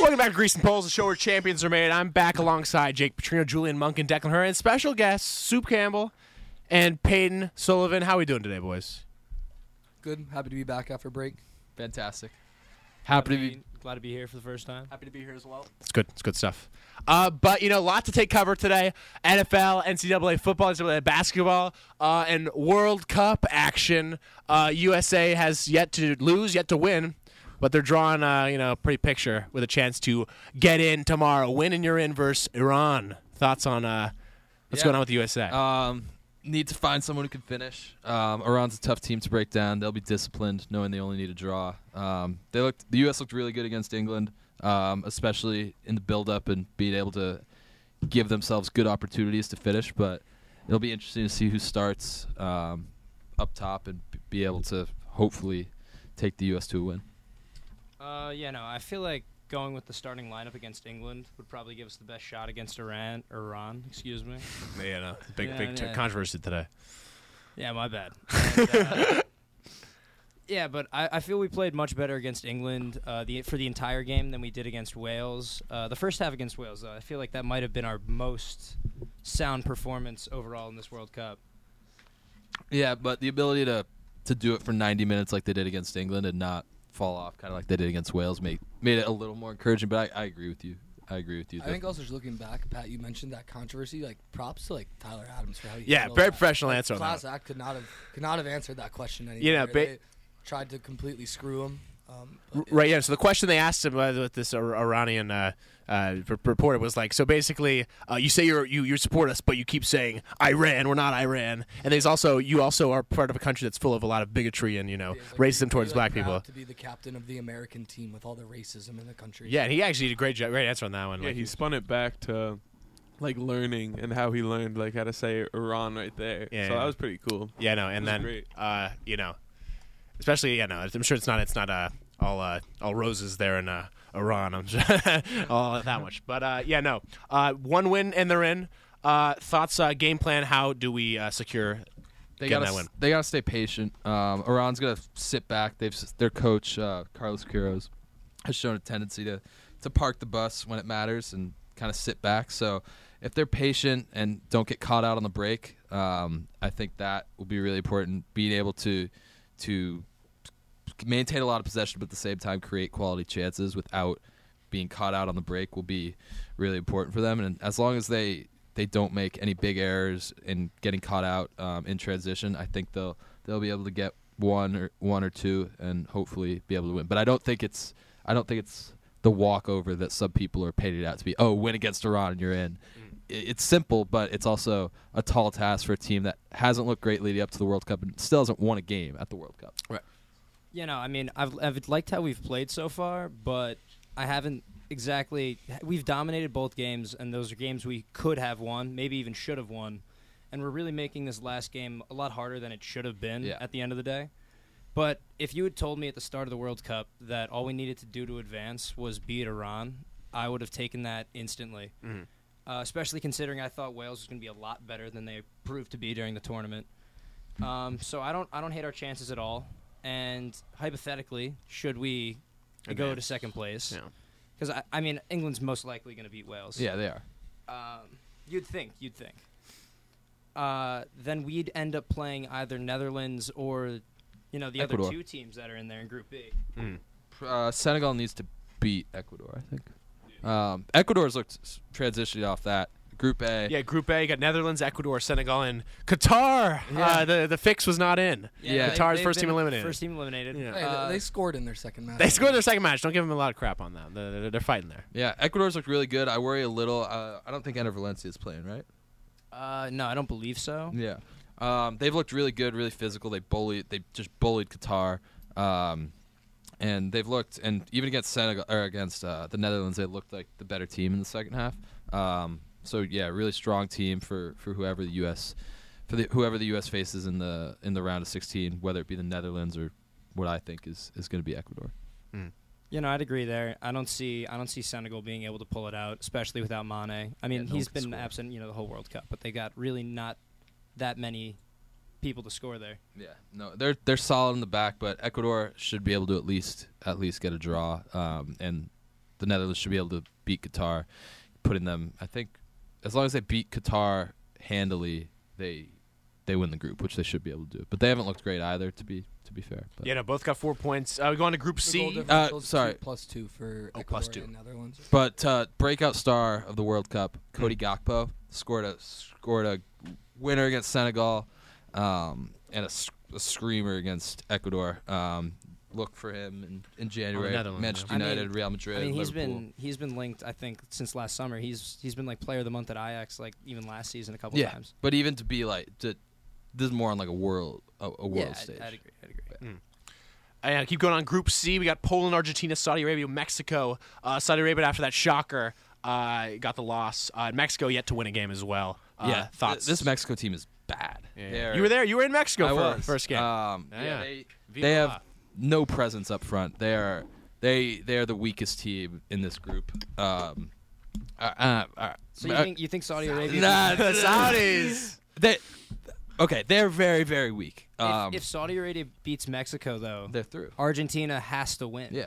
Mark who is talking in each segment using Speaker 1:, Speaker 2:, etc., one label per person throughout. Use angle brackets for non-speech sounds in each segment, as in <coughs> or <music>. Speaker 1: Welcome back to Grease and Poles, the show where champions are made. I'm back alongside Jake Petrino, Julian Monk, and Declan Hurd, and special guests Soup Campbell and Peyton Sullivan. How we doing today, boys?
Speaker 2: Good. Happy to be back after break.
Speaker 3: Fantastic.
Speaker 4: Happy
Speaker 3: I
Speaker 4: to be
Speaker 3: mean, glad to be here for the first time.
Speaker 2: Happy to be here as well.
Speaker 1: It's good. It's good stuff. Uh, but you know, a lot to take cover today: NFL, NCAA football, NCAA basketball, uh, and World Cup action. Uh, USA has yet to lose, yet to win, but they're drawing uh, you know a pretty picture with a chance to get in tomorrow. Win and you're in versus Iran. Thoughts on uh, what's
Speaker 4: Yeah.
Speaker 1: going on with the USA?
Speaker 4: um need to find someone who can finish. Um, Iran's a tough team to break down. They'll be disciplined, knowing they only need a draw. Um, they looked the U.S. looked really good against England, um, especially in the build-up and being able to give themselves good opportunities to finish. But it'll be interesting to see who starts um, up top and b- be able to hopefully take the U.S. to a win.
Speaker 3: Uh, yeah, no, I feel like going with the starting lineup against England would probably give us the best shot against Iran. Iran, excuse <laughs> me.
Speaker 1: yeah, no, big
Speaker 3: Yeah,
Speaker 1: big t-
Speaker 3: yeah.
Speaker 1: controversy today.
Speaker 3: Yeah, my <laughs> bad. And, uh, yeah, but I, I feel we played much better against England uh, the, for the entire game than we did against Wales. Uh, the first half against Wales, though, I feel like that might have been our most sound performance overall in this World Cup.
Speaker 4: Yeah, but the ability to to do it for 90 minutes like they did against England and not fall off, kind of like they did against Wales, made made it a little more encouraging. But I, I agree with you. I agree with you.
Speaker 2: I think also just looking back, Pat, you mentioned that controversy. Like props to like Tyler Adams for how he
Speaker 1: Yeah,
Speaker 2: handled
Speaker 1: very
Speaker 2: that.
Speaker 1: professional
Speaker 2: Like,
Speaker 1: answer on
Speaker 2: Class
Speaker 1: that.
Speaker 2: act could not have could not have answered that question anymore.
Speaker 1: know, ba-
Speaker 2: tried to completely screw him. Um,
Speaker 1: R-
Speaker 2: but
Speaker 1: Right. Yeah. So the question they asked him uh, with this Ir- Iranian uh, uh, r- reporter was like, so basically, uh, you say you're, you you support us, but you keep saying Iran. We're not Iran. And there's also you also are part of a country that's full of a lot of bigotry and you know
Speaker 2: it is, like,
Speaker 1: racism
Speaker 2: really,
Speaker 1: towards
Speaker 2: like,
Speaker 1: black
Speaker 2: proud
Speaker 1: people.
Speaker 2: To be the captain of the American team with all the racism in the country.
Speaker 1: Yeah. And he actually did a great jo- great answer on that one.
Speaker 5: Yeah,
Speaker 1: like,
Speaker 5: he spun it back to like learning and how he learned like how to say Iran right there.
Speaker 1: Yeah,
Speaker 5: so
Speaker 1: yeah.
Speaker 5: that was pretty cool.
Speaker 1: yeah. No. And
Speaker 5: was
Speaker 1: then
Speaker 5: great.
Speaker 1: uh, you know, especially yeah. No. I'm sure it's not it's not uh, all uh, all roses there in uh, Iran. I'm sure <laughs> all that much. But uh, yeah. No. Uh, one win and they're in. Uh, thoughts, uh, game plan. How do we uh, secure
Speaker 4: they
Speaker 1: Getting
Speaker 4: gotta
Speaker 1: that
Speaker 4: s-
Speaker 1: win.
Speaker 4: they gotta stay patient. Um, Iran's gonna sit back. They've s- their coach uh, Carlos Quiroz has shown a tendency to to park the bus when it matters and kind of sit back. So if they're patient and don't get caught out on the break, um, I think that will be really important. Being able to to maintain a lot of possession, but at the same time create quality chances without being caught out on the break will be really important for them. And as long as they they don't make any big errors in getting caught out um, in transition, I think they'll they'll be able to get one or one or two and hopefully be able to win. But I don't think it's I don't think it's the walkover that some people are painting it out to be. Oh, win against Iran and you're in. I- It's simple, but it's also a tall task for a team that hasn't looked great leading up to the World Cup and still hasn't won a game at the World Cup.
Speaker 3: You know, I mean, I've, I've liked how we've played so far, but I haven't exactly. We've dominated both games, and those are games we could have won, maybe even should have won. And we're really making this last game a lot harder than it should have been
Speaker 4: Yeah.
Speaker 3: at the end of the day. But if you had told me at the start of the World Cup that all we needed to do to advance was beat Iran, I would have taken that instantly. Uh, especially considering I thought Wales was going to be a lot better than they proved to be during the tournament. Um, so I don't I don't hate our chances at all. And hypothetically, should we go to
Speaker 1: Advance.
Speaker 3: second place?
Speaker 1: Yeah.
Speaker 3: Because I, I mean England's most likely going to beat Wales.
Speaker 4: Yeah, they are.
Speaker 3: Um, you'd think. You'd think. Uh, then we'd end up playing either Netherlands or, you know, the
Speaker 4: Ecuador.
Speaker 3: other two teams that are in there in Group B.
Speaker 4: uh, Senegal needs to beat Ecuador, I think. Um, Ecuador's looked s- transitioning off that Group A.
Speaker 3: Eh.
Speaker 1: Yeah, Group A you got Netherlands, Ecuador, Senegal, and Qatar. Uh,
Speaker 4: Yeah.
Speaker 1: the the fix was not in.
Speaker 4: Yeah.
Speaker 3: they-
Speaker 1: Qatar's
Speaker 3: they've
Speaker 1: first team
Speaker 3: been
Speaker 1: eliminated.
Speaker 3: First team eliminated.
Speaker 1: Yeah.
Speaker 2: Hey,
Speaker 3: Uh,
Speaker 2: they, they scored in their second match.
Speaker 1: They scored their second match. Don't give them a lot of crap on that. They're, they're- they're fighting there.
Speaker 4: Yeah, Ecuador's looked really good. I worry a little. Uh, I don't think Ender Valencia is playing, right?
Speaker 3: uh, no, I don't believe so.
Speaker 4: Yeah. Um, they've looked really good, really physical. They bullied. They just bullied Qatar, um, and they've looked. And even against Senegal or against uh, the Netherlands, they looked like the better team in the second half. Um, so yeah, really strong team for, for whoever the U.S. for the, whoever the U.S. faces in the in the round of 16, whether it be the Netherlands or what I think is is going to be Ecuador.
Speaker 3: You know, I'd agree there. I don't see I don't see Senegal being able to pull it out, especially without Mane. I mean,
Speaker 4: Yeah, no one
Speaker 3: he's
Speaker 4: can
Speaker 3: been
Speaker 4: score.
Speaker 3: absent, you know, the whole World Cup, but they got really not that many people to score there.
Speaker 4: Yeah, no, they're they're solid in the back, but Ecuador should be able to at least at least get a draw. Um, and the Netherlands should be able to beat Qatar, putting them. I think as long as they beat Qatar handily, they they win the group, which they should be able to do. But they haven't looked great either, to be to be fair. But,
Speaker 1: Yeah, no, both got four points. Uh, we go on to Group
Speaker 2: The goal
Speaker 1: C.
Speaker 2: differential's two-
Speaker 4: sorry.
Speaker 2: plus two for
Speaker 1: Oh,
Speaker 2: Ecuador
Speaker 1: plus two.
Speaker 2: and Netherlands.
Speaker 4: but uh, breakout star of the World Cup, Cody
Speaker 3: Hmm.
Speaker 4: Gakpo, scored a scored a winner against Senegal, um, and a, s- a screamer against Ecuador. Um, look for him in, in January.
Speaker 1: Netherlands,
Speaker 4: Manchester
Speaker 3: yeah. I mean-
Speaker 4: United, Real
Speaker 3: I
Speaker 4: Madrid.
Speaker 3: mean, he's
Speaker 4: Liverpool.
Speaker 3: been he's been linked. I think since last summer, he's he's been like player of the month at Ajax, like even last season a couple
Speaker 4: yeah,
Speaker 3: times.
Speaker 4: but even to be like to, this is more on like a world a, a world
Speaker 3: yeah, uh,
Speaker 4: stage.
Speaker 3: I'd, I'd agree. I'd agree.
Speaker 2: Mm.
Speaker 1: And uh, keep going on Group C. We got Poland, Argentina, Saudi Arabia, Mexico. Uh, Saudi Arabia after that shocker uh, got the loss. Uh, and Mexico yet to win a game as well. Uh,
Speaker 4: yeah, th-
Speaker 1: thoughts.
Speaker 4: this Mexico team is bad. They're-
Speaker 1: you were there. You were in Mexico
Speaker 4: I
Speaker 1: for
Speaker 4: was.
Speaker 1: first game.
Speaker 3: <laughs>
Speaker 4: Um,
Speaker 1: Yeah,
Speaker 4: yeah,
Speaker 1: yeah.
Speaker 4: They,
Speaker 1: Viva
Speaker 4: they
Speaker 1: la.
Speaker 4: have no presence up front. They are they they are the weakest team in this group. Um, uh, uh, uh,
Speaker 3: So you
Speaker 4: uh,
Speaker 3: think you think Saudi Arabia? <laughs>
Speaker 1: <laughs>
Speaker 4: Nah,
Speaker 1: the Saudis.
Speaker 4: they okay? They're very very weak.
Speaker 3: if,
Speaker 4: Um,
Speaker 3: if Saudi Arabia beats Mexico, though,
Speaker 4: they're through.
Speaker 3: Argentina has to win.
Speaker 4: Yeah.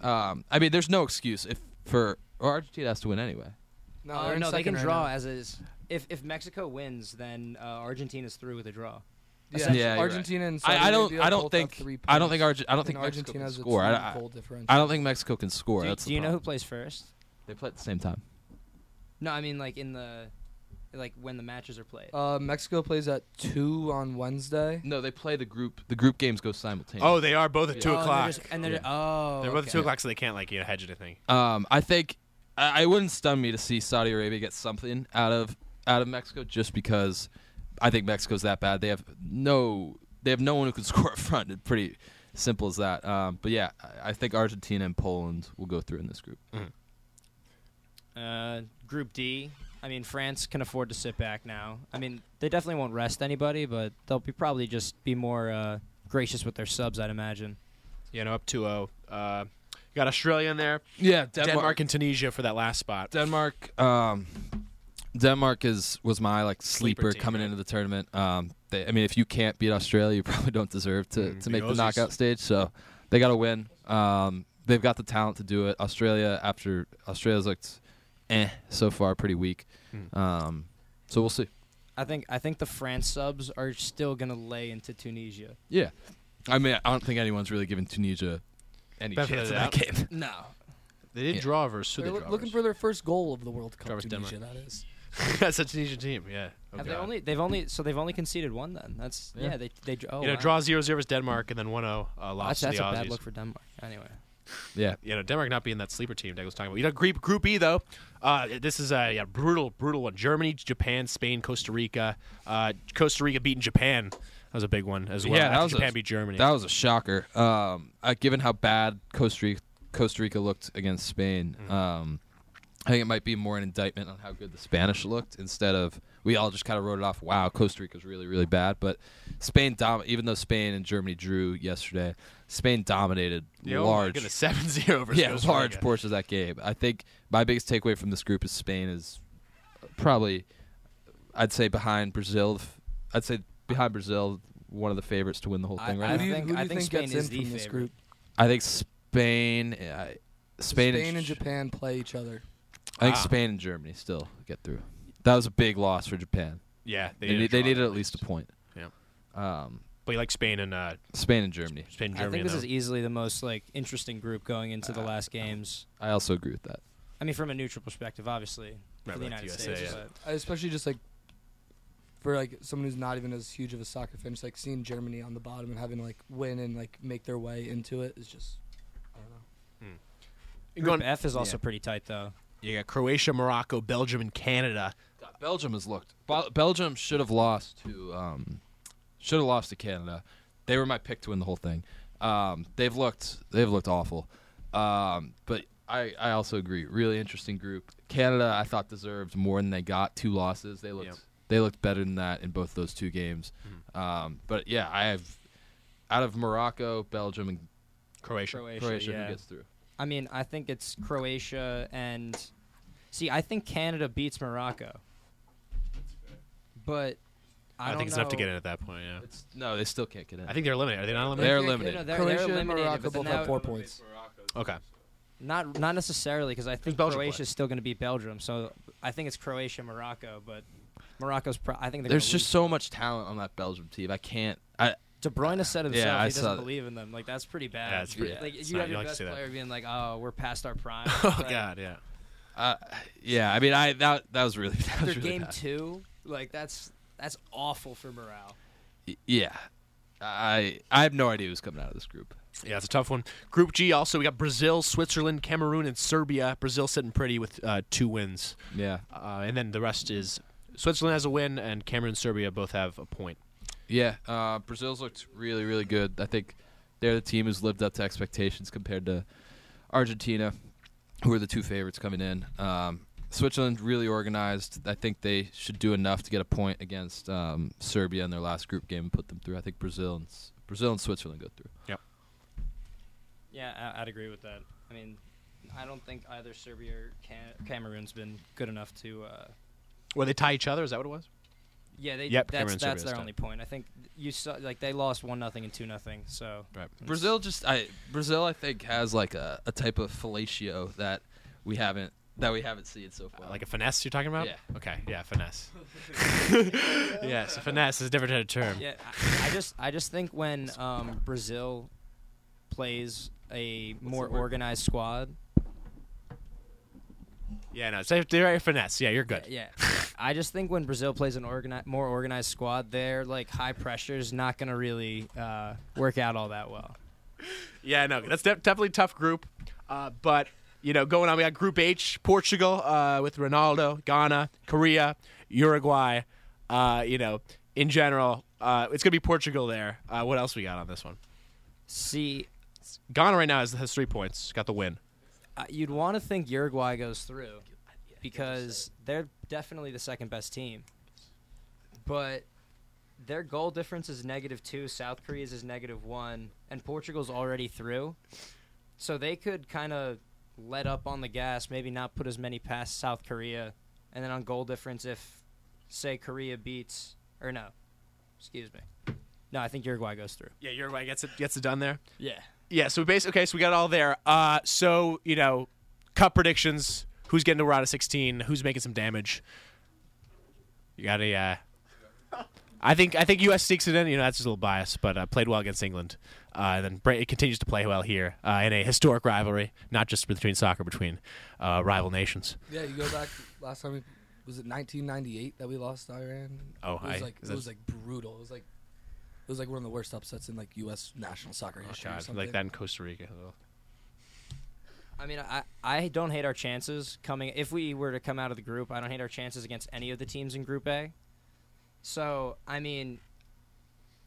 Speaker 4: Um, I mean, there's no excuse if for or Argentina has to win anyway.
Speaker 2: No,
Speaker 3: Uh,
Speaker 2: they're in
Speaker 3: no, they can
Speaker 2: second right
Speaker 3: draw
Speaker 2: now.
Speaker 3: as is. If if Mexico wins, then uh, Argentina's through with a draw.
Speaker 2: Yeah,
Speaker 4: Essentially. Yeah, you're
Speaker 2: Argentina and Saudi
Speaker 4: I, I don't.
Speaker 2: Arabia
Speaker 4: I don't
Speaker 2: both have
Speaker 4: think.
Speaker 2: Three
Speaker 4: I don't think.
Speaker 2: points,
Speaker 4: Arge- I don't
Speaker 2: and
Speaker 4: think Mexico
Speaker 2: Argentina
Speaker 4: can
Speaker 2: has a
Speaker 4: score. I,
Speaker 2: two
Speaker 4: I,
Speaker 2: goal differential.
Speaker 4: I don't think Mexico can score.
Speaker 3: Do,
Speaker 4: That's
Speaker 3: do
Speaker 4: the
Speaker 3: you know who
Speaker 4: problem.
Speaker 3: plays first?
Speaker 4: they play at the same time?
Speaker 3: No, I mean like in the, like when the matches are played.
Speaker 2: Uh, Mexico plays at two on Wednesday.
Speaker 4: No, they play the group. The group games go simultaneously.
Speaker 1: Oh, they are both at two
Speaker 3: Oh, and they're
Speaker 1: o'clock.
Speaker 3: just- And they're oh,
Speaker 1: They're both
Speaker 3: okay.
Speaker 1: at two o'clock, so they can't like you know hedge anything.
Speaker 4: Um, I think I, I wouldn't stun me to see Saudi Arabia get something out of out of Mexico just because I think Mexico's that bad. They have no they have no one who can <laughs> score up front. It's pretty simple as that. Um, but yeah, I, I think Argentina and Poland will go through in this group.
Speaker 3: Uh, group D. I mean, France can afford to sit back now. I mean, they definitely won't rest anybody, but they'll be probably just be more uh, gracious with their subs, I'd imagine.
Speaker 1: You know, up 2-0. Uh, you got Australia in there,
Speaker 4: Yeah,
Speaker 1: Denmark, and Tunisia for that last spot.
Speaker 4: Denmark. Um, Denmark is was my like sleeper,
Speaker 1: Sleeper team,
Speaker 4: coming
Speaker 1: yeah.
Speaker 4: into the tournament. Um, they, I mean, if you can't beat Australia, <laughs> you probably don't deserve to,
Speaker 1: Mm,
Speaker 4: to make
Speaker 1: the
Speaker 4: the
Speaker 1: Aussies.
Speaker 4: knockout stage. So they got to win. Um, they've got the talent to do it. Australia after Australia's looked eh so far, pretty weak.
Speaker 1: Mm.
Speaker 4: Um, so we'll see.
Speaker 3: I think I think the France subs are still gonna lay into Tunisia.
Speaker 4: Yeah, I mean, I don't think anyone's really giving Tunisia any
Speaker 1: Benefit
Speaker 4: chance
Speaker 1: of
Speaker 4: in
Speaker 1: the
Speaker 4: that game. <laughs>
Speaker 3: No,
Speaker 1: They did
Speaker 4: Yeah.
Speaker 1: draw versus
Speaker 2: They're loo- looking for their first goal of the World Cup.
Speaker 1: Jarvis
Speaker 2: Tunisia, that is.
Speaker 1: <laughs> That's a Tunisian team, yeah. Oh,
Speaker 3: have they
Speaker 1: God.
Speaker 3: only? They've only. So they've only conceded one. Then that's yeah.
Speaker 4: Yeah.
Speaker 3: they they oh,
Speaker 1: you know,
Speaker 3: wow.
Speaker 1: draw 0-0 versus Denmark and then 1-0 uh,
Speaker 3: That's,
Speaker 1: lost
Speaker 3: that's
Speaker 1: to
Speaker 3: a
Speaker 1: the Aussies.
Speaker 3: bad look for Denmark. Anyway,
Speaker 4: Yeah,
Speaker 1: you know, Denmark not being that sleeper team Doug was talking about. You know, Group Group E though, uh, this is a yeah, brutal, brutal one. Germany, Japan, Spain, Costa Rica. Uh, Costa Rica beating Japan. That was a big one as well.
Speaker 4: Yeah, that
Speaker 1: After
Speaker 4: was a-
Speaker 1: Japan beat Germany.
Speaker 4: That was a shocker. Um, uh, given how bad Costa Rica, Costa Rica looked against Spain,
Speaker 3: Mm.
Speaker 4: um, I think it might be more an indictment on how good the Spanish looked instead of we all just kind of wrote it off. Wow, Costa Rica's really really bad, but Spain dom- even though Spain and Germany drew yesterday, Spain dominated
Speaker 1: yeah,
Speaker 4: large.
Speaker 1: oh
Speaker 4: <laughs>
Speaker 1: seven zero versus
Speaker 4: yeah,
Speaker 1: Costa
Speaker 4: large
Speaker 1: Rica.
Speaker 4: portions of that game. I think my biggest takeaway from this group is Spain is probably, I'd say behind Brazil. I'd say behind Brazil, one of the favorites to win the whole
Speaker 3: I-
Speaker 4: thing right now.
Speaker 3: I
Speaker 2: who do you,
Speaker 3: think-
Speaker 2: who do
Speaker 3: I
Speaker 2: you
Speaker 3: think
Speaker 2: gets
Speaker 3: Spain is
Speaker 2: in
Speaker 3: the
Speaker 2: from this
Speaker 3: favorite.
Speaker 2: group?
Speaker 4: I think Spain, I Spain,
Speaker 2: Spain and Japan play each other.
Speaker 4: I think
Speaker 1: Ah.
Speaker 4: Spain and Germany still get through. That was a big loss for Japan.
Speaker 1: Yeah,
Speaker 4: They,
Speaker 1: they, need
Speaker 4: need-
Speaker 1: to
Speaker 4: they
Speaker 1: draw
Speaker 4: needed
Speaker 1: that.
Speaker 4: at least a point.
Speaker 1: Yeah.
Speaker 4: Um,
Speaker 1: But you like Spain and uh,
Speaker 4: Spain and Germany.
Speaker 1: Spain,
Speaker 3: I
Speaker 1: Germany.
Speaker 3: think this
Speaker 1: though.
Speaker 3: is easily the most like interesting group going into the last games.
Speaker 4: I also agree with that.
Speaker 3: I mean, from a neutral perspective, obviously,
Speaker 1: Right,
Speaker 3: for
Speaker 1: but
Speaker 3: the United
Speaker 1: USA,
Speaker 3: States.
Speaker 1: yeah.
Speaker 3: But
Speaker 2: especially just like for like someone who's not even as huge of a soccer fan, just like seeing Germany on the bottom and having like win and like make their way into it is just. I don't know.
Speaker 1: You
Speaker 3: Group
Speaker 1: going-
Speaker 3: F is also
Speaker 4: yeah.
Speaker 3: pretty tight, though.
Speaker 4: e-
Speaker 1: You got Croatia, Morocco, Belgium, and Canada.
Speaker 4: Belgium has looked. Bel- Belgium should have lost to um, should have lost to Canada. They were my pick to win the whole thing. Um, they've looked they've looked awful. Um, but I, I also agree. Really interesting group. Canada I thought deserved more than they got. Two losses. They looked
Speaker 1: Yep.
Speaker 4: they looked better than that in both those two games. Um, but yeah, I have out of Morocco, Belgium, and
Speaker 1: Croatia.
Speaker 3: Croatia,
Speaker 4: Croatia
Speaker 3: yeah.
Speaker 4: who gets through.
Speaker 3: I mean, I think it's Croatia and see, I think Canada beats Morocco, but I,
Speaker 1: I,
Speaker 3: don't
Speaker 1: think it's enough to
Speaker 3: know-
Speaker 1: get in at that point. Yeah.
Speaker 4: It's no, they still can't get in.
Speaker 1: I think they're eliminated. Are they not eliminated?
Speaker 4: They're
Speaker 2: Yeah,
Speaker 4: eliminated.
Speaker 3: No, they're,
Speaker 2: Croatia
Speaker 3: they're
Speaker 2: and
Speaker 3: eliminated,
Speaker 2: Morocco
Speaker 3: but then
Speaker 2: both have
Speaker 3: that-
Speaker 2: four points.
Speaker 1: okay.
Speaker 3: Not not necessarily because I think
Speaker 1: Belgium play?
Speaker 3: Croatia is still going to beat Belgium. So I think it's Croatia, Morocco, but Morocco's. Pro- I think they're
Speaker 4: There's
Speaker 3: gonna
Speaker 4: just
Speaker 3: lose.
Speaker 4: so much talent on that Belgium team. I can't. I
Speaker 3: De Bruyne said himself
Speaker 4: Yeah, I
Speaker 3: he
Speaker 4: saw
Speaker 3: doesn't
Speaker 4: that.
Speaker 3: believe in them. Like that's pretty bad.
Speaker 1: Yeah, it's pretty-
Speaker 3: like
Speaker 1: it's
Speaker 3: you
Speaker 1: not-
Speaker 3: have
Speaker 1: you
Speaker 3: your
Speaker 1: like to
Speaker 3: best
Speaker 1: see that.
Speaker 3: player being like, "Oh, we're past our prime."
Speaker 1: <laughs> Oh
Speaker 3: But
Speaker 1: God, yeah.
Speaker 4: Uh, yeah, I mean, I that that was really <laughs> that was really
Speaker 3: After game
Speaker 4: bad.
Speaker 3: two, like that's that's awful for morale.
Speaker 4: Y- Yeah, I I have no idea who's coming out of this group.
Speaker 1: Yeah, it's a tough one. Group G also we got Brazil, Switzerland, Cameroon, and Serbia. Brazil sitting pretty with uh, two wins,
Speaker 4: Yeah,
Speaker 1: uh, and then the rest is Switzerland has a win, and Cameroon, and Serbia both have a point.
Speaker 4: yeah. Uh, Brazil's looked really really good. I think they're the team who's lived up to expectations compared to Argentina, who are the two favorites coming in. Um, Switzerland really organized. I think they should do enough to get a point against um, Serbia in their last group game and put them through. I think Brazil and S- Brazil and Switzerland go through.
Speaker 3: Yeah, I- I'd agree with that. I mean, I don't think either Serbia or Cam- Cameroon's been good enough to. Uh,
Speaker 1: Well, they tie each other. Is that what it was?
Speaker 3: yeah, they.
Speaker 1: Yep,
Speaker 3: that's
Speaker 1: Cameroon,
Speaker 3: that's
Speaker 1: Serbia's
Speaker 3: their
Speaker 1: done.
Speaker 3: only point. I think you saw like they lost one nothing and two nothing. So
Speaker 1: Right.
Speaker 3: it's-
Speaker 4: Brazil just I Brazil I think has like a, a type of fellatio that we haven't that we haven't seen so far.
Speaker 1: Like a finesse you're talking about?
Speaker 4: Yeah.
Speaker 1: Okay. Yeah, finesse. <laughs> yeah, so finesse is a different kind of term.
Speaker 3: Yeah, I, I just I just think when um, Brazil plays a more
Speaker 4: the word?
Speaker 3: organized squad.
Speaker 1: Yeah, no, it's they're very finesse. Yeah, you're good.
Speaker 3: Yeah, yeah. I just think when Brazil plays an organi- more organized squad, their like high pressure is not going to really uh, work out all that well.
Speaker 1: Yeah, no, that's def- definitely a tough group. Uh, but you know, going on, we got Group H: Portugal uh, with Ronaldo, Ghana, Korea, Uruguay. Uh, you know, in general, uh, it's gonna be Portugal there. Uh, what else we got on this one?
Speaker 3: See,
Speaker 1: Ghana right now has, has three points, got the win.
Speaker 3: uh, you'd want to think Uruguay goes through because they're definitely the second best team. But their goal difference is negative two. South Korea's is negative one, and Portugal's already through, so they could kind of let up on the gas. Maybe not put as many past South Korea, and then on goal difference, if say Korea beats or no, excuse me, no, I think Uruguay goes through.
Speaker 1: Yeah, Uruguay gets it gets it done there.
Speaker 3: Yeah.
Speaker 1: Yeah, so basically, okay, so we got it all there. Uh, so you know, cup predictions: who's getting to round of sixteen? Who's making some damage? You got a. Uh, I think I think U.S. sneaks it in. You know, that's just a little bias, but uh, played well against England, uh, and then Bra- it continues to play well here uh, in a historic rivalry, not just between soccer, between uh, rival nations.
Speaker 2: Yeah, you go back last time. We, was it 1998 that we lost to Iran?
Speaker 1: Oh,
Speaker 2: it was
Speaker 1: I-
Speaker 2: like
Speaker 1: is
Speaker 2: it
Speaker 1: that-
Speaker 2: was like brutal. It was like it was like one of the worst upsets in like U.S. national soccer history. or
Speaker 1: Oh, God,
Speaker 2: something.
Speaker 1: like that in Costa Rica.
Speaker 3: I mean, I, I don't hate our chances coming. If we were to come out of the group, I don't hate our chances against any of the teams in Group A. So I mean,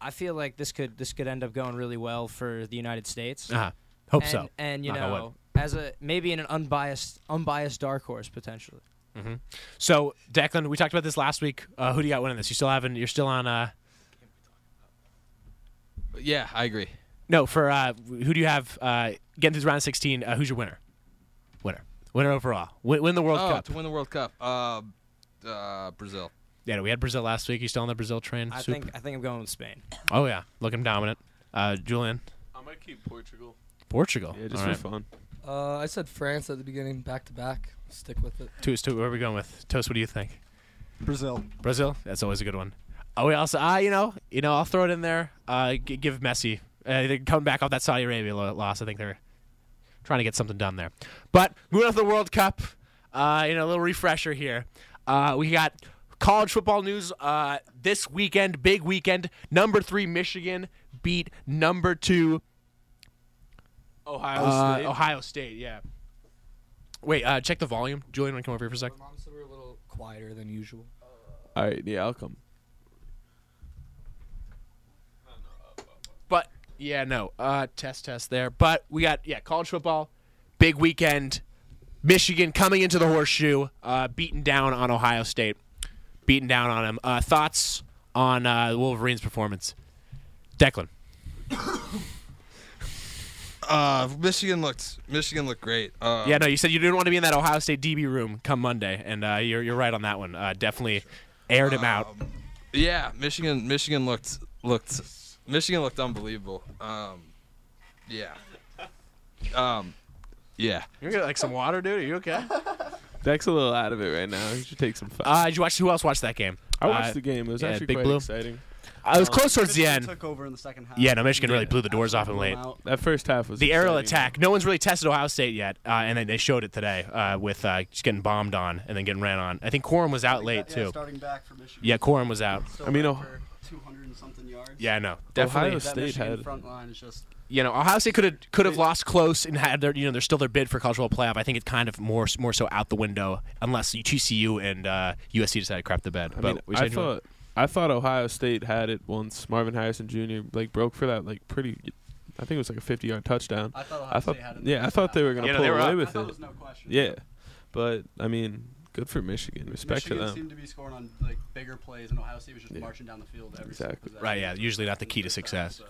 Speaker 3: I feel like this could this could end up going really well for the United States.
Speaker 1: Uh huh. Hope
Speaker 3: and,
Speaker 1: so.
Speaker 3: And you
Speaker 1: Knock on
Speaker 3: know, as a maybe in an unbiased unbiased dark horse potentially.
Speaker 1: So Declan, we talked about this last week. Uh, who do you got winning this? You still haven't. You're still on. Uh,
Speaker 4: Yeah, I agree.
Speaker 1: No, for uh, who do you have uh, getting through round of 16? Uh, who's your winner? Winner. Winner overall. Win, win the World
Speaker 4: oh,
Speaker 1: Cup.
Speaker 4: to win the World Cup, uh, uh, Brazil.
Speaker 1: yeah, we had Brazil last week. You still on the Brazil train?
Speaker 3: I
Speaker 1: Soup?
Speaker 3: think I think I'm going with Spain.
Speaker 1: Oh, yeah. Looking dominant. Uh, Julian,
Speaker 5: I'm gonna keep Portugal.
Speaker 1: Portugal.
Speaker 5: Yeah, just
Speaker 1: All right.
Speaker 5: for fun.
Speaker 2: Uh, I said France at the beginning, back to back. Stick with it.
Speaker 1: Toast, Toast, where are we going with? Toast, what do you think?
Speaker 6: Brazil.
Speaker 1: Brazil? That's always a good one. Oh, we also, ah, you know, you know, I'll throw it in there. Uh, g- give Messi. Uh, they're coming back off that Saudi Arabia lo- loss. I think they're trying to get something done there. But moving on to the World Cup, uh, you know, a little refresher here. Uh, we got college football news uh, this weekend, big weekend. Number three Michigan beat number two
Speaker 5: Ohio
Speaker 1: uh,
Speaker 5: State.
Speaker 1: Ohio State. Yeah. Wait, uh, check the volume. Julian, wanna come over here for a
Speaker 2: My
Speaker 1: sec?
Speaker 2: mom said we're a little quieter than usual.
Speaker 5: All right, yeah, I'll come.
Speaker 1: But yeah, no. Uh test test there. But we got yeah, college football, big weekend. Michigan coming into the horseshoe, uh beaten down on Ohio State. Beaten down on them. Uh thoughts on uh the Wolverines performance. Declan.
Speaker 4: Uh, Michigan looked Michigan looked great. Uh,
Speaker 5: Um,
Speaker 1: Yeah, no, you said you didn't want to be in that Ohio State DB room come Monday and uh you're you're right on that one. Uh definitely aired him out.
Speaker 5: Um,
Speaker 4: yeah. Michigan Michigan looked looked Michigan looked unbelievable. Um, yeah. Um,
Speaker 7: Yeah.
Speaker 1: You get like some water, dude. Are you okay?
Speaker 5: Deck's a little out of it right now. He should take some. Fun.
Speaker 1: Uh, did you watch? Who else watched that game?
Speaker 5: I watched
Speaker 1: Uh,
Speaker 5: the game. It was
Speaker 1: yeah,
Speaker 5: actually
Speaker 1: Big
Speaker 5: quite
Speaker 1: Blue.
Speaker 5: exciting.
Speaker 1: I was close towards the
Speaker 8: Michigan
Speaker 1: end.
Speaker 8: Took over in the second half.
Speaker 1: Yeah, no, Michigan really
Speaker 5: Yeah.
Speaker 1: blew the doors off him
Speaker 8: Blew 'em
Speaker 1: late.
Speaker 8: out.
Speaker 5: That first half was
Speaker 1: The aerial
Speaker 5: exciting.
Speaker 1: attack. No one's really tested Ohio State yet, uh, and then they showed it today uh, with uh, just getting bombed on and then getting ran on. I think Quorum was out late
Speaker 8: yeah,
Speaker 1: too.
Speaker 8: Starting back for Michigan.
Speaker 1: Yeah, Quorum was out.
Speaker 8: Still
Speaker 5: I mean,
Speaker 8: back
Speaker 5: oh-
Speaker 8: for 200 and something yards.
Speaker 1: Yeah, Oh. no,
Speaker 5: Ohio
Speaker 1: definitely.
Speaker 8: That
Speaker 5: State
Speaker 8: Michigan
Speaker 5: had-
Speaker 8: front line is just
Speaker 1: You know, Ohio State could have could have lost close and had their you know they're still their bid for college football playoff. I think it's kind of more more so out the window unless TCU and uh, USC decided to crap the bed.
Speaker 5: I
Speaker 1: but
Speaker 5: mean,
Speaker 1: we
Speaker 5: I
Speaker 1: should-
Speaker 5: thought I thought Ohio State had it once. Marvin Harrison Jr. like broke for that like pretty. I think it was like a 50 yard touchdown.
Speaker 8: I thought Ohio
Speaker 5: I thought
Speaker 8: State had it.
Speaker 5: yeah, I thought they were gonna
Speaker 1: Yeah, no,
Speaker 5: pull
Speaker 1: they were
Speaker 5: away
Speaker 1: up.
Speaker 8: I
Speaker 5: with
Speaker 8: thought it
Speaker 5: it.
Speaker 8: was no question.
Speaker 5: Yeah, but I mean, good for Michigan. Respect
Speaker 8: Michigan
Speaker 5: to them.
Speaker 8: seemed to be scoring on like bigger plays, and Ohio State was just
Speaker 5: Yeah.
Speaker 8: marching down the field every
Speaker 5: Exactly.
Speaker 8: single possession.
Speaker 1: Right, yeah, usually not the key to success.
Speaker 8: So,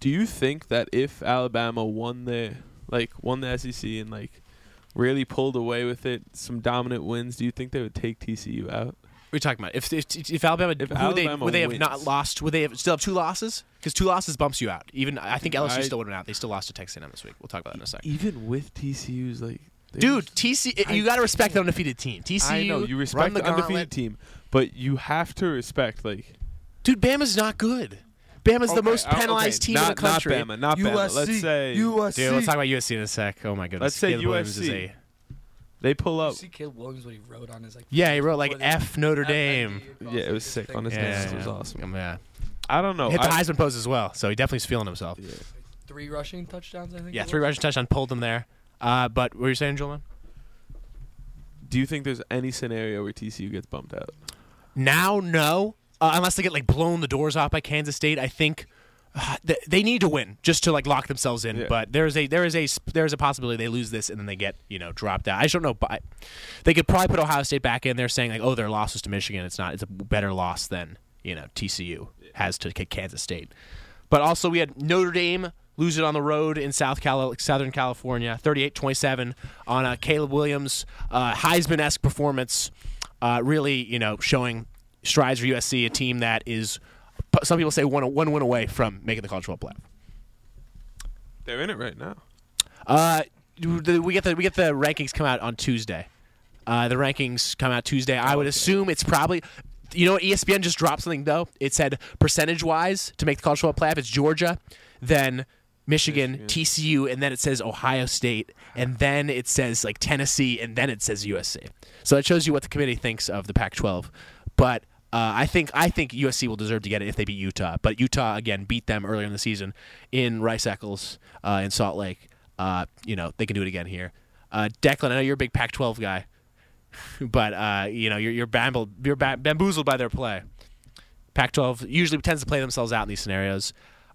Speaker 5: Do you think that if Alabama won the like won the SEC and like really pulled away with it, some dominant wins, do you think they would take TCU out?
Speaker 1: What are you talking about? If if, if Alabama, would,
Speaker 5: If
Speaker 1: they,
Speaker 5: Alabama
Speaker 1: would they have
Speaker 5: wins.
Speaker 1: not lost? Would they have still have two losses? Because two losses bumps you out. Even I think LSU
Speaker 5: I-
Speaker 1: still would have out. They still lost to Texas A&M this week. We'll talk about that in a second.
Speaker 5: E-, Even with TCU's like they
Speaker 1: Dude,
Speaker 5: just-
Speaker 1: TC,
Speaker 5: I-
Speaker 1: you got to respect the undefeated team. TCU,
Speaker 5: I know you
Speaker 1: run
Speaker 5: respect
Speaker 1: the
Speaker 5: the undefeated
Speaker 1: gauntlet.
Speaker 5: team, but you have to respect like
Speaker 1: Dude, Bama's not good. Bama's the
Speaker 5: Okay,
Speaker 1: most
Speaker 5: uh, okay,
Speaker 1: penalized team in
Speaker 5: not,
Speaker 1: the country.
Speaker 5: Not Bama, not Bama. Let's say
Speaker 2: USC.
Speaker 1: Dude, let's talk about USC in a sec. Oh my goodness.
Speaker 5: Let's say
Speaker 1: Caleb Williams is
Speaker 5: USC.
Speaker 1: a-
Speaker 5: they pull
Speaker 2: You
Speaker 5: up.
Speaker 2: see Caleb Williams what he wrote on his like.
Speaker 1: yeah, he wrote like
Speaker 2: What is it?
Speaker 1: F Notre Dame.
Speaker 5: Yeah, it was sick on his
Speaker 1: Yeah,
Speaker 5: name. It
Speaker 1: yeah.
Speaker 5: was awesome.
Speaker 1: Um, yeah.
Speaker 5: I don't know.
Speaker 1: Hit the
Speaker 5: I-
Speaker 1: Heisman pose as well, so he definitely definitely's feeling himself.
Speaker 5: Yeah.
Speaker 2: Three rushing touchdowns, I think.
Speaker 1: Yeah,
Speaker 2: it
Speaker 1: three
Speaker 2: was.
Speaker 1: rushing touchdown pulled him there. Uh, but what were you saying, Julian?
Speaker 5: Do you think there's any scenario where TCU gets bumped out?
Speaker 1: Now, no. Uh, unless they get like blown the doors off by Kansas State, I think uh, th- they need to win just to like lock themselves in.
Speaker 5: Yeah.
Speaker 1: But there is a there is a sp- there is a possibility they lose this and then they get you know dropped out. I just don't know. But I- they could probably put Ohio State back in there, saying like, oh, their loss was to Michigan. It's not. It's a better loss than you know TCU has to kick Kansas State. But also we had Notre Dame lose it on the road in South Cali- Southern California, 38-27 on a Caleb Williams uh, Heisman-esque performance. Uh, really, you know, showing strides for USC, a team that is some people say one one win away from making the college football playoff.
Speaker 5: They're in it right now.
Speaker 1: Uh, the- we get the we get the rankings come out on Tuesday. Uh, the rankings come out Tuesday. I would assume it's probably. You know, E what? ESPN just dropped something though. It said percentage wise to make the college football playoff, it's Georgia, then Michigan,
Speaker 5: Michigan.
Speaker 1: TCU, and then it says Ohio State, and then it says like Tennessee, and then it says USC. So that shows you what the committee thinks of the Pac-12. But uh, I think I think USC will deserve to get it if they beat Utah. But Utah again beat them earlier in the season in Rice Eccles uh, in Salt Lake. Uh, you know they can do it again here. Uh, Declan, I know you're a big Pac-12 guy, <laughs> but uh, you know you're you're, bamble, you're ba- bamboozled by their play. Pac-12 usually tends to play themselves out in these scenarios.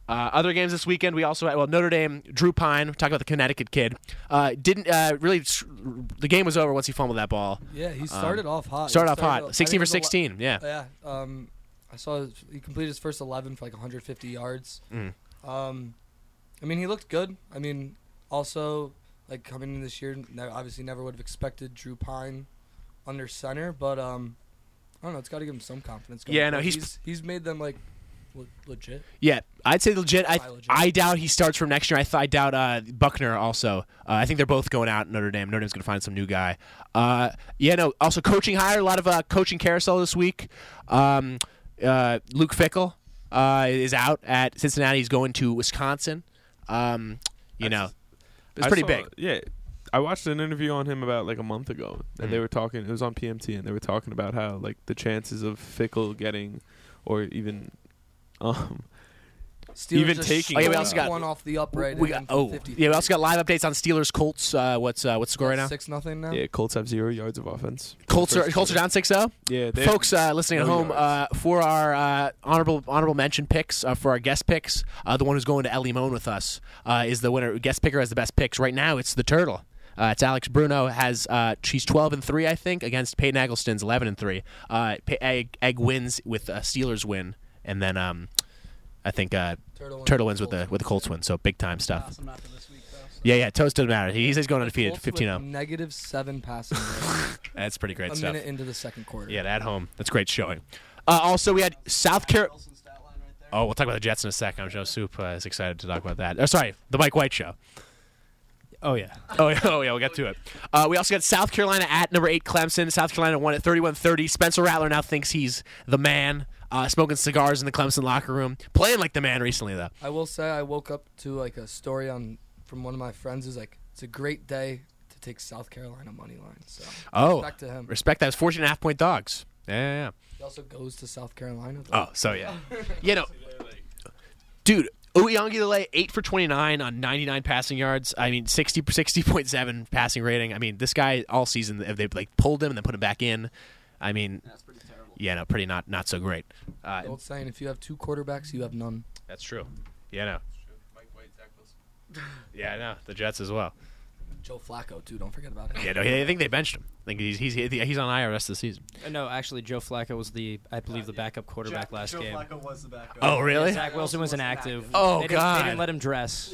Speaker 1: Uh, other games this weekend, we also had well Notre Dame, Drew Pine. Talk about the Connecticut kid. Uh, didn't uh, really. The game was over once he fumbled that ball.
Speaker 2: Yeah, he started off hot.
Speaker 1: Um, Started
Speaker 2: He
Speaker 1: off
Speaker 2: I
Speaker 1: hot, sixteen
Speaker 2: think
Speaker 1: for
Speaker 2: it was a lot-
Speaker 1: sixteen. Yeah,
Speaker 2: Yeah. Um, I saw his- he completed his first 11 for like 150 yards.
Speaker 1: Mm.
Speaker 2: Um, I mean, he looked good. I mean, also like coming in this year, ne- obviously never would have expected Drew Pine under center, but um, I don't know. It's got to give him some confidence. Going
Speaker 1: Yeah, no,
Speaker 2: forward.
Speaker 1: he's-
Speaker 2: he's he's made them like le- legit.
Speaker 1: yeah. I'd say legit. I
Speaker 2: Probably legit.
Speaker 1: I doubt he starts from next year. I, th- I doubt uh, Buckner also. Uh, I think they're both going out. in Notre Dame. Notre Dame's going to find some new guy. Uh, yeah, no. Also coaching hire. A lot of uh, coaching carousel this week. Um, uh, Luke Fickle uh, is out at Cincinnati. He's going to Wisconsin. Um, you
Speaker 5: That's-
Speaker 1: know, it's
Speaker 5: I
Speaker 1: pretty
Speaker 5: saw-
Speaker 1: big.
Speaker 5: Yeah. I watched an interview on him about like a month ago, and they were talking. It was on PMT, and they were talking about how like the chances of Fickle getting, or even, <laughs> um,
Speaker 2: Steelers
Speaker 5: Even
Speaker 2: just
Speaker 5: taking-
Speaker 1: Oh, yeah, we also got-
Speaker 2: one off the upright.
Speaker 1: we got
Speaker 2: and
Speaker 1: oh
Speaker 2: 53.
Speaker 1: yeah. We also got live updates on Steelers Colts. Uh, what's uh, what's the score right now?
Speaker 2: six nothing now.
Speaker 5: yeah, Colts have zero yards of offense.
Speaker 1: Colts are
Speaker 5: First
Speaker 1: Colts are
Speaker 5: quarter.
Speaker 1: down 6-0.
Speaker 5: Yeah, they-
Speaker 1: Folks uh, listening at
Speaker 5: no
Speaker 1: home, uh,
Speaker 5: yards.
Speaker 1: for our uh, honorable honorable mention picks, uh, for our guest picks, uh, the one who's going to El Limon with us uh, is the winner. Guest picker has the best picks right now. It's the turtle. Uh, it's Alex Bruno has uh, she's twelve and three I think against Peyton Eggleston's eleven and three. Uh, Pe- Egg, Egg wins with uh, Steelers win, and then um, I think uh,
Speaker 2: Turtle,
Speaker 1: Turtle wins with the with the Colts win. So big time stuff.
Speaker 8: Awesome after this week, though. So.
Speaker 1: Yeah, yeah. Toast doesn't matter. He, he says going undefeated, oh.
Speaker 2: Colts with
Speaker 1: 15-0.
Speaker 2: Negative seven passing. yards.
Speaker 1: <laughs> That's pretty great
Speaker 2: a
Speaker 1: stuff.
Speaker 2: minute into the second quarter.
Speaker 1: Yeah, at home. That's great showing. Uh, also, we had South Carolina.
Speaker 8: Wilson's stat line right there.
Speaker 1: Oh, Uh, we'll talk about the Jets in a second. I'm Joe Soup uh, is excited to talk about that. Oh, sorry, the Mike White show.
Speaker 3: Oh yeah.
Speaker 1: <laughs> Oh yeah, oh yeah, we'll get to it. Uh, we also got South Carolina at number eight Clemson. South Carolina won at 31-30. Spencer Rattler now thinks he's the man, uh, smoking cigars in the Clemson locker room, playing like the man recently though.
Speaker 2: I will say I woke up to like a story on from one of my friends who's like, it's a great day to take South Carolina money line. So
Speaker 1: Oh,
Speaker 2: back to him.
Speaker 1: respect that. It's 14 and a half point dogs. Yeah, yeah,
Speaker 2: He also goes to South Carolina. though.
Speaker 1: yeah. Oh, so yeah, you know, dude. Uyangilele, 8 for 29 on 99 passing yards. I mean, 60, 60.7 passing rating. I mean, this guy all season, if they've like pulled him and then put him back in, I mean,
Speaker 8: That's pretty terrible.
Speaker 1: yeah, no, pretty not not so great. Uh,
Speaker 2: The old saying: if you have two quarterbacks, you have none.
Speaker 1: That's true. Yeah, no.
Speaker 8: Mike White, Zach Wilson.
Speaker 1: <laughs> Yeah, I know. The Jets as well.
Speaker 2: Joe Flacco too. Don't forget about him.
Speaker 1: Yeah, no, I think they benched him. I think he's he's he's on IR rest of the season.
Speaker 3: Uh, No, actually, Joe Flacco was the, I believe, the backup quarterback
Speaker 8: Jack-
Speaker 3: last
Speaker 8: Joe
Speaker 3: game.
Speaker 8: Flacco was the backup.
Speaker 1: Oh, really?
Speaker 3: Zach Wilson was inactive.
Speaker 1: Oh,
Speaker 3: they didn't-
Speaker 1: God.
Speaker 3: They didn't let him dress.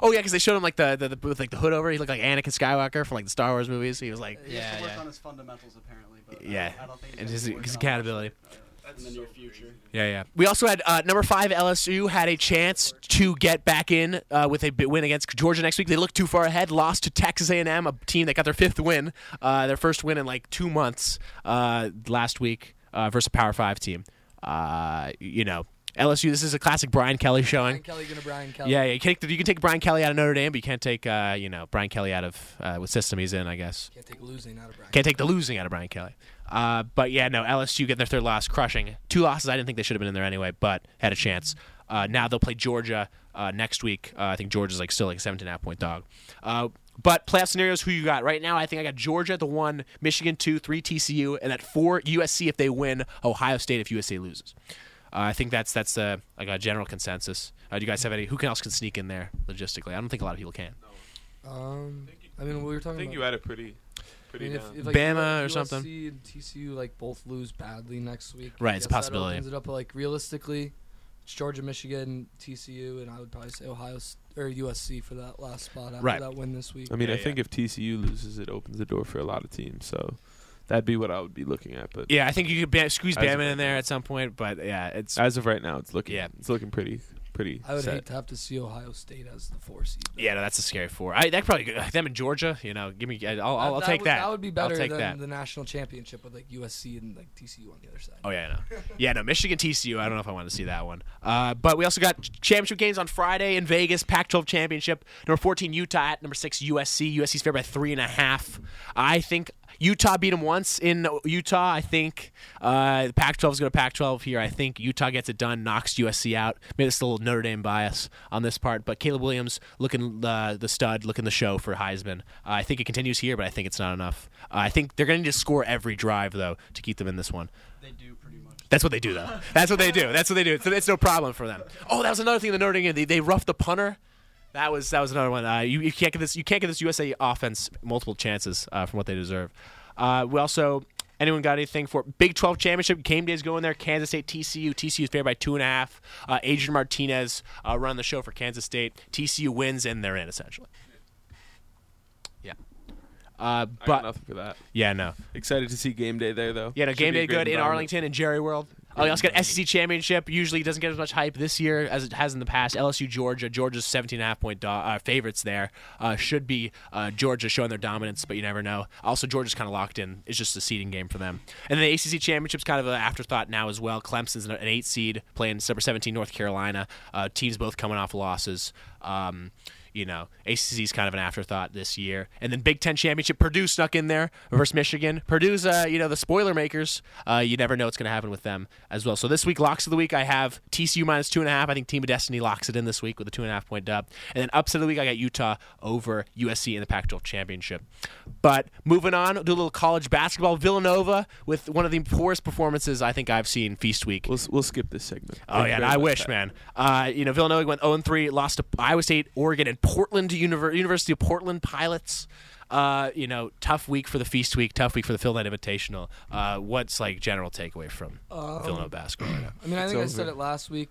Speaker 1: <laughs> oh yeah, because they showed him like the, the, the with like the hood over. He looked like Anakin Skywalker from like the Star Wars movies. He was like,
Speaker 8: He has
Speaker 3: Yeah,
Speaker 8: to work
Speaker 3: yeah.
Speaker 8: on his fundamentals apparently. But uh,
Speaker 1: Yeah.
Speaker 8: I, I don't think
Speaker 1: And
Speaker 8: he's
Speaker 1: his-
Speaker 8: actually working
Speaker 1: his
Speaker 8: on
Speaker 1: accountability.
Speaker 8: that shit, uh, in the near future.
Speaker 1: yeah, yeah. We also had uh, number five LSU had a chance to get back in uh, with a bit win against Georgia next week. They looked too far ahead, lost to Texas A&M, a team that got their fifth win, uh, their first win in like two months uh, last week uh, versus a Power Five team. Uh, you know, LSU. This is a classic Brian Kelly showing.
Speaker 2: Brian Kelly gonna Brian Kelly.
Speaker 1: Yeah, yeah. You, can't, you can take Brian Kelly out of Notre Dame, but you can't take uh, you know Brian Kelly out of uh, what system he's in, I guess.
Speaker 2: Can't take losing out of Brian.
Speaker 1: Can't take the losing out of Brian Kelly. Uh, but yeah, no, LSU get their third loss, crushing two losses. I didn't think they should have been in there anyway, but had a chance. Uh, now they'll play Georgia uh, next week. Uh, I think Georgia's like still like a 17 half point dog. Uh, but playoff scenarios, who you got right now? I think I got Georgia at the one, Michigan two, three TCU, and at four USC if they win, Ohio State if USC loses. Uh, I think that's that's uh, like a general consensus. Uh, do you guys have any? Who can else can sneak in there logistically? I don't think a lot of people can.
Speaker 2: Um, I mean, we were
Speaker 5: I
Speaker 2: talking.
Speaker 5: think
Speaker 2: about
Speaker 5: you had it pretty,
Speaker 2: I
Speaker 5: pretty
Speaker 2: mean, if,
Speaker 5: down.
Speaker 2: if, like,
Speaker 1: Bama or
Speaker 2: USC
Speaker 1: something.
Speaker 2: and TCU like both lose badly next week.
Speaker 1: Right,
Speaker 2: I
Speaker 1: it's a
Speaker 2: guess that
Speaker 1: possibility.
Speaker 2: Opens it up but, like realistically, it's Georgia, Michigan, TCU, and I would probably say Ohio s- or USC for that last spot after
Speaker 1: Right.
Speaker 2: that win this week.
Speaker 5: I mean,
Speaker 1: Yeah,
Speaker 5: I think if TCU loses, it opens the door for a lot of teams. So that'd be what I would be looking at. But
Speaker 1: Yeah, I think you could ba- squeeze
Speaker 5: As of
Speaker 1: Bama
Speaker 5: right
Speaker 1: in there at some point, but yeah, it's
Speaker 5: as of right now, it's looking
Speaker 1: Yeah. Uh,
Speaker 5: it's looking pretty pretty.
Speaker 2: I would
Speaker 5: set.
Speaker 2: hate to have to see Ohio State as the four seed. though.
Speaker 1: yeah, no, that's a scary four. I that probably them in Georgia. You know, give me. I'll, I'll, I'll take
Speaker 2: would,
Speaker 1: that.
Speaker 2: That would be better
Speaker 1: I'll take
Speaker 2: than
Speaker 1: that.
Speaker 2: the national championship with like USC and like TCU on the other side.
Speaker 1: Oh yeah, no, yeah, no. Michigan TCU. I don't know if I want to see that one. Uh, but we also got championship games on Friday in Vegas. Pac-12 championship. Number 14 Utah at number six USC. USC's favored by three and a half. I think Utah beat them once in Utah. I think uh, the Pac-12 is going to Pac-12 here. I think Utah gets it done, knocks USC out. Maybe it's a little Notre Dame bias on this part, but Caleb Williams looking uh, the stud, looking the show for Heisman. Uh, I think it continues here, but I think it's not enough. Uh, I think they're going to need to score every drive though to keep them in this one.
Speaker 8: They do pretty much.
Speaker 1: That's what they do, though. That's what they do. That's what they do. It's, it's no problem for them. Oh, that was another thing. The Notre Dame game, they, they roughed the punter. That was that was another one. Uh, you, you can't get this. You can't get this USA offense multiple chances uh, from what they deserve. Uh, we also anyone got anything for Big 12 championship game days going there? Kansas State TCU. TCU is favored by two and a half. Uh, Adrian Martinez uh, run the show for Kansas State. TCU wins and they're in essentially. Yeah. Uh,
Speaker 5: I got
Speaker 1: but
Speaker 5: nothing for that.
Speaker 1: yeah, no.
Speaker 5: Excited to see game day there though.
Speaker 1: Yeah, no,
Speaker 5: Should
Speaker 1: game
Speaker 5: be a
Speaker 1: day
Speaker 5: great
Speaker 1: good in
Speaker 5: environment.
Speaker 1: Arlington and Jerry World. Oh, you also got SEC championship. Usually doesn't get as much hype this year as it has in the past. LSU, Georgia. Georgia's 17 and a half point do- uh, favorites there. Uh, should be uh, Georgia showing their dominance, but you never know. Also, Georgia's kind of locked in. It's just a seeding game for them. And then the ACC championship's kind of an afterthought now as well. Clemson's an an eight seed playing number 17 North Carolina. Uh, teams both coming off losses. Um, you know, ACC is kind of an afterthought this year. And then Big Ten championship, Purdue snuck in there versus Michigan. Purdue's, uh, you know, the spoiler makers. Uh, you never know what's going to happen with them as well. So this week, locks of the week, I have TCU minus two and a half. I think Team of Destiny locks it in this week with a two and a half point dub. And then upset of the week, I got Utah over USC in the Pac-12 championship. But moving on, we'll do a little college basketball. Villanova with one of the poorest performances I think I've seen Feast Week.
Speaker 5: We'll s- we'll skip this segment.
Speaker 1: Oh yeah,
Speaker 5: Thank you
Speaker 1: and
Speaker 5: very
Speaker 1: I
Speaker 5: much.
Speaker 1: wish, man. Uh, you know, Villanova went 0 3, lost to Iowa State, Oregon, and Portland Univer- University of Portland Pilots. Uh, you know, tough week for the Feast Week, tough week for the Phil Knight Invitational. Uh, what's like general takeaway from
Speaker 2: Um,
Speaker 1: Villanova basketball? Right now?
Speaker 2: <clears throat> I mean, I
Speaker 5: It's
Speaker 2: think I said
Speaker 5: over.
Speaker 2: it last week.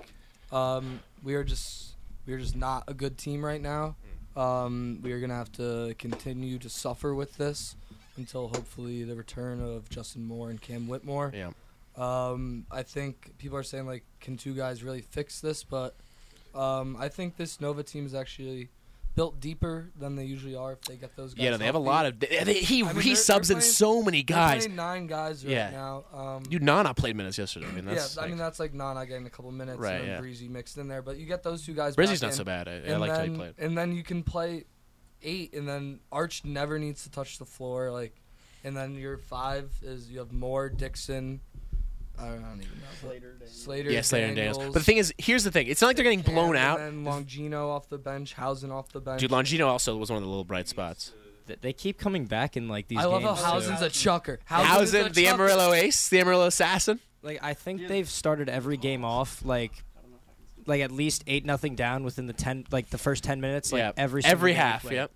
Speaker 2: Um, we are just we are just not a good team right now.
Speaker 1: Hmm.
Speaker 2: Um, we are gonna have to continue to suffer with this until hopefully the return of Justin Moore and Cam Whitmore.
Speaker 1: Yeah.
Speaker 2: Um, I think people are saying like, can two guys really fix this? But um, I think this Nova team is actually built deeper than they usually are if they get those guys.
Speaker 1: Yeah, no, they have a lot of. They, they, he
Speaker 2: I mean,
Speaker 1: he
Speaker 2: they're-
Speaker 1: subs
Speaker 2: they're
Speaker 1: in
Speaker 2: playing-
Speaker 1: so many guys.
Speaker 2: nine guys right
Speaker 1: Yeah.
Speaker 2: now. Um,
Speaker 1: You Nana played minutes yesterday. I mean, that's
Speaker 2: yeah, I
Speaker 1: like,
Speaker 2: mean that's like Nana getting a couple minutes
Speaker 1: Right,
Speaker 2: and then
Speaker 1: yeah.
Speaker 2: Breezy mixed in there, but you get those two guys.
Speaker 1: Brizzy's
Speaker 2: back
Speaker 1: not
Speaker 2: in,
Speaker 1: so bad. I, I
Speaker 2: and
Speaker 1: liked
Speaker 2: then,
Speaker 1: how he played.
Speaker 2: And then you can play eight, and then Arch never needs to touch the floor. Like, and then your five is you have Moore, Dixon. I don't, I don't even know. but
Speaker 8: Slater, Daniels.
Speaker 2: Slater,
Speaker 1: Yeah, Slater and
Speaker 2: Daniels.
Speaker 1: Daniels. But the thing is, here's the thing. It's not like they're getting blown out.
Speaker 2: And then Longino off the bench, Housen off the bench.
Speaker 1: Dude, Longino also was one of the little bright spots.
Speaker 3: Th- They keep coming back in like these.
Speaker 2: I love how
Speaker 3: games, too.
Speaker 2: Housen's a chucker. Housen's
Speaker 1: Housen, the
Speaker 2: chucker.
Speaker 1: Amarillo ace, the Amarillo assassin.
Speaker 3: Like I think they've started every game off like like at least eight nothing down within the ten like the first ten minutes. Like
Speaker 1: yeah,
Speaker 3: every single
Speaker 1: every
Speaker 3: game they
Speaker 1: half.
Speaker 3: play.
Speaker 1: Yep.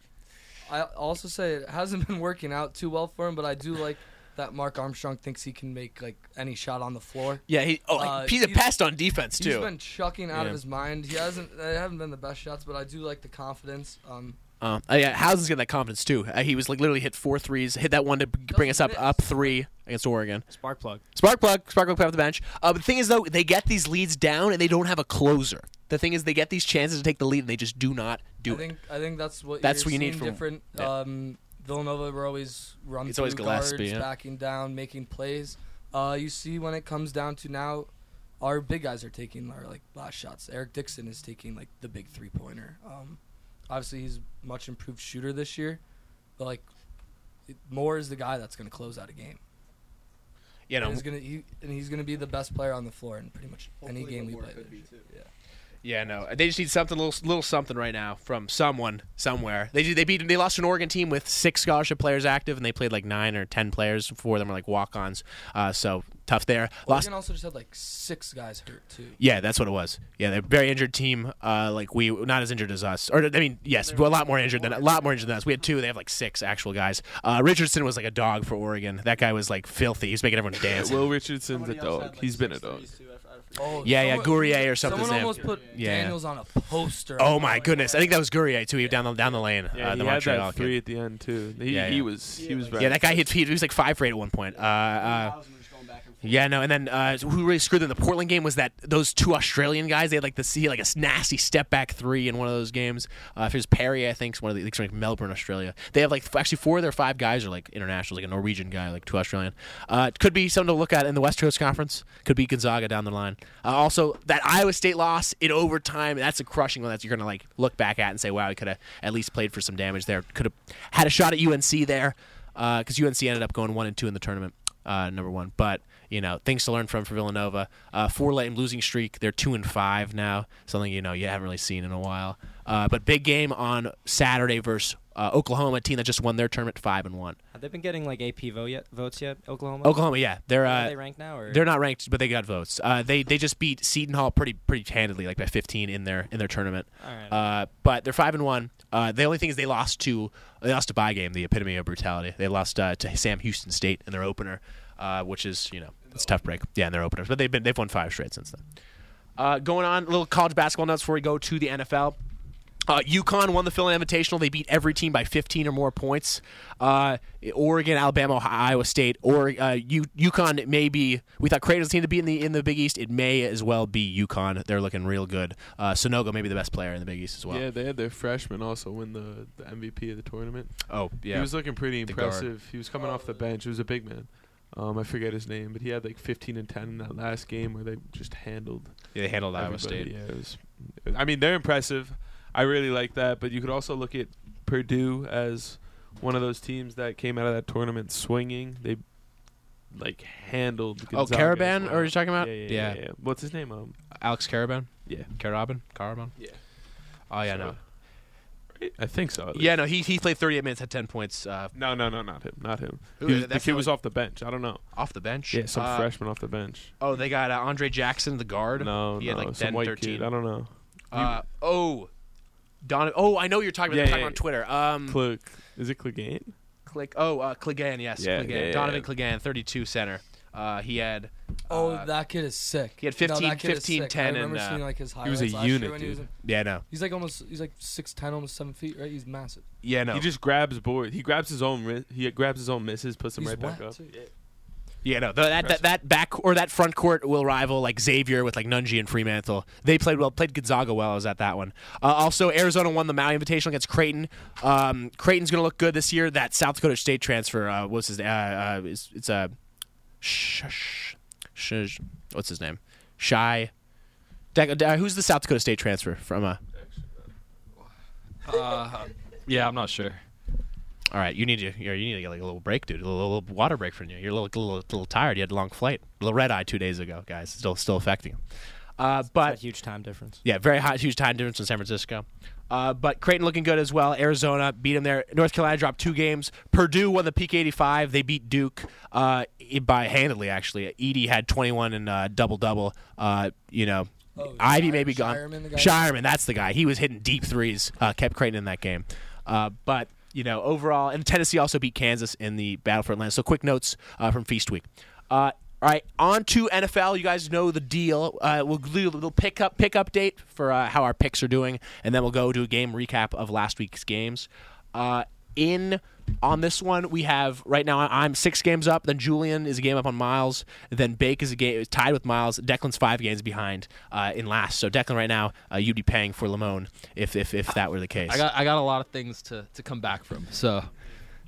Speaker 2: I also say it hasn't been working out too well for him, but I do like that Mark Armstrong thinks he can make like any shot on the floor.
Speaker 1: Yeah. He. Oh, like,
Speaker 2: Uh,
Speaker 1: he's a
Speaker 2: he's-
Speaker 1: pest on defense
Speaker 2: He's
Speaker 1: too.
Speaker 2: been chucking out
Speaker 1: Yeah.
Speaker 2: of his mind. He hasn't. They haven't been the best shots, but I do like the confidence. Um,
Speaker 1: Um, uh, yeah, Housen's getting that confidence too. Uh, he was like literally hit four threes, hit that one to b- bring us up
Speaker 2: miss.
Speaker 1: up three against Oregon.
Speaker 3: Spark plug.
Speaker 1: Spark plug, spark plug, play off the bench. Uh, but the thing is though, they get these leads down and they don't have a closer. The thing is, they get these chances to take the lead and they just do not do
Speaker 2: I
Speaker 1: it.
Speaker 2: think I think that's what
Speaker 1: That's
Speaker 2: you're
Speaker 1: what you need
Speaker 2: seeing
Speaker 1: from-
Speaker 2: different.
Speaker 1: yeah.
Speaker 2: Um, Villanova were always run
Speaker 1: It's
Speaker 2: through
Speaker 1: always Gillespie,
Speaker 2: guards,
Speaker 1: yeah.
Speaker 2: backing down, making plays. Uh, you see when it comes down to now, our big guys are taking our like last shots. Eric Dixon is taking like the big three pointer. Um, obviously he's a much improved shooter this year, but like it- Moore is the guy that's going to close out a game.
Speaker 1: You know,
Speaker 2: And he's gonna he, and he's gonna be the best player on the floor in pretty much any
Speaker 8: Hopefully
Speaker 2: game we
Speaker 8: Lamar
Speaker 2: play.
Speaker 8: could
Speaker 2: this
Speaker 8: be,
Speaker 2: year.
Speaker 8: too.
Speaker 2: Yeah.
Speaker 1: Yeah, no. They just need something little, little something right now from someone somewhere. They ju- they beat they lost to an Oregon team with six scholarship players active, and they played like nine or ten players. Four of them were like walk-ons. Uh, so tough there. Lost.
Speaker 2: Oregon also just had like six guys hurt too.
Speaker 1: Yeah, that's what it was. Yeah, they're a very injured team. Uh, like we, not as injured as us. Or I mean, yes, a lot more injured than a lot more injured than us. We had two. They have like six actual guys. Uh, Richardson was like a dog for Oregon. That guy was like filthy. He's making
Speaker 5: <laughs>
Speaker 1: everyone dance.
Speaker 5: Will Richardson's a
Speaker 8: Somebody else
Speaker 5: dog.
Speaker 8: had, like,
Speaker 5: He's been a
Speaker 8: six
Speaker 5: dog.
Speaker 8: threes, too. I f- I forget.
Speaker 2: Oh,
Speaker 1: Yeah, yeah,
Speaker 2: someone-
Speaker 1: Gurier or something.
Speaker 2: Someone
Speaker 1: his name.
Speaker 2: almost put
Speaker 1: Yeah.
Speaker 2: Daniels on a poster.
Speaker 1: Oh
Speaker 2: I'm
Speaker 1: my
Speaker 2: like,
Speaker 1: goodness! I think that was Gurier too. He was down the down the lane.
Speaker 5: Yeah,
Speaker 1: uh, the
Speaker 5: he had
Speaker 1: Montreal
Speaker 5: that
Speaker 1: kid.
Speaker 5: three at the end too. He,
Speaker 1: Yeah, yeah.
Speaker 5: he was he was
Speaker 8: Yeah,
Speaker 5: bad.
Speaker 1: Yeah, that guy hit. He was like five for eight at one point. Uh, uh,
Speaker 8: Housen was going back and forth.
Speaker 1: yeah, no, and then uh, who really screwed them in the Portland game was that those two Australian guys. They had like the see like a s- nasty step back three in one of those games. Uh, if it was Perry, I think it's one of the it's like Melbourne, Australia. They have like f- actually four of their five guys are like internationals, like a Norwegian guy, like two Australian. Uh, it could be something to look at in the West Coast Conference. Could be Gonzaga down the line. Uh, also, that Iowa State loss in overtime. That's a crushing one that you're gonna like look back at and say, wow, we could have at least played for some damage there. Could have had a shot at UNC there uh, because UNC ended up going one and two in the tournament uh, number one. But you know, things to learn from for Villanova. Uh, four lane losing streak. They're two and five now. Something you know you haven't really seen in a while. Uh, but big game on Saturday versus uh, Oklahoma, a team that just won their tournament five and one.
Speaker 3: Have they been getting like AP vote yet, votes yet? Oklahoma.
Speaker 1: Oklahoma, yeah, they're
Speaker 3: Are they
Speaker 1: uh,
Speaker 3: ranked now or
Speaker 1: Oh, they're not ranked, but they got votes. Uh, they they just beat Seton Hall pretty pretty handedly, like by 15 in their in their tournament.
Speaker 3: All right.
Speaker 1: Uh, but they're five and one. Uh, the only thing is they lost to they lost to by game, the epitome of brutality. They lost uh, to Sam Houston State in their opener, uh, which is you know it's a tough break. Yeah, in their opener, but they've been they've won five straight since then. Uh, going on, little college basketball notes before we go to the NFL. Uh, UConn won the Philly Invitational. They beat every team by 15 or more points. Uh, Oregon, Alabama, Ohio- Iowa State, or uh, U- UConn it may be. We thought Creighton was the team to be in the in the Big East. It may as well be UConn. They're looking real good. Uh, Sonogo may be the best player in the Big East as well.
Speaker 5: Yeah, they had their freshman also win the, the MVP of the tournament.
Speaker 1: Oh yeah.
Speaker 5: He was looking pretty
Speaker 7: The guard.
Speaker 5: impressive. He was coming off the bench. He was a big man. Um, I forget his name, but he had like 15 and 10 in that last game where they just handled
Speaker 1: they handled Iowa
Speaker 5: everybody.
Speaker 1: State.
Speaker 5: Yeah, it was, I mean, they're impressive. I really like that, but you could also look at Purdue as one of those teams that came out of that tournament swinging. They like handled.
Speaker 1: Oh,
Speaker 5: Gonzaga as
Speaker 1: Caravan,
Speaker 5: well.
Speaker 1: are you talking
Speaker 5: Yeah
Speaker 1: about?
Speaker 5: yeah,
Speaker 1: yeah.
Speaker 5: yeah, yeah. What's his name? Um,
Speaker 1: Alex Caravan,
Speaker 5: yeah,
Speaker 1: Carabin, Carabin.
Speaker 5: yeah.
Speaker 1: Oh yeah,
Speaker 5: So-
Speaker 1: no.
Speaker 5: Right? I think so. at
Speaker 1: Yeah,
Speaker 5: least.
Speaker 1: no. He he played 38 minutes, had 10 points uh,
Speaker 5: No, no, no, not him, not him.
Speaker 1: Ooh,
Speaker 5: He was, the
Speaker 1: that's
Speaker 5: kid
Speaker 1: not-
Speaker 5: was off the bench. I don't know.
Speaker 1: off the bench.
Speaker 5: Yeah, some
Speaker 1: Uh,
Speaker 5: freshman off the bench.
Speaker 1: Oh, they got uh, Andre Jackson, the guard.
Speaker 5: No,
Speaker 1: he had
Speaker 5: no,
Speaker 1: like
Speaker 5: some
Speaker 1: 10,
Speaker 5: white
Speaker 1: 13.
Speaker 5: kid. I don't know.
Speaker 1: Uh, oh, Don. Oh, I know what you're talking about.
Speaker 5: Yeah,
Speaker 1: They're talking
Speaker 5: yeah,
Speaker 1: on Twitter. Um,
Speaker 5: Click. Is it Clegane?
Speaker 1: click. Oh, uh, Clegane. Yes,
Speaker 5: Yeah,
Speaker 1: Clegane.
Speaker 5: yeah, yeah,
Speaker 1: Donovan
Speaker 5: yeah.
Speaker 1: Clegane, 32 center. Uh, he had.
Speaker 2: Oh,
Speaker 1: uh,
Speaker 2: that kid is sick.
Speaker 1: he had
Speaker 2: No,
Speaker 1: 15,
Speaker 2: that kid is
Speaker 1: 15,
Speaker 2: sick.
Speaker 1: 10,
Speaker 2: I remember
Speaker 1: and, uh,
Speaker 2: seeing like his
Speaker 5: was
Speaker 2: highlights.
Speaker 5: a
Speaker 2: last year
Speaker 5: unit,
Speaker 2: when he was
Speaker 5: dude.
Speaker 2: in-
Speaker 1: Yeah, no.
Speaker 2: He's like almost he's like six ten, almost seven feet, right? He's massive.
Speaker 1: Yeah, no.
Speaker 5: He just grabs board. He grabs his own. ri- He grabs his own misses, puts them
Speaker 2: He's
Speaker 5: right back
Speaker 2: wet,
Speaker 5: up.
Speaker 2: too.
Speaker 1: Yeah, no, th- that, that that back or that front court will rival like Xavier with like Nunji and Fremantle. They played well, played Gonzaga well. I was at that one. Uh, also, Arizona won the Maui Invitational against Creighton. Um, Creighton's going to look good this year. That South Dakota State transfer, uh, what's his name? Uh, uh, it's, it's uh, Shush, Shush, what's his name? Shy. Dak- uh, who's the South Dakota State transfer from? Uh,
Speaker 7: Yeah, I'm not sure.
Speaker 1: all right, you need to you need to get like a little break, dude. A little, little water break from you. You're a little, little little tired. You had a long flight. A little red eye two days ago, guys. Still still affecting him. Uh,
Speaker 3: That
Speaker 1: but
Speaker 3: huge time difference.
Speaker 1: yeah, very hot, huge time difference in San Francisco. Uh, but Creighton looking good as well. Arizona beat them there. North Carolina dropped two games. Purdue won the Peak 85. They beat Duke uh, i- by handily, actually. Edie had 21 and uh, double double. Uh, you know,
Speaker 2: Oh,
Speaker 1: Ivy
Speaker 2: Shire-
Speaker 1: may be gone.
Speaker 2: Shireman, the guy?
Speaker 1: Shireman, that's the guy. He was hitting deep threes. Uh, kept Creighton in that game. Uh, but you know, overall, and Tennessee also beat Kansas in the battle for Atlanta. So quick notes uh, from Feast Week. Uh, all right, on to NFL. You guys know the deal. Uh, we'll do a little pick up pick update for uh, how our picks are doing, and then we'll go do a game recap of last week's games. Uh, in on this one we have right now I'm six games up. Then Julian is a game up on Miles. Then Bake is a game is tied with Miles. Declan's five games behind uh, in last. So Declan right now uh, you'd be paying for Lamone if if if that were the case.
Speaker 7: I got I got a lot of things to, to come back from, so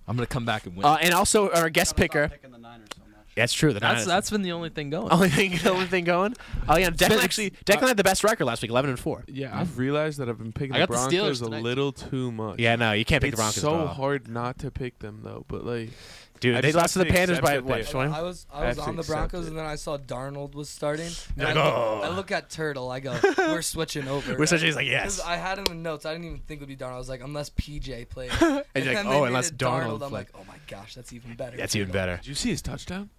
Speaker 7: I'm gonna come back and win.
Speaker 1: uh, and also our guest
Speaker 8: Gotta stop
Speaker 1: picker.
Speaker 8: Picking the Niners so much.
Speaker 1: That's true. The
Speaker 7: that's
Speaker 1: Niners.
Speaker 7: that's been the only thing going.
Speaker 1: only thing <laughs> only thing going. Oh yeah, Declan actually Declan had the best record last week, eleven and four.
Speaker 5: Yeah, I've realized that I've been picking
Speaker 7: I
Speaker 5: the
Speaker 7: got the Steelers
Speaker 5: Broncos a
Speaker 7: tonight.
Speaker 5: little too much.
Speaker 1: Yeah, no, you can't pick
Speaker 5: it's
Speaker 1: the Broncos.
Speaker 5: so
Speaker 1: at all.
Speaker 5: hard not to pick them though. But like,
Speaker 1: dude.
Speaker 5: I
Speaker 1: they
Speaker 5: just
Speaker 1: lost to the
Speaker 5: have to
Speaker 1: Panthers by
Speaker 5: accept that
Speaker 1: what?
Speaker 5: they-
Speaker 1: 20?
Speaker 2: I was I
Speaker 5: I
Speaker 2: was
Speaker 5: have to
Speaker 2: on the
Speaker 5: accept
Speaker 2: Broncos
Speaker 5: it.
Speaker 2: and then I saw Darnold was starting. And
Speaker 1: You're
Speaker 2: I,
Speaker 1: like,
Speaker 2: look,
Speaker 1: "Oh."
Speaker 2: I look at Turtle.
Speaker 1: <laughs>
Speaker 2: I go, we're switching over.
Speaker 1: We're such. He's like
Speaker 2: <laughs> 'Cause
Speaker 1: yes.
Speaker 2: I had him in notes. I didn't even think it would be Darnold. I was like, unless PJ
Speaker 1: <laughs>
Speaker 2: plays. and
Speaker 1: you're like,
Speaker 2: then they
Speaker 1: "Oh, unless
Speaker 2: made it
Speaker 1: Darnold
Speaker 2: I'm
Speaker 1: play."
Speaker 2: like, oh my gosh, that's even better.
Speaker 1: That's even better.
Speaker 5: did you see his touchdown?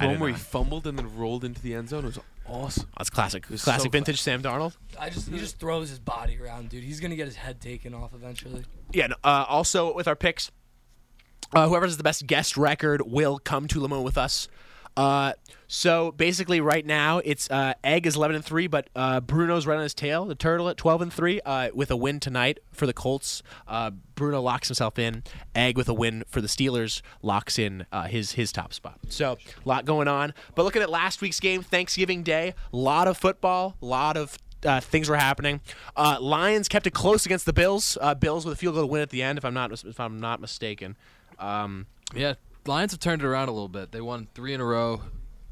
Speaker 1: I
Speaker 5: The
Speaker 1: did
Speaker 5: one where he
Speaker 1: not.
Speaker 5: fumbled and then rolled into the end zone was awesome.
Speaker 1: That's classic.
Speaker 5: was
Speaker 1: Classic
Speaker 5: so
Speaker 1: vintage Sam Darnold.
Speaker 2: I just he just throws his body around, dude. He's gonna get his head taken off eventually.
Speaker 1: yeah. no, Uh, also, with our picks, uh, whoever has the best guest record will come to Lamone with us. Uh, so basically, right now it's uh, Egg is eleven and three, but uh, Bruno's right on his tail. The Turtle at twelve and three uh, with a win tonight for the Colts. Uh, Bruno locks himself in. Egg with a win for the Steelers locks in uh, his his top spot. So a lot going on. But looking at last week's game, Thanksgiving Day, lot of football, lot of uh, things were happening. Uh, Lions kept it close against the Bills. Uh, Bills with a field goal to win at the end, if I'm not if I'm not mistaken. Um,
Speaker 7: Yeah, Lions have turned it around a little bit. They won three in a row.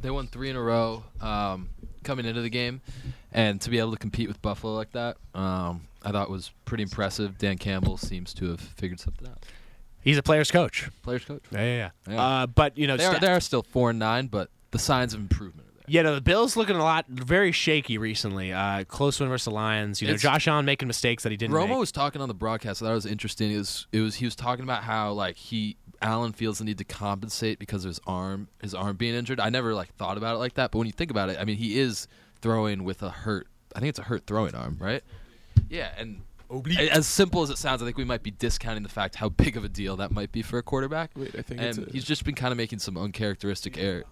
Speaker 7: They won three in a row um, coming into the game, and to be able to compete with Buffalo like that, um, I thought was pretty impressive. Dan Campbell seems to have figured something out.
Speaker 1: he's a player's coach.
Speaker 7: Players coach.
Speaker 1: Yeah, yeah, yeah.
Speaker 7: Yeah.
Speaker 1: Uh, but you know,
Speaker 7: They are,
Speaker 1: sta-
Speaker 7: they are still four and nine, but the signs of improvement are there.
Speaker 1: yeah, no, the Bills looking a lot very shaky recently. Uh, close win versus the Lions. You know,
Speaker 7: It's-
Speaker 1: Josh Allen making mistakes that he didn't.
Speaker 7: Romo
Speaker 1: make.
Speaker 7: was talking on the broadcast. I thought it was interesting. It was, it was he was talking about how like he Allen feels the need to compensate because of his arm his arm being injured. I never like thought about it like that, but when you think about it, I mean he is throwing with a hurt. I think it's a hurt throwing arm, right? Yeah, and a- as simple as it sounds, I think we might be discounting the fact how big of a deal that might be for a quarterback.
Speaker 5: Wait, I think it's
Speaker 7: and
Speaker 5: a-
Speaker 7: he's just been kind of making some uncharacteristic error,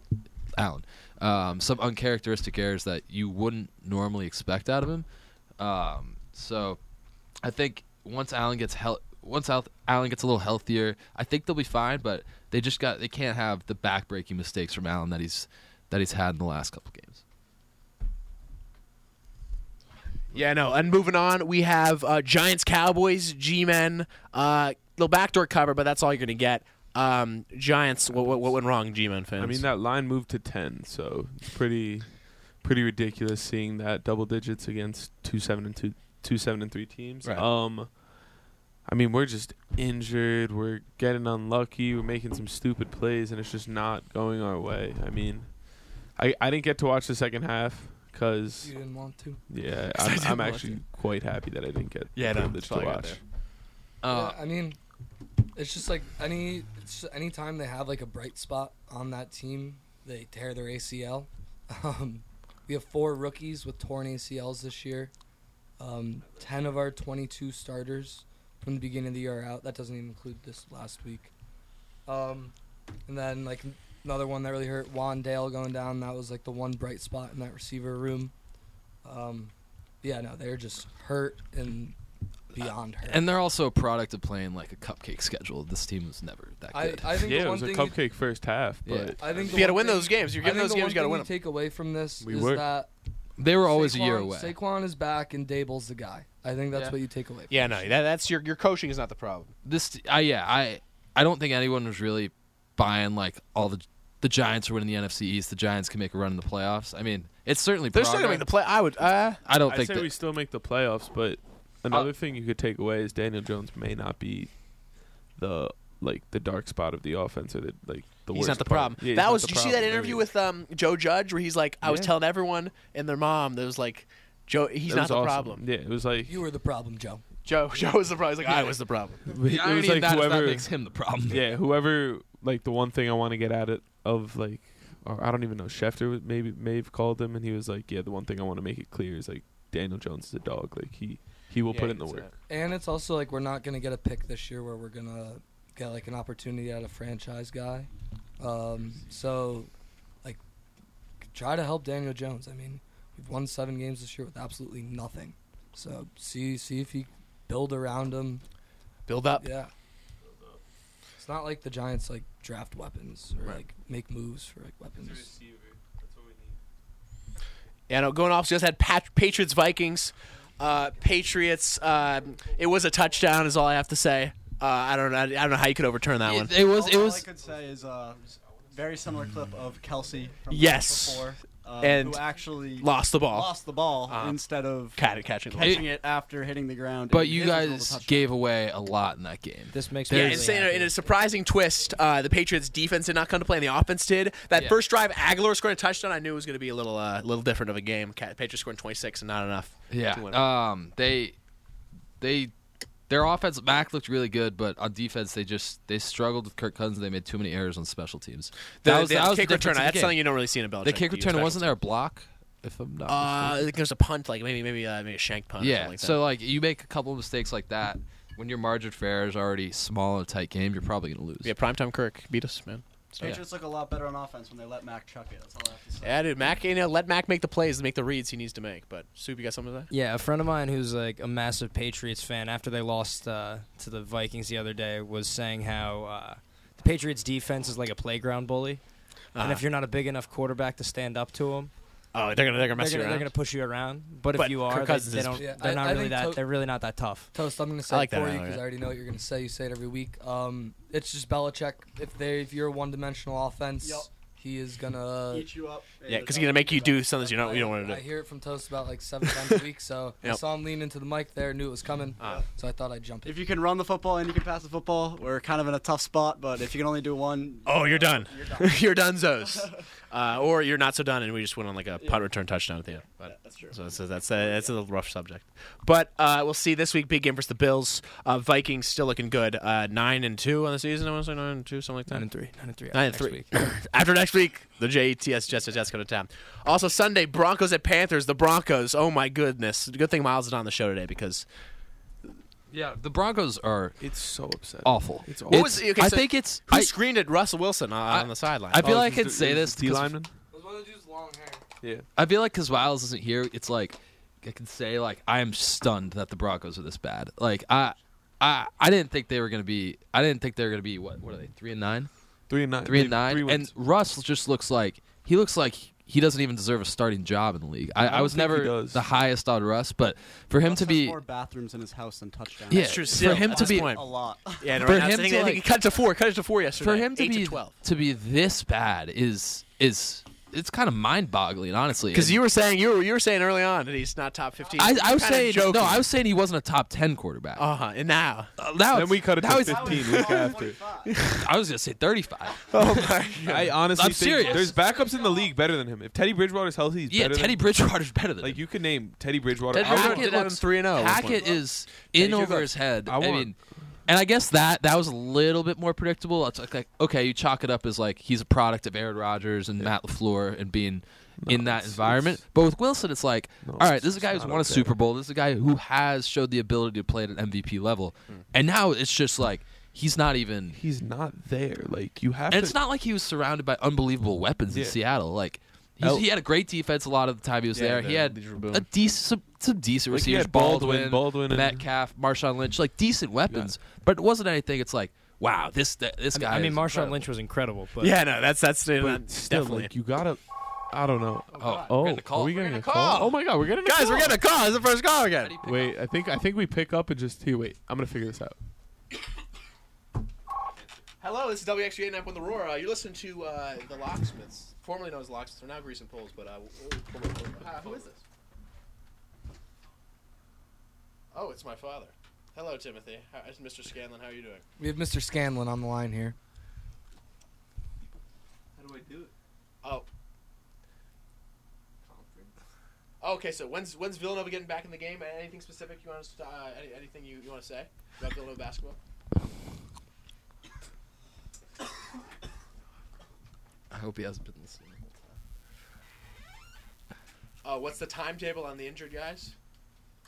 Speaker 7: Allen, um, some uncharacteristic errors that you wouldn't normally expect out of him. Um, so, I think once Allen gets hel- once Al- Allen gets a little healthier, I think they'll be fine. But they just got they can't have the backbreaking mistakes from Allen that he's that he's had in the last couple games.
Speaker 1: Yeah, no. And moving on, we have uh, Giants, Cowboys, G-men. Uh, little backdoor cover, but that's all you're gonna get. Um, Giants. What, what, what went wrong, G-men fans?
Speaker 5: I mean, that line moved to ten, so it's pretty, pretty ridiculous seeing that double digits against two seven and two two seven and three teams.
Speaker 1: Right.
Speaker 5: Um, I mean, we're just injured. We're getting unlucky. We're making some stupid plays, and it's just not going our way. I mean, I I didn't get to watch the second half because
Speaker 2: You didn't want to. <laughs>
Speaker 1: 'Cause
Speaker 5: yeah,
Speaker 1: I
Speaker 5: I'm,
Speaker 1: didn't
Speaker 5: I'm
Speaker 1: watch
Speaker 5: actually quite happy that I didn't get
Speaker 1: Yeah, no,
Speaker 5: privileged
Speaker 1: that's all
Speaker 5: to
Speaker 1: I got
Speaker 5: watch.
Speaker 1: there.
Speaker 7: Uh,
Speaker 2: yeah, I mean, it's just like any it's just any time they have like a bright spot on that team, they tear their ACL. <laughs> Um, we have four rookies with torn ACLs this year. Um, Ten of our 22 starters from the beginning of the year are out. That doesn't even include this last week. Um, and then like another one that really hurt, Juan Dale going down. That was like the one bright spot in that receiver room. Um, yeah, no, they're just hurt and beyond her.
Speaker 7: And they're also a product of playing like a cupcake schedule. This team was never that
Speaker 2: I,
Speaker 7: good.
Speaker 2: I think
Speaker 5: yeah,
Speaker 2: the
Speaker 5: it
Speaker 2: one
Speaker 5: was a
Speaker 2: thing you-
Speaker 5: cupcake first half, but
Speaker 7: Yeah.
Speaker 2: I think
Speaker 1: If
Speaker 2: the
Speaker 1: you got to
Speaker 2: one
Speaker 1: win
Speaker 2: thing-
Speaker 1: those games. You're
Speaker 2: I think
Speaker 1: giving those
Speaker 2: the
Speaker 1: games.
Speaker 2: one
Speaker 1: You got to
Speaker 2: thing
Speaker 1: win
Speaker 2: you
Speaker 1: them.
Speaker 2: Take away from this
Speaker 5: We
Speaker 2: is
Speaker 5: were.
Speaker 2: that
Speaker 7: they were always a year
Speaker 2: Saquon-
Speaker 7: away.
Speaker 2: Saquon is back and Dable's the guy. I think that's
Speaker 7: Yeah.
Speaker 2: what you take away. From
Speaker 1: Yeah, no, that, that's your your coaching is not the problem.
Speaker 7: This, I yeah, I I don't think anyone was really buying like all the the Giants are winning the NFC East. The Giants can make a run in the playoffs. I mean, it's certainly
Speaker 1: They're still gonna
Speaker 7: progress.
Speaker 1: make the play. I would. Uh,
Speaker 7: I don't
Speaker 5: I
Speaker 7: think
Speaker 5: say
Speaker 7: that, <laughs>
Speaker 5: we still make the playoffs. But another thing you could take away is Daniel Jones may not be the like the dark spot of the offense or the like the
Speaker 1: he's
Speaker 5: worst
Speaker 1: not the
Speaker 5: part.
Speaker 1: problem.
Speaker 5: Yeah, he's
Speaker 1: that
Speaker 5: not
Speaker 1: was.
Speaker 5: the
Speaker 1: Did you see that
Speaker 5: problem.
Speaker 1: interview with um, Joe Judge where he's like, I was
Speaker 5: Yeah.
Speaker 1: telling everyone and their mom that was like, Joe, he's
Speaker 5: That
Speaker 1: not
Speaker 5: was
Speaker 1: the
Speaker 5: awesome.
Speaker 1: problem.
Speaker 5: Yeah, it was like
Speaker 2: You were the problem, Joe.
Speaker 1: Joe, <laughs> Joe was the problem. He's like, I was the problem.
Speaker 5: <laughs> it
Speaker 7: the irony
Speaker 5: was
Speaker 7: of
Speaker 5: like
Speaker 7: that is
Speaker 5: whoever
Speaker 7: that makes him the problem.
Speaker 5: <laughs> yeah, whoever like the one thing I want to get out of, of like or I don't even know Schefter was- maybe may have called him and he was like, yeah, the one thing I want to make it clear is like Daniel Jones is a dog. Like he he will
Speaker 1: Yeah,
Speaker 5: put
Speaker 1: he
Speaker 5: in the
Speaker 1: did say
Speaker 5: work.
Speaker 2: And it's also like we're not gonna get a pick this year where we're gonna get like an opportunity out of franchise guy. Um, so like try to help Daniel Jones. I mean, we've won seven games this year with absolutely nothing. So see see if you build around him.
Speaker 1: Build up.
Speaker 2: Yeah. It's not like the Giants like draft weapons or
Speaker 1: Right.
Speaker 2: like make moves for like weapons.
Speaker 1: Yeah, no, going off just had Pat- Patriots Vikings. Uh, Patriots. Um, it was a touchdown. Is all I have to say. Uh, I don't know. I don't know how you could overturn that one.
Speaker 7: It, it was it
Speaker 8: All
Speaker 7: was
Speaker 8: I could say is a very similar clip of Kelsey from the week
Speaker 1: Yes.
Speaker 8: before, uh,
Speaker 1: And
Speaker 8: who actually
Speaker 1: Lost the ball.
Speaker 8: lost the ball
Speaker 1: Uh-huh.
Speaker 8: instead of
Speaker 1: Cat catching. the ball.
Speaker 8: catching it after hitting the ground.
Speaker 7: but
Speaker 8: and
Speaker 7: you
Speaker 8: his was a
Speaker 7: guys
Speaker 8: touchdown.
Speaker 7: gave away a lot in that game.
Speaker 3: This makes
Speaker 1: Yeah,
Speaker 3: me
Speaker 1: and
Speaker 7: There's-
Speaker 3: really
Speaker 1: so, you know,
Speaker 3: happy.
Speaker 1: in a surprising twist, uh, the Patriots defense did not come to play, and the offense did. That
Speaker 7: Yeah.
Speaker 1: first drive, Aguilar scoring a touchdown. I knew it was going to be a little, uh, little different of a game. Cat- Patriots scoring 26 and not enough. to win.
Speaker 7: Yeah. Um. They, they, their offense back looked really good, but on defense they just they struggled with Kirk Cousins. They made too many errors on special teams.
Speaker 1: the,
Speaker 7: that was
Speaker 1: the
Speaker 7: that was
Speaker 1: kick
Speaker 7: the
Speaker 1: return.
Speaker 7: difference in
Speaker 1: That's
Speaker 7: the game.
Speaker 1: something you don't really see in a Belichick.
Speaker 7: The kick
Speaker 1: You
Speaker 7: return
Speaker 1: expect
Speaker 7: wasn't
Speaker 1: him
Speaker 7: there a block? If I'm not.
Speaker 1: to- Uh, I
Speaker 7: mistaken?
Speaker 1: think there's a punt, like maybe, maybe, uh, maybe a shank punt.
Speaker 7: yeah.
Speaker 1: Or something like that.
Speaker 7: so like you make a couple of mistakes like that when your margin fair is already small in a tight game, you're probably gonna lose.
Speaker 1: yeah, primetime Kirk beat us, man. So, yeah.
Speaker 8: Patriots look a lot better on offense when they let Mac chuck it. That's all I have to say.
Speaker 1: Yeah, dude, Mac, you know, let Mac make the plays, make the reads he needs to make. But Soup, you got something to say?
Speaker 3: Yeah, a friend of mine who's like a massive Patriots fan, after they lost uh, to the Vikings the other day, was saying how uh, the Patriots defense is like a playground bully, and
Speaker 1: Uh-huh.
Speaker 3: if you're not a big enough quarterback to stand up to them,
Speaker 1: Oh, they're gonna they're gonna
Speaker 3: they're
Speaker 1: mess
Speaker 3: gonna,
Speaker 1: you
Speaker 3: they're
Speaker 1: around.
Speaker 3: gonna push you around. But,
Speaker 1: But
Speaker 3: if you are,
Speaker 1: Kirk
Speaker 3: they,
Speaker 1: Cousins
Speaker 3: they
Speaker 1: is-
Speaker 3: don't.
Speaker 2: Yeah,
Speaker 3: they're
Speaker 2: I-
Speaker 3: not
Speaker 2: I
Speaker 3: really
Speaker 2: think
Speaker 3: that.
Speaker 2: Tote-
Speaker 3: they're really not that tough.
Speaker 2: Toast, I'm going to say
Speaker 1: I like
Speaker 2: it
Speaker 1: that
Speaker 2: for you
Speaker 1: analogy.
Speaker 2: because I already know what you're going to say. You say it every week. Um, it's just Belichick. If they, if you're a one-dimensional offense,
Speaker 8: Yup.
Speaker 2: he is gonna.
Speaker 1: <laughs>
Speaker 8: Eat you up.
Speaker 1: Yeah, because he's gonna make you do something you don't you don't want to
Speaker 2: I
Speaker 1: do.
Speaker 2: hear it from Toast about like seven times a
Speaker 1: <laughs>
Speaker 2: week, so I
Speaker 1: Yep.
Speaker 2: saw him lean into the mic there, knew it was coming,
Speaker 1: Uh.
Speaker 2: so I thought I'd jump in.
Speaker 8: If you can run the football and you can pass the football, we're kind of in a tough spot. But if you can only do one,
Speaker 1: Oh, you're done. <laughs>
Speaker 8: You're done.
Speaker 1: you're done,
Speaker 8: <laughs>
Speaker 1: Zos. Uh, or you're not so done, and we just went on like a punt return touchdown at the end. But
Speaker 8: that's true.
Speaker 1: so, so that's a, that's a rough subject. But uh, we'll see this week. Big game versus the Bills. Uh, Vikings still looking good. Uh, nine and two on the season. I want to say nine and two, something like that.
Speaker 3: Nine and three. Nine and three.
Speaker 1: Nine and
Speaker 3: next
Speaker 1: three.
Speaker 3: week.
Speaker 1: <laughs> After next week, the JETS Jets Jets Jets come to town. Also Sunday, Broncos at Panthers. The Broncos. Oh my goodness. Good thing Miles is not on the show today because
Speaker 7: Yeah. The Broncos are
Speaker 5: It's so upsetting.
Speaker 7: awful.
Speaker 5: It's
Speaker 1: What was- okay,
Speaker 7: I
Speaker 1: so
Speaker 7: think it's.
Speaker 1: who
Speaker 7: I,
Speaker 1: screened at Russell Wilson uh, on,
Speaker 7: I-
Speaker 1: on the sideline?
Speaker 7: I feel
Speaker 5: Oh,
Speaker 7: like I could say this
Speaker 5: D
Speaker 7: because
Speaker 5: lineman. Yeah.
Speaker 7: I feel like because Wiles isn't here, it's like I can say like I am stunned that the Broncos are this bad. Like I, I, I didn't think they were gonna be. I didn't think they were gonna be what? What are they? Three and nine.
Speaker 5: Three and nine.
Speaker 7: Three and
Speaker 5: They-
Speaker 7: nine.
Speaker 5: wins.
Speaker 7: and Russ just looks like he looks like he doesn't even deserve a starting job in the league. I, I,
Speaker 5: don't
Speaker 7: was
Speaker 5: think he
Speaker 7: never
Speaker 5: does.
Speaker 7: the highest on Russ, but for him
Speaker 8: Russ
Speaker 7: to
Speaker 8: has
Speaker 7: be
Speaker 8: more bathrooms in his house than touchdowns.
Speaker 7: yeah,
Speaker 1: Oh, That's true, still,
Speaker 7: for him
Speaker 1: at
Speaker 7: to
Speaker 1: this
Speaker 7: be
Speaker 1: point.
Speaker 8: a lot.
Speaker 1: Yeah, and
Speaker 7: For
Speaker 1: right now,
Speaker 7: him
Speaker 1: I think,
Speaker 7: to,
Speaker 1: I think
Speaker 7: like-
Speaker 1: he cut it to four. Cut it to four yesterday.
Speaker 7: for him to
Speaker 1: Eight
Speaker 7: be
Speaker 1: twelve.
Speaker 7: to be this bad is is it's kind of mind boggling, honestly.
Speaker 1: Because
Speaker 7: And-
Speaker 1: you were saying you were you were saying early on that he's not top fifteen.
Speaker 7: I, I was saying
Speaker 1: joking.
Speaker 7: no, I was saying he wasn't a top ten quarterback.
Speaker 1: Uh huh. And now,
Speaker 7: Uh,
Speaker 5: Then
Speaker 7: now it's-
Speaker 5: we cut it
Speaker 7: now
Speaker 5: to
Speaker 7: it's-
Speaker 5: fifteen week after.
Speaker 7: I was gonna say thirty five.
Speaker 1: <laughs> oh my.
Speaker 5: I honestly
Speaker 7: I'm
Speaker 5: think
Speaker 7: serious.
Speaker 5: There's backups in the league better than him. If Teddy Bridgewater's healthy, he's
Speaker 7: Yeah,
Speaker 5: better
Speaker 7: Teddy
Speaker 5: than
Speaker 7: Bridgewater's better than
Speaker 5: Like
Speaker 7: him.
Speaker 5: you could name Teddy Bridgewater.
Speaker 1: Teddy
Speaker 5: I would-
Speaker 1: Bridgewater- did have him
Speaker 7: looks-
Speaker 1: three and oh at one
Speaker 7: Hackett
Speaker 1: point.
Speaker 7: is in
Speaker 5: Bridgewater-
Speaker 7: over his head.
Speaker 5: I
Speaker 7: I,
Speaker 5: won.
Speaker 7: mean, and I guess that that was a little bit more predictable. It's like, like, okay, you chalk it up as like he's a product of Aaron Rodgers and Matt Lafleur and being in that
Speaker 5: it's-
Speaker 7: environment. But with Wilson, it's like,
Speaker 5: No,
Speaker 7: all right,
Speaker 5: it's-
Speaker 7: this is a guy
Speaker 5: it's
Speaker 7: who's
Speaker 5: not
Speaker 7: won a
Speaker 5: okay.
Speaker 7: Super Bowl. This is a guy who has showed the ability to play at an MVP level, and now it's just like he's not even.
Speaker 5: he's not there. Like you have
Speaker 7: And
Speaker 5: to.
Speaker 7: it's not like he was surrounded by unbelievable weapons in
Speaker 5: Yeah.
Speaker 7: Seattle. Like He's,
Speaker 1: El-
Speaker 7: he had a great defense a lot of the time he was there. He had a
Speaker 1: a,
Speaker 7: decent, some, some decent
Speaker 5: Like, he
Speaker 7: receivers,
Speaker 5: had Baldwin, Baldwin, and-
Speaker 7: Metcalf, Marshawn Lynch, like decent weapons. But it wasn't anything. It's like, wow, this th- this
Speaker 3: I mean,
Speaker 7: guy.
Speaker 3: I mean
Speaker 7: is
Speaker 3: Marshawn
Speaker 7: incredible.
Speaker 3: Lynch was incredible, but
Speaker 1: yeah, no, that's that's,
Speaker 5: But
Speaker 1: that's
Speaker 5: still,
Speaker 1: definitely.
Speaker 5: like you gotta. I don't know.
Speaker 7: God,
Speaker 5: oh,
Speaker 7: we're getting a call.
Speaker 5: are we
Speaker 7: We're
Speaker 5: getting a
Speaker 7: getting a
Speaker 5: call?
Speaker 7: call.
Speaker 5: Oh my god, we're getting a
Speaker 1: Guys,
Speaker 5: call.
Speaker 1: we're getting a call. It's the first call again.
Speaker 5: Wait, I think I think we pick up and just here. Wait, I'm gonna figure this out.
Speaker 1: Hello, this is WXG 891 The Roar. Uh, you're listening to uh, The Locksmiths, formerly known as Locksmiths. They're now Grease and Poles, but uh, who is this? Oh, it's my father. Hello, Timothy. How, it's Mr. Scanlon. How are you doing?
Speaker 2: We have Mr. Scanlon on the line here.
Speaker 5: How do I do it?
Speaker 1: Oh. Okay, so when's when's Villanova getting back in the game? Anything specific you want us to, uh, any, anything you, you want to say about Villanova basketball?
Speaker 7: I hope he hasn't been listening.
Speaker 1: Uh, what's the timetable on the injured guys?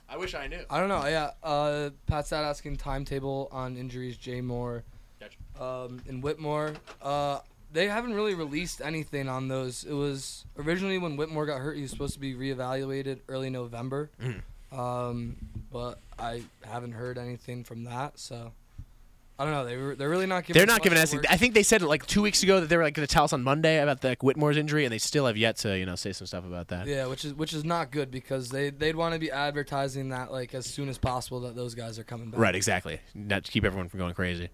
Speaker 1: I wish I knew.
Speaker 2: I don't know. Yeah, uh, Pat's out asking timetable on injuries. Jay Moore,
Speaker 1: Gotcha.
Speaker 2: um, and Whitmore. Uh, they haven't really released anything on those. It was originally when Whitmore got hurt, he was supposed to be reevaluated early November,
Speaker 1: Mm.
Speaker 2: um, but I haven't heard anything from that. So I don't know. They were, they're really not giving.
Speaker 1: They're
Speaker 2: us
Speaker 1: not
Speaker 2: much
Speaker 1: giving
Speaker 2: to
Speaker 1: us.
Speaker 2: work
Speaker 1: I think they said it like two weeks ago that they were like going to tell us on Monday about the Whitmore's injury, and they still have yet to you know say some stuff about that.
Speaker 2: Yeah, which is which is not good because they they'd want to be advertising that like as soon as possible that those guys are coming back.
Speaker 1: Right, exactly. Not to keep everyone from going crazy.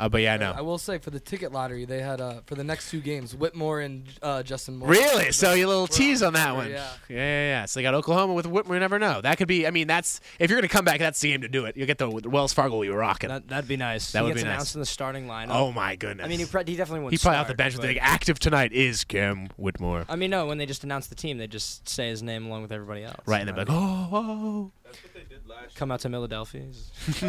Speaker 1: Uh, but yeah, I
Speaker 2: Uh, I
Speaker 1: know.
Speaker 2: will say for the ticket lottery, they had uh, for the next two games Whitmore and uh, Justin Moore.
Speaker 1: Really? So you little
Speaker 2: We're
Speaker 1: tease on that
Speaker 2: sure,
Speaker 1: one.
Speaker 2: yeah.
Speaker 1: yeah, yeah. So they got Oklahoma with Whitmore. You never know. That could be. I mean, that's if you're going to come back, that's the game to do it. You'll get the Wells Fargo you were rocking.
Speaker 3: that, that'd be nice.
Speaker 1: That
Speaker 3: he
Speaker 1: would
Speaker 3: gets
Speaker 1: be nice.
Speaker 3: announced in the starting lineup.
Speaker 1: oh my goodness.
Speaker 3: I mean, he,
Speaker 1: he
Speaker 3: pre- he definitely won't.
Speaker 1: probably
Speaker 3: start,
Speaker 1: off the bench. But...
Speaker 3: but-
Speaker 1: The active tonight is Cam Whitmore.
Speaker 3: I mean, no. When they just announce the team, they just say his name along with everybody else.
Speaker 1: Right, and they're like, oh, oh.
Speaker 5: That's what they did last.
Speaker 3: come out to Philadelphia. He's-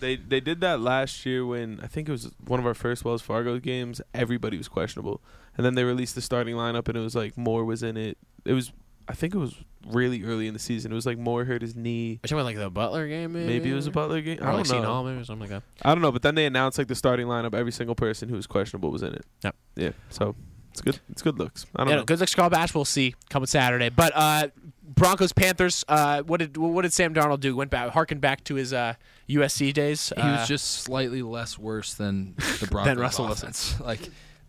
Speaker 5: They they did that last year when I think it was one of our first Wells Fargo games. Everybody was questionable, and then they released the starting lineup, and it was like Moore was in it. It was I think it was really early in the season. It was like Moore hurt his
Speaker 1: Are
Speaker 5: knee.
Speaker 1: you talking about like the Butler game? Maybe,
Speaker 5: Maybe it was a Butler game. I
Speaker 1: Or like
Speaker 5: don't
Speaker 1: Seton Hall,
Speaker 5: know.
Speaker 1: maybe or something like that.
Speaker 5: I don't know. But then they announced like the starting lineup. Every single person who was questionable was in it.
Speaker 1: Yep.
Speaker 5: Yeah. So it's good. It's good looks. I don't
Speaker 1: Yeah,
Speaker 5: know.
Speaker 1: good luck, Scott Bash. We'll see coming Saturday. But uh, Broncos, Panthers. Uh, what did what did Sam Darnold do? Went back, harkened back to his uh, USC days.
Speaker 7: He
Speaker 1: Uh,
Speaker 7: was just slightly less worse than
Speaker 5: <laughs>
Speaker 7: the Broncos.
Speaker 1: Russell Wilson.
Speaker 7: offense. <laughs> like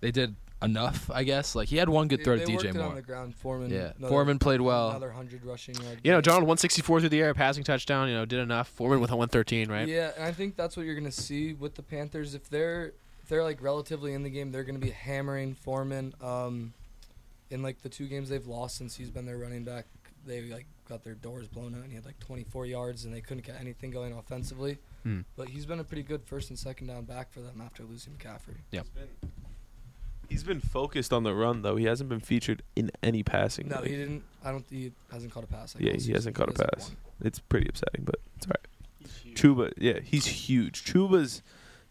Speaker 7: they did enough, I guess. Like he had one good
Speaker 2: They-
Speaker 7: throw
Speaker 2: they
Speaker 7: to
Speaker 2: worked
Speaker 7: DJ
Speaker 2: it on the
Speaker 7: Moore.
Speaker 2: ground. Foreman.
Speaker 7: Yeah,
Speaker 2: another-
Speaker 7: Foreman played well.
Speaker 2: Another hundred rushing yards.
Speaker 1: you know, Darnold 164 through the air, passing touchdown. You know, did enough. Foreman with a 113, right?
Speaker 2: Yeah, and I think that's what you're gonna see with the Panthers if they're if they're like relatively in the game, they're gonna be hammering Foreman. Um, in like the two games they've lost since he's been their running back, they like got their doors blown out and he had like 24 yards and they couldn't get anything going offensively.
Speaker 1: Hmm.
Speaker 2: But he's been a pretty good first and second down back for them after losing McCaffrey.
Speaker 5: He's been focused on the run though. He hasn't been featured in any passing.
Speaker 2: No, he
Speaker 5: Like,
Speaker 2: didn't. I don't. He hasn't caught a pass. like,
Speaker 5: Yeah,
Speaker 2: all
Speaker 5: he
Speaker 2: season.
Speaker 5: hasn't caught a
Speaker 2: He has, like,
Speaker 5: pass.
Speaker 2: one.
Speaker 5: It's pretty upsetting, but it's all right. Chuba, yeah, he's huge. Chuba's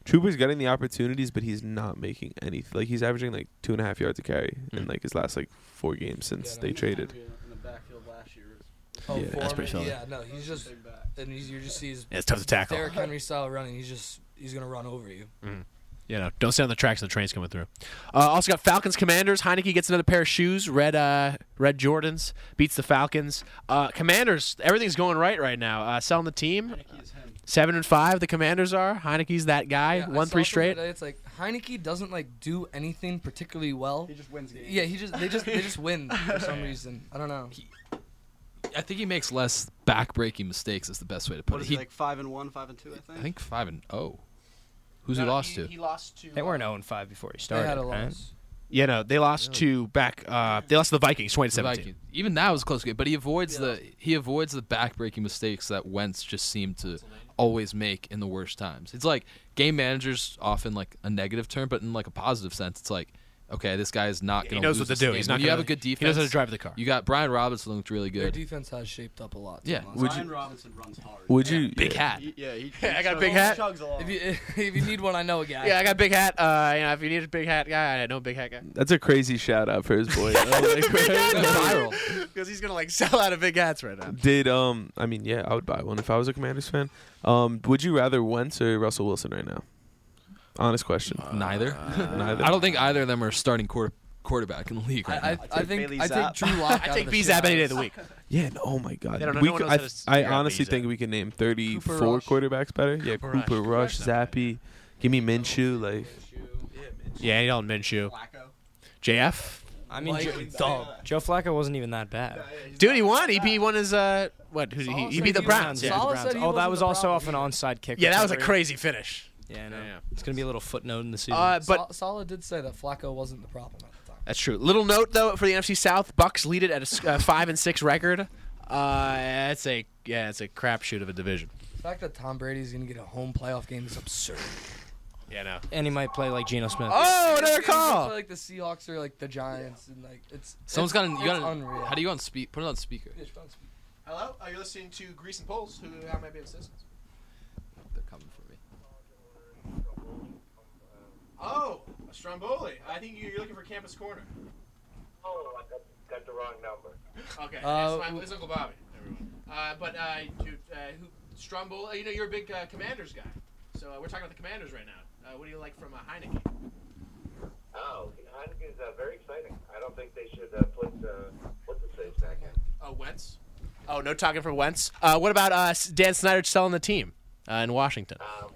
Speaker 5: Chuba's getting the opportunities, but he's not making any. Like he's averaging like two and a half yards a carry in
Speaker 1: Mm.
Speaker 5: like his last like four games since
Speaker 2: Yeah,
Speaker 5: they traded.
Speaker 8: In the backfield last year.
Speaker 2: Oh,
Speaker 5: Yeah,
Speaker 1: that's pretty
Speaker 2: Foreman,
Speaker 1: solid.
Speaker 2: Yeah, no, he's just and he's, you just see his
Speaker 1: Yeah, it's tough to tackle.
Speaker 2: Derrick Henry style running. He's just he's gonna run over you.
Speaker 1: You know, don't stay on the tracks when the train's coming through. Uh, also got Falcons, Commanders. Heineke gets another pair of shoes. Red, uh, red Jordans beats the Falcons. Uh, commanders, everything's going right right now. Uh, selling the team. Seven and five, the Commanders are. Heineke's that guy.
Speaker 2: Yeah, I
Speaker 1: One
Speaker 2: saw
Speaker 1: three
Speaker 2: something
Speaker 1: straight.
Speaker 2: today, It's like Heineke doesn't like do anything particularly well.
Speaker 8: He just wins games.
Speaker 2: Yeah, he just they just they just
Speaker 8: <laughs>
Speaker 2: win for some reason. I don't know.
Speaker 7: I think he makes less back-breaking mistakes. Is the best way to put
Speaker 8: What
Speaker 7: it.
Speaker 8: is he, like five and one, five and two? I think.
Speaker 7: I think five and oh. Who's he lost to?
Speaker 1: lost to.
Speaker 3: they weren't 0 5 before he
Speaker 2: They
Speaker 3: started.
Speaker 2: had a
Speaker 3: right?
Speaker 2: loss.
Speaker 1: Yeah, no, they lost to back. Uh, they lost to the Vikings, twenty
Speaker 7: The
Speaker 1: seventeen.
Speaker 7: Vikings. Even that was a close game, but he avoids the he avoids the backbreaking mistakes that Wentz just seemed to always make in the worst times. It's like game managers often like a negative term, but in like a positive sense, it's like okay, this guy is not
Speaker 1: He
Speaker 7: going to
Speaker 1: knows what to do. He's not
Speaker 7: you have
Speaker 1: gonna-
Speaker 7: a good
Speaker 1: he knows
Speaker 7: defense.
Speaker 1: how to drive the car.
Speaker 7: You got Brian Robinson looked really
Speaker 2: Their
Speaker 7: good.
Speaker 2: defense has shaped up a lot.
Speaker 7: Yeah,
Speaker 2: Tomas.
Speaker 5: would
Speaker 8: Brian
Speaker 5: you-
Speaker 8: Robinson runs hard.
Speaker 5: Would you?
Speaker 7: Big
Speaker 5: yeah.
Speaker 7: hat.
Speaker 8: He- yeah, he.
Speaker 1: I got a
Speaker 8: chugs-
Speaker 1: big hat.
Speaker 8: Chugs along.
Speaker 2: If you <laughs> if you need one, I know a guy.
Speaker 1: Yeah, I got big hat. Uh, you know, if you need a big hat guy, I know a big hat guy <laughs>
Speaker 5: That's a crazy shout out for his boy. Like,
Speaker 7: Viral.
Speaker 1: because he's gonna like sell out of big hats right now.
Speaker 5: Did um? I mean, yeah, I would buy one if I was a Commanders fan. Um, would you rather Wentz or Russell Wilson right now? Honest question.
Speaker 7: <laughs> Neither.
Speaker 4: Uh,
Speaker 5: Neither.
Speaker 2: Uh,
Speaker 7: <laughs> I don't think either of them are starting quarter, quarterback in the league right
Speaker 2: I, I,
Speaker 7: now.
Speaker 2: I
Speaker 8: take
Speaker 2: think
Speaker 8: Bailey
Speaker 2: I
Speaker 8: Zapp.
Speaker 2: take Drew
Speaker 1: <laughs>
Speaker 2: Lock.
Speaker 1: I take B's app any day of the week.
Speaker 5: Yeah. No, oh my God.
Speaker 1: They don't know-
Speaker 5: we
Speaker 1: no one
Speaker 5: could-
Speaker 1: knows
Speaker 5: I,
Speaker 1: how to
Speaker 5: I
Speaker 1: figure out
Speaker 5: honestly
Speaker 1: these,
Speaker 5: think
Speaker 1: uh,
Speaker 5: we can name 34
Speaker 2: Rush.
Speaker 5: quarterbacks better. Yeah,
Speaker 1: Cooper Rush.
Speaker 5: Cooper Rush,
Speaker 1: Cooper Rush, not bad.
Speaker 5: Zappy. Give me Minshew. Like,
Speaker 1: Yeah, you don't Minshew.
Speaker 8: Flacco.
Speaker 1: JF,
Speaker 3: I mean,
Speaker 2: Like,
Speaker 3: Joe,
Speaker 2: dog.
Speaker 3: Joe Flacco wasn't even that bad.
Speaker 1: dude, he won. He beat one his uh, what? Who did he?
Speaker 2: Salah
Speaker 1: He
Speaker 2: said
Speaker 1: beat the
Speaker 2: he
Speaker 1: Browns.
Speaker 2: was-
Speaker 1: Yeah.
Speaker 2: Salah-
Speaker 3: Oh,
Speaker 2: Salah said he
Speaker 3: that
Speaker 2: wasn't
Speaker 3: was
Speaker 2: the
Speaker 3: also
Speaker 2: problem
Speaker 3: off an onside kick.
Speaker 1: yeah, that was a
Speaker 3: recovery.
Speaker 1: crazy finish.
Speaker 3: Yeah, I know.
Speaker 1: Yeah.
Speaker 3: It's gonna be a little footnote in the season.
Speaker 1: Uh, but
Speaker 2: But Salah did say that Flacco wasn't the problem at the time.
Speaker 1: That's true. Little note though for the NFC South, Bucks lead it at a s- uh, five and six record. Uh, it's a yeah, it's a crapshoot of a division.
Speaker 2: The fact that Tom Brady's gonna get a home playoff game is absurd.
Speaker 1: Yeah, no.
Speaker 3: and he might play like Geno Smith.
Speaker 1: Oh, another
Speaker 2: He's gonna
Speaker 1: call.
Speaker 2: Play, like the Seahawks or like the Giants, and like it's
Speaker 7: Someone's got
Speaker 2: it's,
Speaker 7: to you
Speaker 2: it's
Speaker 7: got to
Speaker 2: unreal.
Speaker 7: How do you on speak? Put it on speaker.
Speaker 2: Yeah, it's on speed.
Speaker 1: Hello, are you listening to Grease and Poles? Who how might be assistants?
Speaker 7: They're coming for me.
Speaker 1: Oh, a Stromboli. I think you're looking for Campus Corner.
Speaker 4: Oh, I got, got the wrong number.
Speaker 1: Okay,
Speaker 2: Uh, that's my-
Speaker 1: it's Uncle Bobby. Everyone. Uh, but uh, dude, uh, who, Stromboli. You know, you're a big uh, Commanders guy, so uh, we're talking about the Commanders right now. Uh, what do you like from uh, Heineken?
Speaker 4: Oh, Heineken's uh, very exciting. I don't think they should uh, put uh, put the saves back in.
Speaker 1: Oh, Wentz. Oh, no talking for Wentz. Uh, what about uh, Dan Snyder selling the team uh, in Washington?
Speaker 4: Um,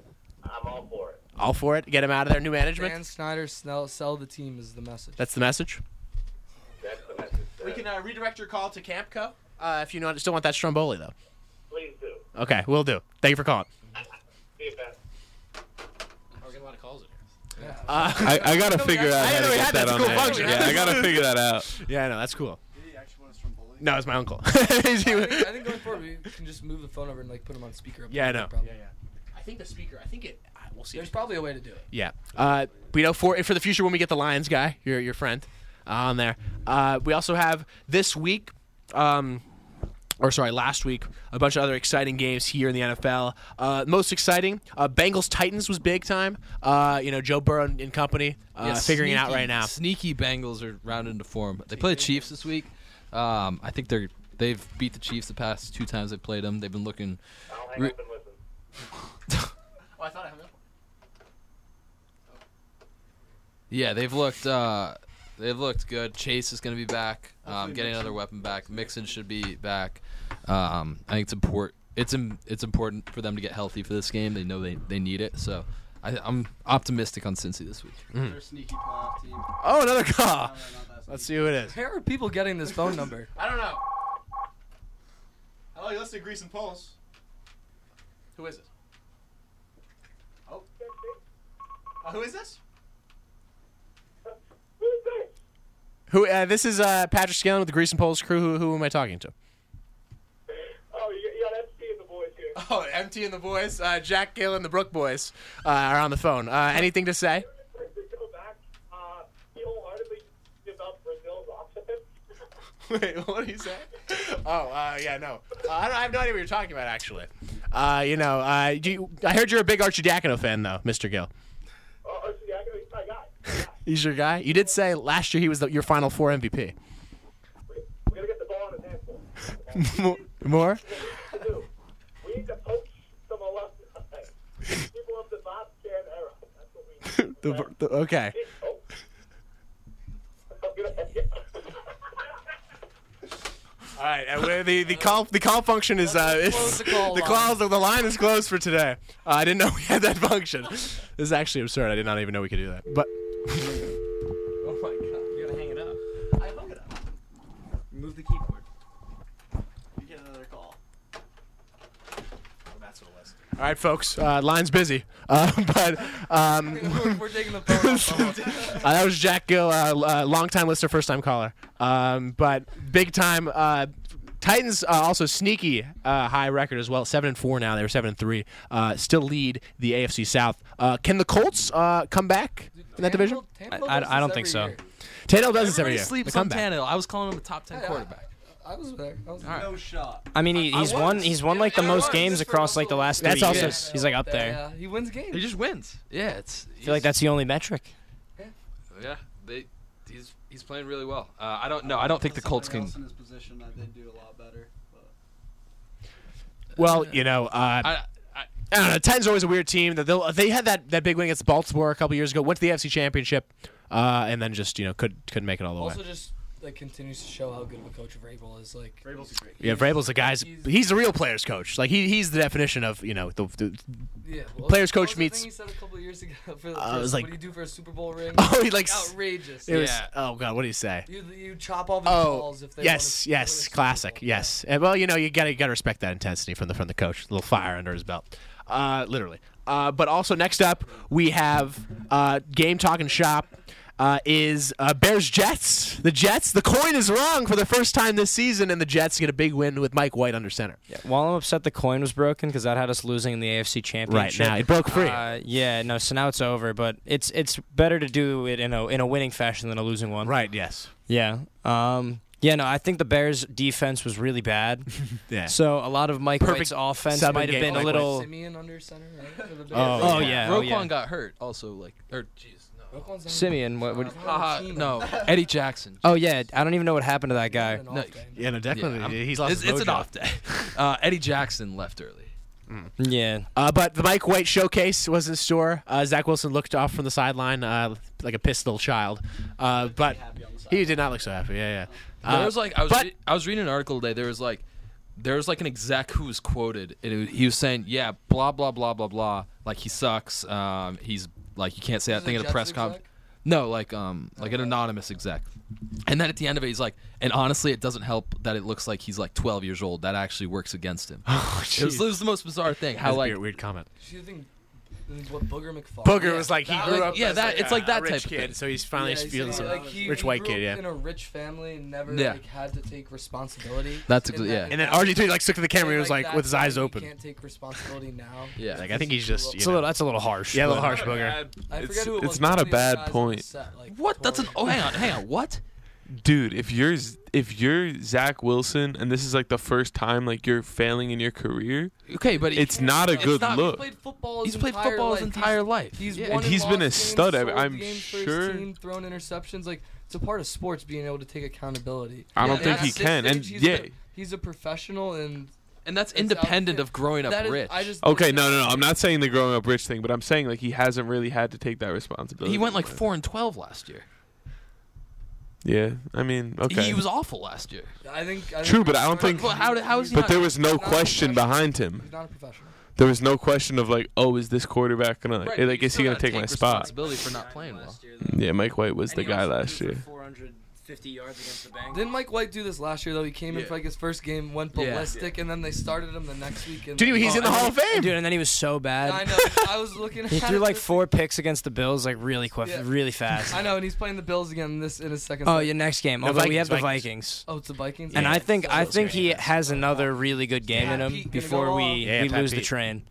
Speaker 4: I'm all for it.
Speaker 1: All for it. Get him out of there. New management.
Speaker 2: Dan Snyder sell, sell the team is the message.
Speaker 1: That's the message.
Speaker 4: That's the message. Uh,
Speaker 1: We can uh, redirect your call to Campco uh, if you know, still want that Stromboli though.
Speaker 4: please do.
Speaker 1: Okay, we'll do. Thank you for calling.
Speaker 4: See you, Pat.
Speaker 1: We're getting a lot of calls in here.
Speaker 5: <laughs>
Speaker 1: Uh,
Speaker 5: I, I gotta figure out
Speaker 1: I
Speaker 5: how
Speaker 1: didn't know
Speaker 5: to
Speaker 1: we
Speaker 5: get
Speaker 1: had that
Speaker 5: that on
Speaker 1: school
Speaker 5: there.
Speaker 1: function.
Speaker 5: Yeah, I gotta figure
Speaker 1: <laughs>
Speaker 5: that out.
Speaker 1: <laughs> Yeah, I know. That's cool.
Speaker 8: Did he actually want us from Bully?
Speaker 1: No, it's my uncle. <laughs>
Speaker 2: I think, I think going forward we can just move the phone over and like put him on speaker. Up
Speaker 1: Yeah, I
Speaker 2: there,
Speaker 1: know.
Speaker 2: no problem.
Speaker 1: I think the speaker. I think it. I- We'll see.
Speaker 2: There's probably a way to do it.
Speaker 1: Yeah. Uh, we know for for the future when we get the Lions guy, your your friend, uh, on there. Uh, we also have this week, um, or sorry, last week, a bunch of other exciting games here in the NFL. Uh, most exciting, uh, Bengals Titans was big time. Uh, you know Joe Burrow and, and company uh, figuring it out right now.
Speaker 7: Sneaky Bengals are rounded into form. They play the Chiefs this week. Um, I think they're they've beat the Chiefs the past two times they've played them. They've been looking.
Speaker 4: I'll hang
Speaker 7: Re-
Speaker 4: up and listen.
Speaker 1: Oh, I thought I hung up.
Speaker 7: Yeah, they've looked. Uh, they've looked good. Chase is going to be back. Um, getting another weapon back. Mixon should be back. Um, I think it's important. It's Im- it's important for them to get healthy for this game. They know they, they need it. So I, I'm optimistic on Cincy this week.
Speaker 8: They're a sneaky playoff team.
Speaker 1: Oh, another call.
Speaker 8: No, they're not that
Speaker 1: Let's
Speaker 8: sneaky.
Speaker 1: see who it is.
Speaker 2: Where are people getting this phone number?
Speaker 1: I don't know. Hello, you listen to Grease and Pulse. Who is it? Oh. Uh, who is this?
Speaker 4: <laughs> Who's this?
Speaker 1: Who? Uh, this is uh, Patrick Scalen with the Grease and Poles crew. Who, who am I talking to?
Speaker 4: Oh, y- yeah, that's Steve the boys here. <laughs>
Speaker 1: Oh, MT and the boys, uh, Jack Gill and the Brook boys uh, are on the phone. Uh, anything to say?
Speaker 4: go back. Uh, he wholeheartedly gives up Brazil's option.
Speaker 1: <laughs> Wait, what do you say? Oh, uh, yeah, no. Uh, I, don't, I have no idea what you're talking about, actually. Uh, you know, uh, do you, I heard you're a big Archie Diacono fan, though, Mr. Gill.
Speaker 4: <laughs> Oh, actually, yeah, he's my guy.
Speaker 1: He's your guy. You did say last year he was the, your Final Four <laughs> MVP.
Speaker 4: We're gonna get the ball in his hands.
Speaker 1: Mo- More? <laughs>
Speaker 4: We do. We need to poach some alumni. People of the Bob Chan era. That's what we need.
Speaker 1: The, the, okay.
Speaker 4: Oh.
Speaker 1: All right. uh, well, the the call the call function is uh <laughs> is,
Speaker 2: close the call line.
Speaker 1: calls the line is closed for today. Uh, I didn't know <laughs> we had that function. This is actually absurd. I did not even know we could do that. But
Speaker 2: <laughs> Oh my god, you gotta hang it up.
Speaker 8: I hung it up. Remove the keyboard. You get another call. That's what it was.
Speaker 1: all right, folks, uh, line's busy. Uh, <laughs> but um,
Speaker 2: <laughs> We're, we're taking the phone. off the hook.
Speaker 1: uh, <laughs> that was Jack Gill, uh, l- uh, longtime listener, first time caller. Um, but big time. Uh, Titans uh, also sneaky uh, high record as well, seven and four now. They were seven and three, uh, still lead the AFC South. Uh, can the Colts uh, come back in that division?
Speaker 2: Tampa- Tampa
Speaker 3: I- I
Speaker 2: does
Speaker 3: don't
Speaker 2: this
Speaker 3: think
Speaker 2: every
Speaker 3: so.
Speaker 2: year.
Speaker 1: Tannehill does this every
Speaker 7: Everybody
Speaker 1: year.
Speaker 7: sleeps
Speaker 1: The
Speaker 7: on
Speaker 1: comeback.
Speaker 7: Tannehill. I was calling him a top ten
Speaker 2: Yeah.
Speaker 7: quarterback.
Speaker 2: I was there. I was there.
Speaker 8: No shot.
Speaker 3: I mean, he,
Speaker 2: I- I
Speaker 3: he's
Speaker 2: won.
Speaker 3: won. He's won like the
Speaker 2: I
Speaker 3: most
Speaker 2: won.
Speaker 3: games
Speaker 2: This
Speaker 3: across
Speaker 2: was
Speaker 3: like the
Speaker 2: also-
Speaker 3: last three
Speaker 1: That's also-
Speaker 3: years. He's like up there.
Speaker 2: Yeah, he wins games.
Speaker 7: He just wins. Yeah, it's.
Speaker 3: I feel like that's the only metric.
Speaker 7: Yeah, they. He's he's playing really well. Uh, I don't know. I don't think the Colts
Speaker 8: Somebody
Speaker 7: can.
Speaker 8: else in his position that they do a lot better. But
Speaker 1: Well, you know, uh,
Speaker 7: I, I
Speaker 1: I don't know. Titans are always a weird team. That they'll- they had that, that big win against Baltimore a couple years ago. Went to the AFC Championship, uh, and then just you know could couldn't make it all the
Speaker 2: Also,
Speaker 1: way.
Speaker 2: just like continues to show how good of a coach Vrabel is. Like
Speaker 8: Vrabel's great.
Speaker 1: Yeah, Vrabel's the guy's.
Speaker 2: he's-
Speaker 1: He's the real players coach. Like he, he's the definition of you know the, the
Speaker 2: Yeah, well,
Speaker 1: Players
Speaker 2: what
Speaker 1: coach
Speaker 2: was the
Speaker 1: meets-
Speaker 2: thing he said a couple of years ago <laughs> for the
Speaker 1: Uh, it was
Speaker 2: first-
Speaker 1: like-
Speaker 2: what do you do for a Super Bowl ring?
Speaker 1: <laughs> oh he like s-
Speaker 2: outrageous.
Speaker 1: it was
Speaker 3: Yeah.
Speaker 1: oh god what do you say?
Speaker 2: You, you chop off the
Speaker 1: Oh
Speaker 2: balls if they
Speaker 1: yes
Speaker 2: want to
Speaker 1: yes classic yes. And, well you know you gotta you gotta respect that intensity from the from the coach. A little fire under his belt, uh, literally. Uh, but also next up we have uh, game talk and shop. Uh, is uh, Bears Jets the Jets? The coin is wrong for the first time this season, and the Jets get a big win with Mike White under center.
Speaker 3: While I'm upset the coin was broken because that had us losing in the AFC
Speaker 1: Right
Speaker 3: Championship.
Speaker 1: now, it broke free.
Speaker 3: Uh, yeah, no. So now it's over, but it's it's better to do it in a in a winning fashion than a losing one.
Speaker 1: right? Yes.
Speaker 3: Yeah. Um. Yeah. No. I think the Bears' defense was really bad.
Speaker 1: Yeah.
Speaker 3: So a lot of Mike
Speaker 1: Perfect
Speaker 3: White's offense
Speaker 1: seven
Speaker 3: might have
Speaker 1: game
Speaker 3: been a
Speaker 1: Mike
Speaker 3: little.
Speaker 2: Simeon under center. Right? for the Bears.
Speaker 3: Oh, yeah.
Speaker 7: Roquan
Speaker 3: oh, yeah.
Speaker 7: got hurt also. Like or jeez, no.
Speaker 2: Roquan's not-
Speaker 3: Simeon, what? what
Speaker 7: Haha, no, Eddie Jackson.
Speaker 3: oh yeah. I don't even know what happened to that guy.
Speaker 2: An
Speaker 7: No.
Speaker 2: off day.
Speaker 1: Yeah, no, definitely.
Speaker 7: Yeah, I'm-
Speaker 1: he's lost.
Speaker 7: it's,
Speaker 1: his
Speaker 7: it's an
Speaker 1: mojo.
Speaker 7: off day. <laughs> Uh, Eddie Jackson left early.
Speaker 3: Yeah.
Speaker 1: Uh, but the Mike White showcase was in store. Uh, Zach Wilson looked off from the sideline uh, like a pissed little child. Uh, but he did not look so happy. Yeah, yeah. Uh, <laughs>
Speaker 7: there was like I was
Speaker 1: but-
Speaker 7: re- I was reading an article today. There was like there was like an exec who was quoted, and it was- he was saying, "Yeah, blah blah blah blah blah. Like he sucks. Um, he's like you can't say that
Speaker 2: This is
Speaker 7: thing
Speaker 2: a
Speaker 7: at a
Speaker 2: Jets
Speaker 7: press conference."
Speaker 2: exec? Oh,
Speaker 7: No, like um, like an anonymous exec. And then at the end of it, he's like, "And honestly, it doesn't help that it looks like he's like 12 years old. That actually works against him."
Speaker 1: oh,
Speaker 7: it, was, it was the most bizarre thing. How
Speaker 1: That's a
Speaker 7: like
Speaker 1: weird, weird comment.
Speaker 2: Do you think this is what Booger McFarland?
Speaker 1: Booger was like he
Speaker 7: that-
Speaker 1: grew
Speaker 7: like,
Speaker 1: up.
Speaker 7: yeah,
Speaker 1: as,
Speaker 7: that- it's like
Speaker 1: a
Speaker 7: that
Speaker 1: rich
Speaker 7: type of
Speaker 1: kid,
Speaker 7: thing.
Speaker 1: so he's finally
Speaker 2: he's
Speaker 1: feeling
Speaker 2: saying,
Speaker 1: some
Speaker 2: like, he-
Speaker 1: rich
Speaker 2: he
Speaker 1: white
Speaker 2: grew
Speaker 1: kid.
Speaker 2: up
Speaker 1: Yeah.
Speaker 2: In a rich family, and never
Speaker 7: Yeah.
Speaker 2: like had to take responsibility.
Speaker 7: That's
Speaker 2: And
Speaker 7: exa-
Speaker 2: that-
Speaker 7: yeah.
Speaker 1: and then RG3 like looked at the camera. and he was
Speaker 2: like,
Speaker 1: like with his
Speaker 2: that's
Speaker 1: eyes
Speaker 2: why he
Speaker 1: open.
Speaker 2: Can't take responsibility now.
Speaker 7: yeah,
Speaker 1: Like I think he's just.
Speaker 3: It's
Speaker 1: You
Speaker 3: a little.
Speaker 1: know,
Speaker 3: That's a little harsh.
Speaker 1: yeah, a little
Speaker 3: but-
Speaker 1: harsh, Booger.
Speaker 2: I
Speaker 5: It's-
Speaker 2: forget who it
Speaker 5: it's
Speaker 2: was,
Speaker 5: not
Speaker 2: somebody
Speaker 5: a
Speaker 2: on the
Speaker 5: bad
Speaker 2: guys on the
Speaker 5: point.
Speaker 2: set, like,
Speaker 7: what? That's an
Speaker 2: tore
Speaker 7: oh, hang on, hang on. What?
Speaker 5: dude if you're Z- if you're zach wilson and this is like the first time like you're failing in your career
Speaker 7: Okay, but he-
Speaker 5: it's not a
Speaker 7: it's
Speaker 5: good
Speaker 7: not-
Speaker 5: look
Speaker 2: played football his
Speaker 7: He's played
Speaker 2: entire
Speaker 7: football his
Speaker 2: life.
Speaker 7: entire life.
Speaker 2: He's, he's
Speaker 7: Yeah.
Speaker 2: won
Speaker 5: And
Speaker 2: and
Speaker 5: he's
Speaker 2: lost
Speaker 5: been a
Speaker 2: games,
Speaker 5: stud. I-
Speaker 2: sold
Speaker 5: I'm
Speaker 2: games for
Speaker 5: sure-
Speaker 2: His team, thrown interceptions. Like it's a part of sports being able to take accountability.
Speaker 5: i don't
Speaker 7: Yeah,
Speaker 5: think
Speaker 7: at
Speaker 5: he
Speaker 7: this
Speaker 5: can and
Speaker 2: he's
Speaker 5: yeah
Speaker 2: A, he's a professional, and
Speaker 7: and that's
Speaker 2: It's
Speaker 7: independent
Speaker 2: outfit.
Speaker 7: of growing up
Speaker 2: that is-
Speaker 7: rich.
Speaker 2: I just
Speaker 5: okay no no no i'm not saying the growing up rich thing but i'm saying like he hasn't really had to take that responsibility
Speaker 7: he went like four and twelve last year.
Speaker 5: yeah i mean okay
Speaker 7: He was awful last year.
Speaker 2: I think. I
Speaker 5: True, but I don't think-
Speaker 7: Well, how did- how is he
Speaker 5: but
Speaker 7: not-
Speaker 5: there was no
Speaker 2: not a
Speaker 5: question behind him
Speaker 2: He's not a professional.
Speaker 5: there was no question of like oh is this quarterback gonna like,
Speaker 7: but
Speaker 5: like
Speaker 7: you
Speaker 5: is he
Speaker 7: still
Speaker 5: gonna
Speaker 7: gotta
Speaker 5: take my spot
Speaker 7: Responsibility for not playing well.
Speaker 1: Hmm.
Speaker 5: yeah mike white was the guy last year
Speaker 3: 450 yards against the Bengals.
Speaker 2: Didn't Mike White do this last year though? He came in
Speaker 7: Yeah.
Speaker 2: for like his first game, went
Speaker 7: Yeah.
Speaker 2: ballistic, and then they started him the next week. And
Speaker 1: Dude, he's
Speaker 2: Oh,
Speaker 1: in the
Speaker 2: I-
Speaker 1: Hall of Fame.
Speaker 3: Dude, and then he was so bad.
Speaker 2: I know. <laughs> I was looking.
Speaker 3: <laughs> He
Speaker 2: at
Speaker 3: threw
Speaker 2: it
Speaker 3: like
Speaker 2: this-
Speaker 3: four picks against the Bills, like really quick,
Speaker 2: Yeah.
Speaker 3: really fast.
Speaker 2: <laughs> I know, and he's playing the Bills again this in his second.
Speaker 3: Oh,
Speaker 2: set.
Speaker 3: your next game.
Speaker 1: The
Speaker 3: Although we have the
Speaker 1: Vikings,
Speaker 3: Vikings,
Speaker 2: Oh, it's the Vikings.
Speaker 3: and
Speaker 2: Yeah.
Speaker 3: I think I
Speaker 2: So-
Speaker 3: think he has another really good game
Speaker 2: Yeah,
Speaker 3: in him
Speaker 2: Pete gonna
Speaker 3: before
Speaker 2: go
Speaker 3: we
Speaker 2: off.
Speaker 1: oh, Yeah,
Speaker 3: we
Speaker 1: Pat
Speaker 3: lose the
Speaker 1: Pete.
Speaker 3: train.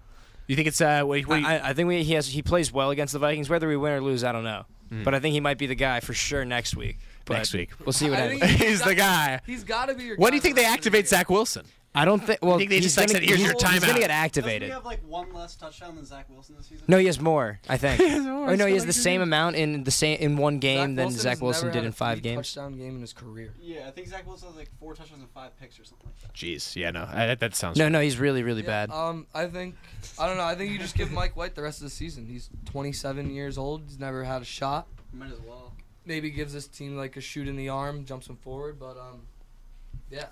Speaker 1: You think it's uh? Wait, wait.
Speaker 3: I, I- I think we, he has he plays well against the Vikings, whether we win or lose, I don't know.
Speaker 1: Hmm.
Speaker 3: But I think he might be the guy for sure next week. But
Speaker 1: Next week.
Speaker 3: we'll see what
Speaker 2: I think
Speaker 3: happens.
Speaker 1: <laughs> He's the guy.
Speaker 2: He's got to be your.
Speaker 1: When
Speaker 2: guy
Speaker 1: do you think
Speaker 2: for
Speaker 1: they
Speaker 2: the rest of the
Speaker 1: activate
Speaker 2: year.
Speaker 1: Zach
Speaker 7: <laughs>
Speaker 1: Wilson?
Speaker 3: I don't think. Well,
Speaker 1: think they
Speaker 3: he's
Speaker 1: just, like,
Speaker 3: gonna-
Speaker 1: said, "Here's
Speaker 3: he's-
Speaker 1: your
Speaker 3: He's
Speaker 1: timeout."
Speaker 3: gonna get
Speaker 8: Doesn't he
Speaker 3: activated.
Speaker 8: have like one less touchdown than Zach Wilson this season?
Speaker 3: No, he has more. I think.
Speaker 2: <laughs>
Speaker 1: more.
Speaker 3: or Oh, no, he has the same amount in the same in one game than
Speaker 2: has
Speaker 3: Zach Wilson
Speaker 2: never
Speaker 3: did
Speaker 2: had
Speaker 3: in
Speaker 2: a
Speaker 3: five
Speaker 2: three
Speaker 3: games.
Speaker 2: Touchdown game in his career.
Speaker 8: Yeah, I think Zach Wilson has like four touchdowns and five picks or something like that.
Speaker 1: Jeez, yeah, no, I, that, that sounds.
Speaker 3: No, no, he's really really
Speaker 2: Yeah,
Speaker 3: bad.
Speaker 2: Um, I think I don't know. I think you just give Mike White the rest of the season. He's 27 years old. He's never had a shot.
Speaker 8: Might as well.
Speaker 2: Maybe gives this team like a shoot in the arm, jumps him forward. But um, yeah,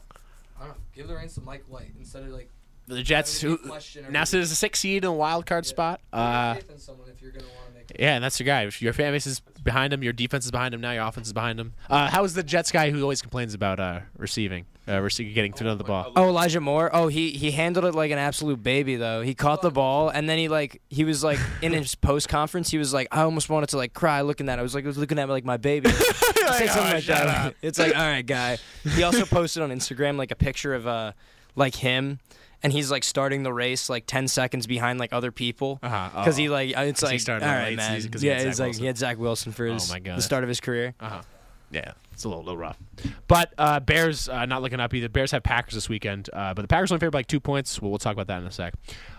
Speaker 2: I don't know. Give the reins to Mike White instead of like
Speaker 1: The Jets,
Speaker 2: having
Speaker 1: who
Speaker 2: to question every
Speaker 1: now sit as a six seed in a wild card
Speaker 2: Yeah.
Speaker 1: spot. Uh,
Speaker 2: have faith in someone if you're gonna want to make. It.
Speaker 1: yeah, and that's your guy. If Your fan base is behind him. Your defense is behind him. Now your offense is behind him. Uh, how is the Jets guy who always complains about uh, receiving, uh, receiving getting to know the ball?
Speaker 3: Oh, Elijah Moore. Oh, he he handled it like an absolute baby though. He caught the ball and then he like he was like in his post conference he was like I almost wanted to like cry looking at it. I was like I was looking at me like my baby. He said
Speaker 1: Like,
Speaker 3: something
Speaker 1: "Oh,
Speaker 3: like
Speaker 1: shut
Speaker 3: that.
Speaker 1: up."
Speaker 3: It's like all right, guy. He also posted on Instagram like a picture of uh like him and he's like starting the race like 10 seconds behind like other people
Speaker 1: Uh-huh.
Speaker 3: because he like uh, it's
Speaker 1: 'Cause he
Speaker 3: like all
Speaker 1: started on
Speaker 3: right
Speaker 1: late
Speaker 3: man
Speaker 1: season 'cause he
Speaker 3: yeah
Speaker 1: had
Speaker 3: it's
Speaker 1: Zach
Speaker 3: like he had Zach Wilson for
Speaker 1: Oh,
Speaker 3: his
Speaker 1: my God.
Speaker 3: the start of his career
Speaker 1: Uh-huh. Yeah, it's a little, little rough. But uh, Bears uh, not looking up either. Bears have Packers this weekend, uh, but the Packers only favored by like two points. Well, we'll talk about that in a sec.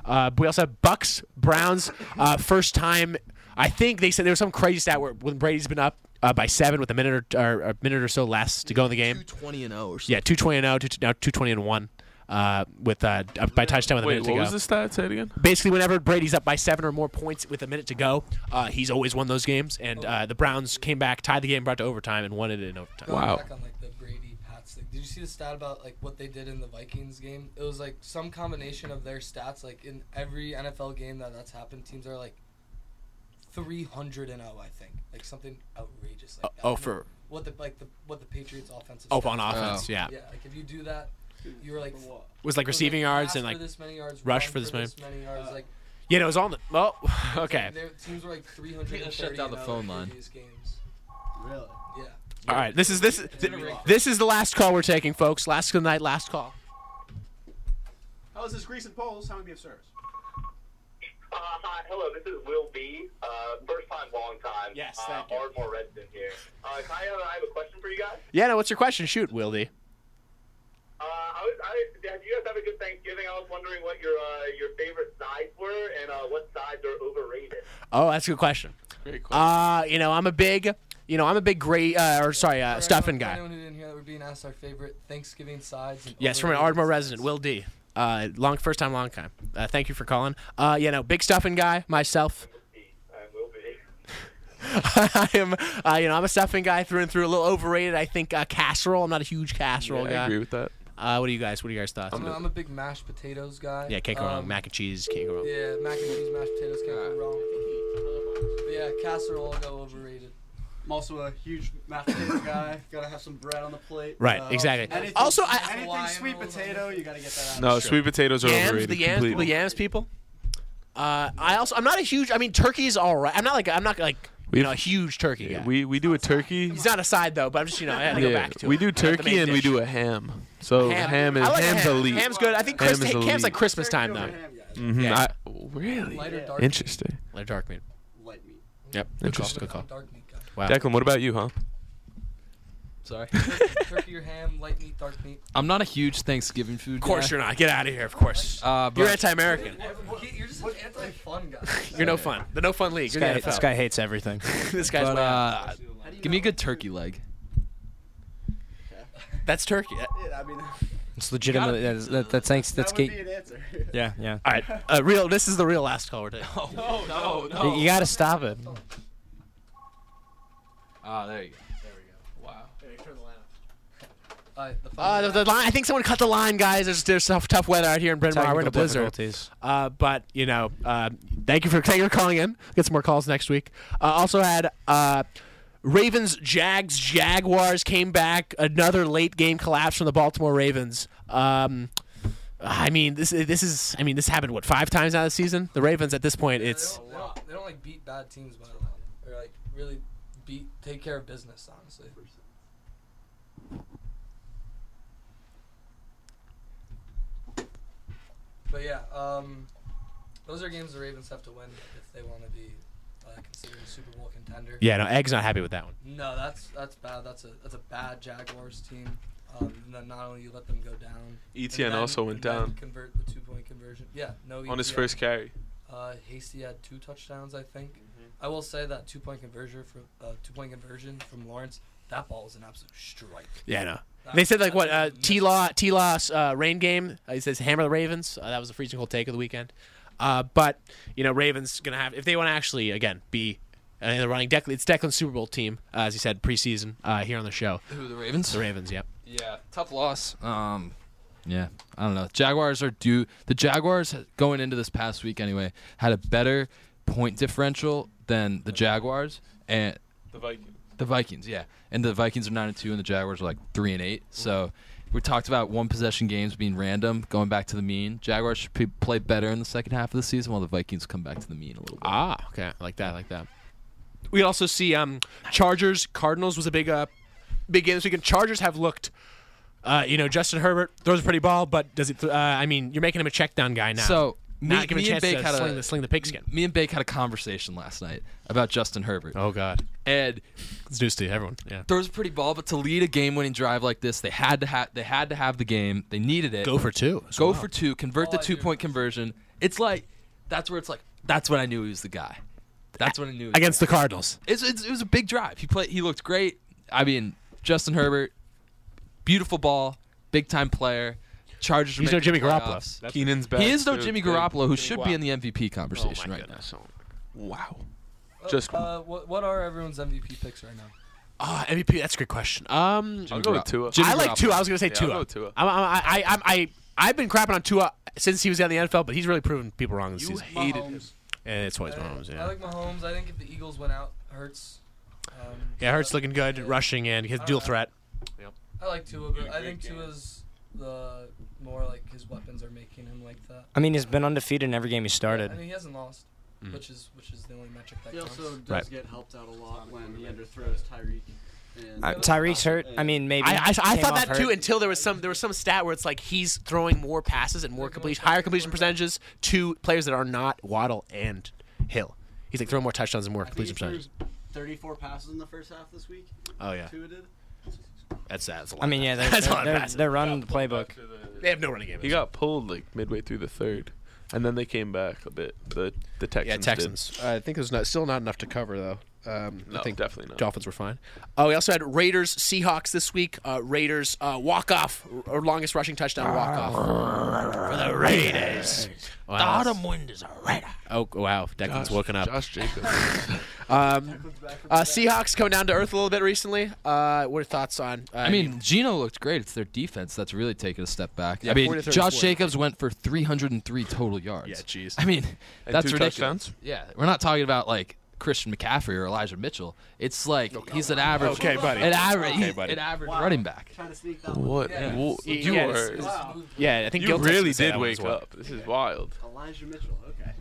Speaker 1: Uh, but we also have Bucks Browns uh, first time. I think they said there was some crazy stat where when Brady's been up uh, by seven with a minute or, or a minute or so less to go in the game.
Speaker 7: Two twenty and zero or something.
Speaker 1: Yeah, oh, two twenty and zero, two, now two twenty and one. uh, with uh, up by touchdown with a
Speaker 5: Wait,
Speaker 1: minute to
Speaker 5: what
Speaker 1: go.
Speaker 5: was the stat? Say it again.
Speaker 1: Basically, whenever Brady's up by seven or more points with a minute to go, uh, he's always won those games. And uh, the Browns came back, tied the game, brought to overtime, and won it in overtime.
Speaker 5: Wow.
Speaker 2: Back on, like, the Brady Pats thing. Did you see the stat about like what they did in the Vikings game? It was like some combination of their stats. Like in every NFL game that that's happened, teams are like 300 and 0, I think, like something outrageous like that.
Speaker 1: Oh,
Speaker 2: And
Speaker 1: for
Speaker 2: what the like the what the Patriots offensive.
Speaker 1: oh
Speaker 2: stats
Speaker 1: on
Speaker 2: are.
Speaker 1: offense,
Speaker 7: Oh.
Speaker 1: yeah.
Speaker 2: Yeah, like if you do that, you were like
Speaker 8: For what?
Speaker 1: was like receiving yards
Speaker 2: pass
Speaker 1: and
Speaker 2: for
Speaker 1: like
Speaker 2: this many yards,
Speaker 1: rush
Speaker 2: run
Speaker 1: for this many- Uh,
Speaker 2: yards. like
Speaker 1: yeah, no, it was on the oh <laughs> okay.
Speaker 2: their teams were like 300.
Speaker 7: Shut down the phone line.
Speaker 2: Games.
Speaker 8: Really?
Speaker 2: Yeah.
Speaker 1: All right, this is this is-
Speaker 2: It's gonna be rough.
Speaker 1: this is the last call we're taking, folks. Last good night, last call.
Speaker 8: How is this Grease and Poles? How many be of service?
Speaker 4: Uh, hi, hello, this is Will B. Uh, first time, long time.
Speaker 1: Yes,
Speaker 4: uh,
Speaker 1: thank you.
Speaker 4: Ardmore resident here. Uh, can I, have, I have a question for you guys.
Speaker 1: Yeah, no, what's your question? Shoot, Wildy.
Speaker 4: Uh, I was, I, did you guys have a good Thanksgiving? I was wondering what your uh, your favorite sides were and uh, what sides are overrated.
Speaker 1: Oh, that's a good question. Uh, you know, I'm a big, you know, I'm a big gray, uh, or sorry, uh,
Speaker 2: For
Speaker 1: stuffing
Speaker 2: anyone- for
Speaker 1: guy.
Speaker 2: Anyone who didn't hear that, we're being asked our favorite Thanksgiving sides. and
Speaker 1: Yes, from an
Speaker 2: overrated
Speaker 1: Ardmore
Speaker 2: sides.
Speaker 1: resident, Will D. Uh, long first time, long time. Uh, thank you for calling. Uh, you know, big stuffing guy myself. <laughs>
Speaker 4: I will be.
Speaker 1: I am, uh, you know, I'm a stuffing guy through and through. A little overrated, I think. Uh, casserole. I'm not a huge casserole
Speaker 5: I agree
Speaker 1: guy.
Speaker 5: with that.
Speaker 1: Uh, what do you guys? What are you guys thoughts?
Speaker 2: I'm a, I'm a big mashed potatoes guy.
Speaker 1: yeah, can't go wrong.
Speaker 2: Um,
Speaker 1: Mac and cheese, can't go wrong.
Speaker 2: Yeah, mac and cheese, mashed potatoes can't go wrong. But yeah, casserole though overrated.
Speaker 8: I'm also a huge mashed potato <coughs> guy. Gotta have some bread on the plate.
Speaker 1: Right,
Speaker 8: Uh,
Speaker 1: exactly.
Speaker 8: Anything,
Speaker 1: Also, I,
Speaker 8: anything
Speaker 2: Hawaiian
Speaker 8: sweet
Speaker 2: rolls.
Speaker 8: potato, you gotta get that out.
Speaker 5: No, sweet potatoes are
Speaker 1: yams,
Speaker 5: overrated.
Speaker 1: the yams,
Speaker 5: completely.
Speaker 1: the yams people. Uh, I also, I'm not a huge. I mean, turkey's all right. I'm not like, I'm not like, you
Speaker 5: We've-
Speaker 1: know, a huge turkey guy.
Speaker 5: We we do a turkey.
Speaker 1: He's not a side though, but I'm just you know I had to go back to
Speaker 5: we
Speaker 1: it.
Speaker 5: do
Speaker 1: That's the
Speaker 5: turkey
Speaker 1: main
Speaker 5: and we
Speaker 1: dish.
Speaker 5: do a ham. So ham, is
Speaker 1: I like
Speaker 5: ham's
Speaker 1: ham.
Speaker 5: elite.
Speaker 1: Ham's good. I think
Speaker 5: Ham
Speaker 1: Chris,
Speaker 5: is
Speaker 1: ham's like
Speaker 5: elite.
Speaker 1: Christmas time though.
Speaker 5: Mhm,
Speaker 1: Yeah.
Speaker 5: I- really
Speaker 2: Light or
Speaker 8: Yeah.
Speaker 2: dark.
Speaker 5: interesting.
Speaker 1: Like dark meat.
Speaker 8: Light meat.
Speaker 1: Yep. Good call.
Speaker 5: Interesting.
Speaker 1: Good call.
Speaker 2: meat. Dark meat guy.
Speaker 1: Wow.
Speaker 5: Declan, what about you, huh?
Speaker 7: Sorry.
Speaker 2: Turkey or ham, light meat, dark meat.
Speaker 7: I'm not a huge Thanksgiving food.
Speaker 1: Of course you're not. Get out of here. Of course.
Speaker 7: Uh, but
Speaker 1: You're anti-American.
Speaker 2: He- You're just an anti-fun guy.
Speaker 1: You're no fun. The no fun league. You're
Speaker 3: guy,
Speaker 1: the
Speaker 3: this
Speaker 1: NFL.
Speaker 3: guy hates everything.
Speaker 1: <laughs> This guy's
Speaker 7: but,
Speaker 1: way out.
Speaker 7: uh, give me a good turkey leg.
Speaker 1: That's turkey. Uh,
Speaker 8: Yeah, I mean, <laughs> that
Speaker 3: It's legitimately that's that, that's thanks that's
Speaker 8: would
Speaker 3: gate.
Speaker 8: be an answer.
Speaker 3: Yeah, yeah.
Speaker 1: All right. Uh, real. This is the real last call we're
Speaker 7: <laughs>
Speaker 1: taking.
Speaker 7: Oh, No, no.
Speaker 3: You, you gotta stop it.
Speaker 7: Ah, there you go.
Speaker 2: Uh, the fun
Speaker 1: Uh, the, the line, I think someone cut the line, guys. There's there's tough, tough weather out here in Bryn Mawr. We're in a
Speaker 3: Technical
Speaker 1: blizzard.
Speaker 3: difficulties.
Speaker 1: Uh, but you know, uh, thank you for thank you for calling in. Get some more calls next week. Uh, also had uh, Ravens, Jags, Jaguars came back. Another late game collapse from the Baltimore Ravens. Um, I mean, this this is I mean this happened what five times out of the season. The Ravens at this point,
Speaker 2: They
Speaker 1: it's
Speaker 2: don't, they, don't, they don't like beat bad teams by a lot, or like really beat take care of business. Honestly, but yeah, um, those are games the Ravens have to win if they want to be uh, considered a Super Bowl contender.
Speaker 1: yeah. No, Egg's not happy with that one.
Speaker 2: No, that's that's bad. That's a that's a bad Jaguars team. Um, and then not only you let them go down. and
Speaker 5: ETN
Speaker 2: then-
Speaker 5: E also went
Speaker 2: and then
Speaker 5: down.
Speaker 2: Convert the two point conversion. Yeah, no. E
Speaker 5: On his
Speaker 2: ETN.
Speaker 5: first carry.
Speaker 2: Uh, Hasty had two touchdowns, I think.
Speaker 8: Mm-hmm.
Speaker 2: I will say that two point conversion from uh, two point conversion from Lawrence. That ball is an absolute strike.
Speaker 1: Yeah, no.
Speaker 2: That-
Speaker 1: They said like what uh,
Speaker 2: that's a
Speaker 1: T Law T Law's uh, rain game. Uh, he says hammer the Ravens. Uh, that was a freezing cold take of the weekend. Uh, but you know Ravens gonna have if they want to actually again be uh, in the running. Declan, it's Declan's Super Bowl team uh, as he said preseason uh, here on the show.
Speaker 7: Who the Ravens?
Speaker 1: The Ravens,
Speaker 7: <laughs>
Speaker 1: yep.
Speaker 7: Yeah, tough loss. Um, yeah, I don't know. Jaguars are due. The Jaguars going into this past week anyway had a better point differential than the Jaguars and
Speaker 5: The Vikings.
Speaker 7: the Vikings. Yeah, and the Vikings are nine and two, and the Jaguars are like three and eight. So we talked about one possession games being random, going back to the mean. Jaguars should p- play better in the second half of the season, while the Vikings come back to the mean a little bit.
Speaker 1: Ah, okay, I like that, I like that. We also see um, Chargers Cardinals was a big uh, big game this weekend. Chargers have looked. Uh, you know, Justin Herbert throws a pretty ball, but does it? Th- uh, I mean, you're making him a check down guy now.
Speaker 7: So
Speaker 1: not
Speaker 7: me,
Speaker 1: give him a
Speaker 7: me
Speaker 1: chance
Speaker 7: and Bake
Speaker 1: to
Speaker 7: had
Speaker 1: sling
Speaker 7: a
Speaker 1: the sling the pigskin.
Speaker 7: Me and Bake had a conversation last night about Justin Herbert,
Speaker 1: Oh God,
Speaker 7: and
Speaker 1: it's news to everyone. Yeah.
Speaker 7: throws a pretty ball, but to lead a game-winning drive like this, they had to have they had to have the game. They needed it.
Speaker 1: Go for two. as
Speaker 7: Go
Speaker 1: well.
Speaker 7: for two. Convert the
Speaker 2: Oh, I do.
Speaker 7: two-point conversion. It's like that's where it's like that's when I knew he was the guy. That's when I knew. He was
Speaker 1: against the Cardinals.
Speaker 7: it's, it's, it was a big drive. He played. He looked great. I mean, Justin Herbert, beautiful ball, big time player. Chargers. are
Speaker 1: He's no
Speaker 7: making
Speaker 1: Jimmy
Speaker 7: the
Speaker 1: Garoppolo.
Speaker 7: playoffs.
Speaker 1: That's-
Speaker 5: Keenan's back.
Speaker 7: He is no
Speaker 5: too.
Speaker 7: Jimmy
Speaker 5: They-
Speaker 7: Garoppolo, who
Speaker 1: Jimmy
Speaker 7: should
Speaker 1: Garoppolo.
Speaker 7: be in the MVP
Speaker 1: Oh
Speaker 7: conversation
Speaker 1: my
Speaker 7: right
Speaker 1: goodness. Oh
Speaker 5: Wow.
Speaker 2: Uh,
Speaker 5: Just-
Speaker 2: uh, what, what are everyone's MVP picks right now?
Speaker 1: Ah, MVP. That's a good question. Um,
Speaker 5: I'll go with Tua.
Speaker 7: Jimmy
Speaker 1: I like
Speaker 7: Garoppolo.
Speaker 1: Tua. I was gonna say
Speaker 5: Yeah, I'll
Speaker 1: Tua.
Speaker 5: go with Tua.
Speaker 1: I'm, I'm, I, I, I'm, I, I've been crapping on Tua since he was out of the NFL, but he's really proven people wrong this
Speaker 5: You
Speaker 1: season.
Speaker 5: hated him.
Speaker 2: Mahomes.
Speaker 1: And it's always
Speaker 2: I-
Speaker 1: Mahomes.
Speaker 2: I
Speaker 1: Yeah,
Speaker 2: like Mahomes. I think if the Eagles went out, Hurts. Um,
Speaker 1: yeah. Hurts
Speaker 2: but
Speaker 1: looking good, rushing and his
Speaker 2: I
Speaker 1: dual
Speaker 2: don't know.
Speaker 1: threat.
Speaker 2: I like Tua, but I think
Speaker 5: Great game.
Speaker 2: Tua's the more like his weapons are making him like that.
Speaker 3: I mean, he's been undefeated in every game he started.
Speaker 2: I mean, he hasn't lost,
Speaker 1: Mm.
Speaker 2: which is which is the only metric that
Speaker 8: He
Speaker 2: counts.
Speaker 8: also does
Speaker 1: Right.
Speaker 8: get helped out a lot when he underthrows Tyreek. and-
Speaker 5: I-
Speaker 3: Uh, Tyreek's hurt. I mean, maybe.
Speaker 1: I, I, I
Speaker 3: Came
Speaker 1: thought
Speaker 3: off
Speaker 1: that too
Speaker 3: hurt.
Speaker 1: until there was some there was some stat where it's like he's throwing more passes and more completion, higher completion percentages to players that are not Waddle and Hill. He's like throwing more touchdowns and more
Speaker 8: I think he
Speaker 1: completion
Speaker 8: threw
Speaker 1: percentages.
Speaker 8: 34 passes in the first half this week.
Speaker 1: Oh yeah,
Speaker 8: Tua did.
Speaker 1: that's that's a lot.
Speaker 3: I
Speaker 1: <laughs>
Speaker 3: mean, yeah, they're,
Speaker 1: That's a lot
Speaker 3: they're,
Speaker 1: of
Speaker 3: they're,
Speaker 1: passes.
Speaker 3: they're running the playbook.
Speaker 1: they have no running game.
Speaker 5: He got pulled like midway through the third, and then they came back a bit. The the Texans.
Speaker 1: yeah,
Speaker 5: did.
Speaker 1: Texans. Uh, I think there's not still not enough to cover though. Um,
Speaker 5: No,
Speaker 1: I think
Speaker 5: definitely not.
Speaker 1: Dolphins were fine. Oh, we also had Raiders Seahawks this week. Uh, Raiders uh, walk off or longest rushing touchdown walk off for the Raiders. Wow. The autumn wind is a Raider. Oh wow, Declan's woken up.
Speaker 5: Josh Jacobs.
Speaker 1: <laughs> Um,
Speaker 8: Back from
Speaker 1: uh, Seahawks coming down to earth a little bit recently. Uh, what are your thoughts on? Uh,
Speaker 7: I mean, Gino looked great. It's their defense that's really taken a step back.
Speaker 1: Yeah,
Speaker 7: I mean,
Speaker 1: 40, 30,
Speaker 7: Josh
Speaker 1: 40.
Speaker 7: Jacobs went for 303 total yards.
Speaker 1: Yeah, jeez.
Speaker 7: I mean,
Speaker 5: And
Speaker 7: that's
Speaker 5: two
Speaker 7: ridiculous.
Speaker 5: touchdowns?
Speaker 7: Yeah, we're not talking about like Christian McCaffrey or Elijah Mitchell. It's like he's an average,
Speaker 1: Okay, buddy.
Speaker 7: an average,
Speaker 1: Okay, buddy.
Speaker 7: an average
Speaker 8: Wow.
Speaker 7: running back.
Speaker 8: Trying to sneak that one.
Speaker 5: What?
Speaker 2: Yeah.
Speaker 5: Wo-
Speaker 1: Yeah,
Speaker 5: you
Speaker 1: yeah,
Speaker 5: are.
Speaker 1: it's- it's-
Speaker 8: Wow.
Speaker 1: yeah, I think
Speaker 5: you
Speaker 1: Gil Texas
Speaker 5: really
Speaker 1: said
Speaker 5: did
Speaker 1: that one
Speaker 5: wake
Speaker 1: as well.
Speaker 5: up. This is wild.
Speaker 8: Elijah Mitchell. Okay.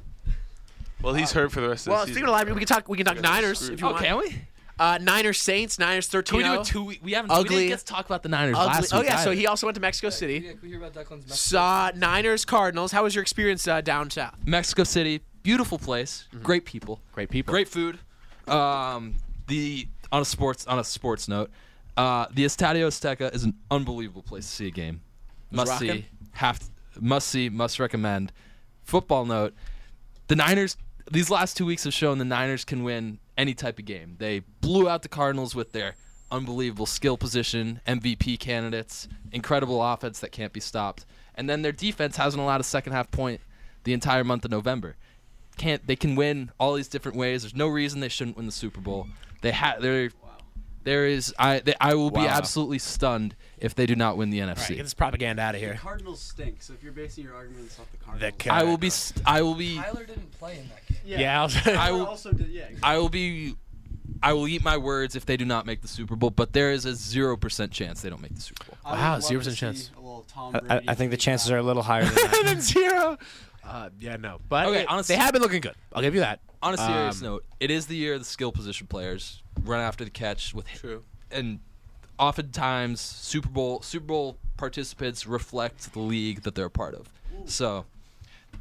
Speaker 5: Well, he's hurt for the rest of
Speaker 1: Well,
Speaker 5: the
Speaker 1: speaking
Speaker 5: season.
Speaker 1: of Live, we can talk. We can talk
Speaker 5: Yeah, they're
Speaker 1: Niners
Speaker 5: screwed.
Speaker 1: if you
Speaker 7: Oh, can
Speaker 1: want.
Speaker 7: we?
Speaker 1: Uh, Niners Saints. Niners
Speaker 7: Can
Speaker 1: thirteen. oh.
Speaker 7: we do a two? We haven't. We
Speaker 1: Ugly-
Speaker 7: didn't get to talk about the Niners
Speaker 1: Ugly-
Speaker 7: last
Speaker 1: oh
Speaker 7: week.
Speaker 1: yeah, so
Speaker 7: either.
Speaker 1: he also went to Mexico City.
Speaker 2: Yeah, can we hear about Declan's message?
Speaker 1: Saw Niners Cardinals. How was your experience uh, down south?
Speaker 7: Mexico City, beautiful place,
Speaker 1: Mm-hmm.
Speaker 7: great people,
Speaker 1: Great people.
Speaker 7: great food. Um, the on a sports on a sports note, uh, the Estadio Azteca is an unbelievable place to see a game. Must
Speaker 1: rocking.
Speaker 7: see, have to- must see, must recommend. Football note: the Niners. These last two weeks have shown the Niners can win any type of game. They blew out the Cardinals with their unbelievable skill position, MVP candidates, incredible offense that can't be stopped, and then their defense hasn't allowed a second half point the entire month of November can't they can win all these different ways. There's no reason they shouldn't win the Super Bowl. They ha there there is I they, I will be
Speaker 1: Wow.
Speaker 7: absolutely stunned if they do not win the
Speaker 1: All right,
Speaker 7: NFC.
Speaker 1: get this propaganda out of
Speaker 8: The
Speaker 1: here.
Speaker 8: Cardinals stink. So if you're basing your arguments off the
Speaker 1: The
Speaker 8: Cardinals,
Speaker 7: I will be st- I will be
Speaker 2: Tyler didn't play in that game.
Speaker 1: Yeah, <laughs> I was-
Speaker 7: I
Speaker 8: I
Speaker 7: will-
Speaker 8: also did. Yeah. Exactly.
Speaker 7: I will be I will eat my words if they do not make the Super Bowl, but there is a 0% chance they don't make the Super Bowl.
Speaker 8: I would
Speaker 1: Wow,
Speaker 8: love to
Speaker 1: 0%
Speaker 8: see
Speaker 1: chance.
Speaker 8: a little Tom
Speaker 3: I,
Speaker 8: Brady
Speaker 3: I think the
Speaker 8: take
Speaker 3: chances
Speaker 8: back.
Speaker 3: are a little higher
Speaker 1: <laughs>
Speaker 3: than that.
Speaker 1: than zero. Uh, yeah, no. But
Speaker 7: Okay,
Speaker 1: it-
Speaker 7: honestly-
Speaker 1: they have been looking good. I'll give you that.
Speaker 7: On a serious
Speaker 1: Um,
Speaker 7: note, it is the year of the skill position players run after the catch with
Speaker 5: True.
Speaker 7: and oftentimes Super Bowl Super Bowl participants reflect the league that they're a part of. So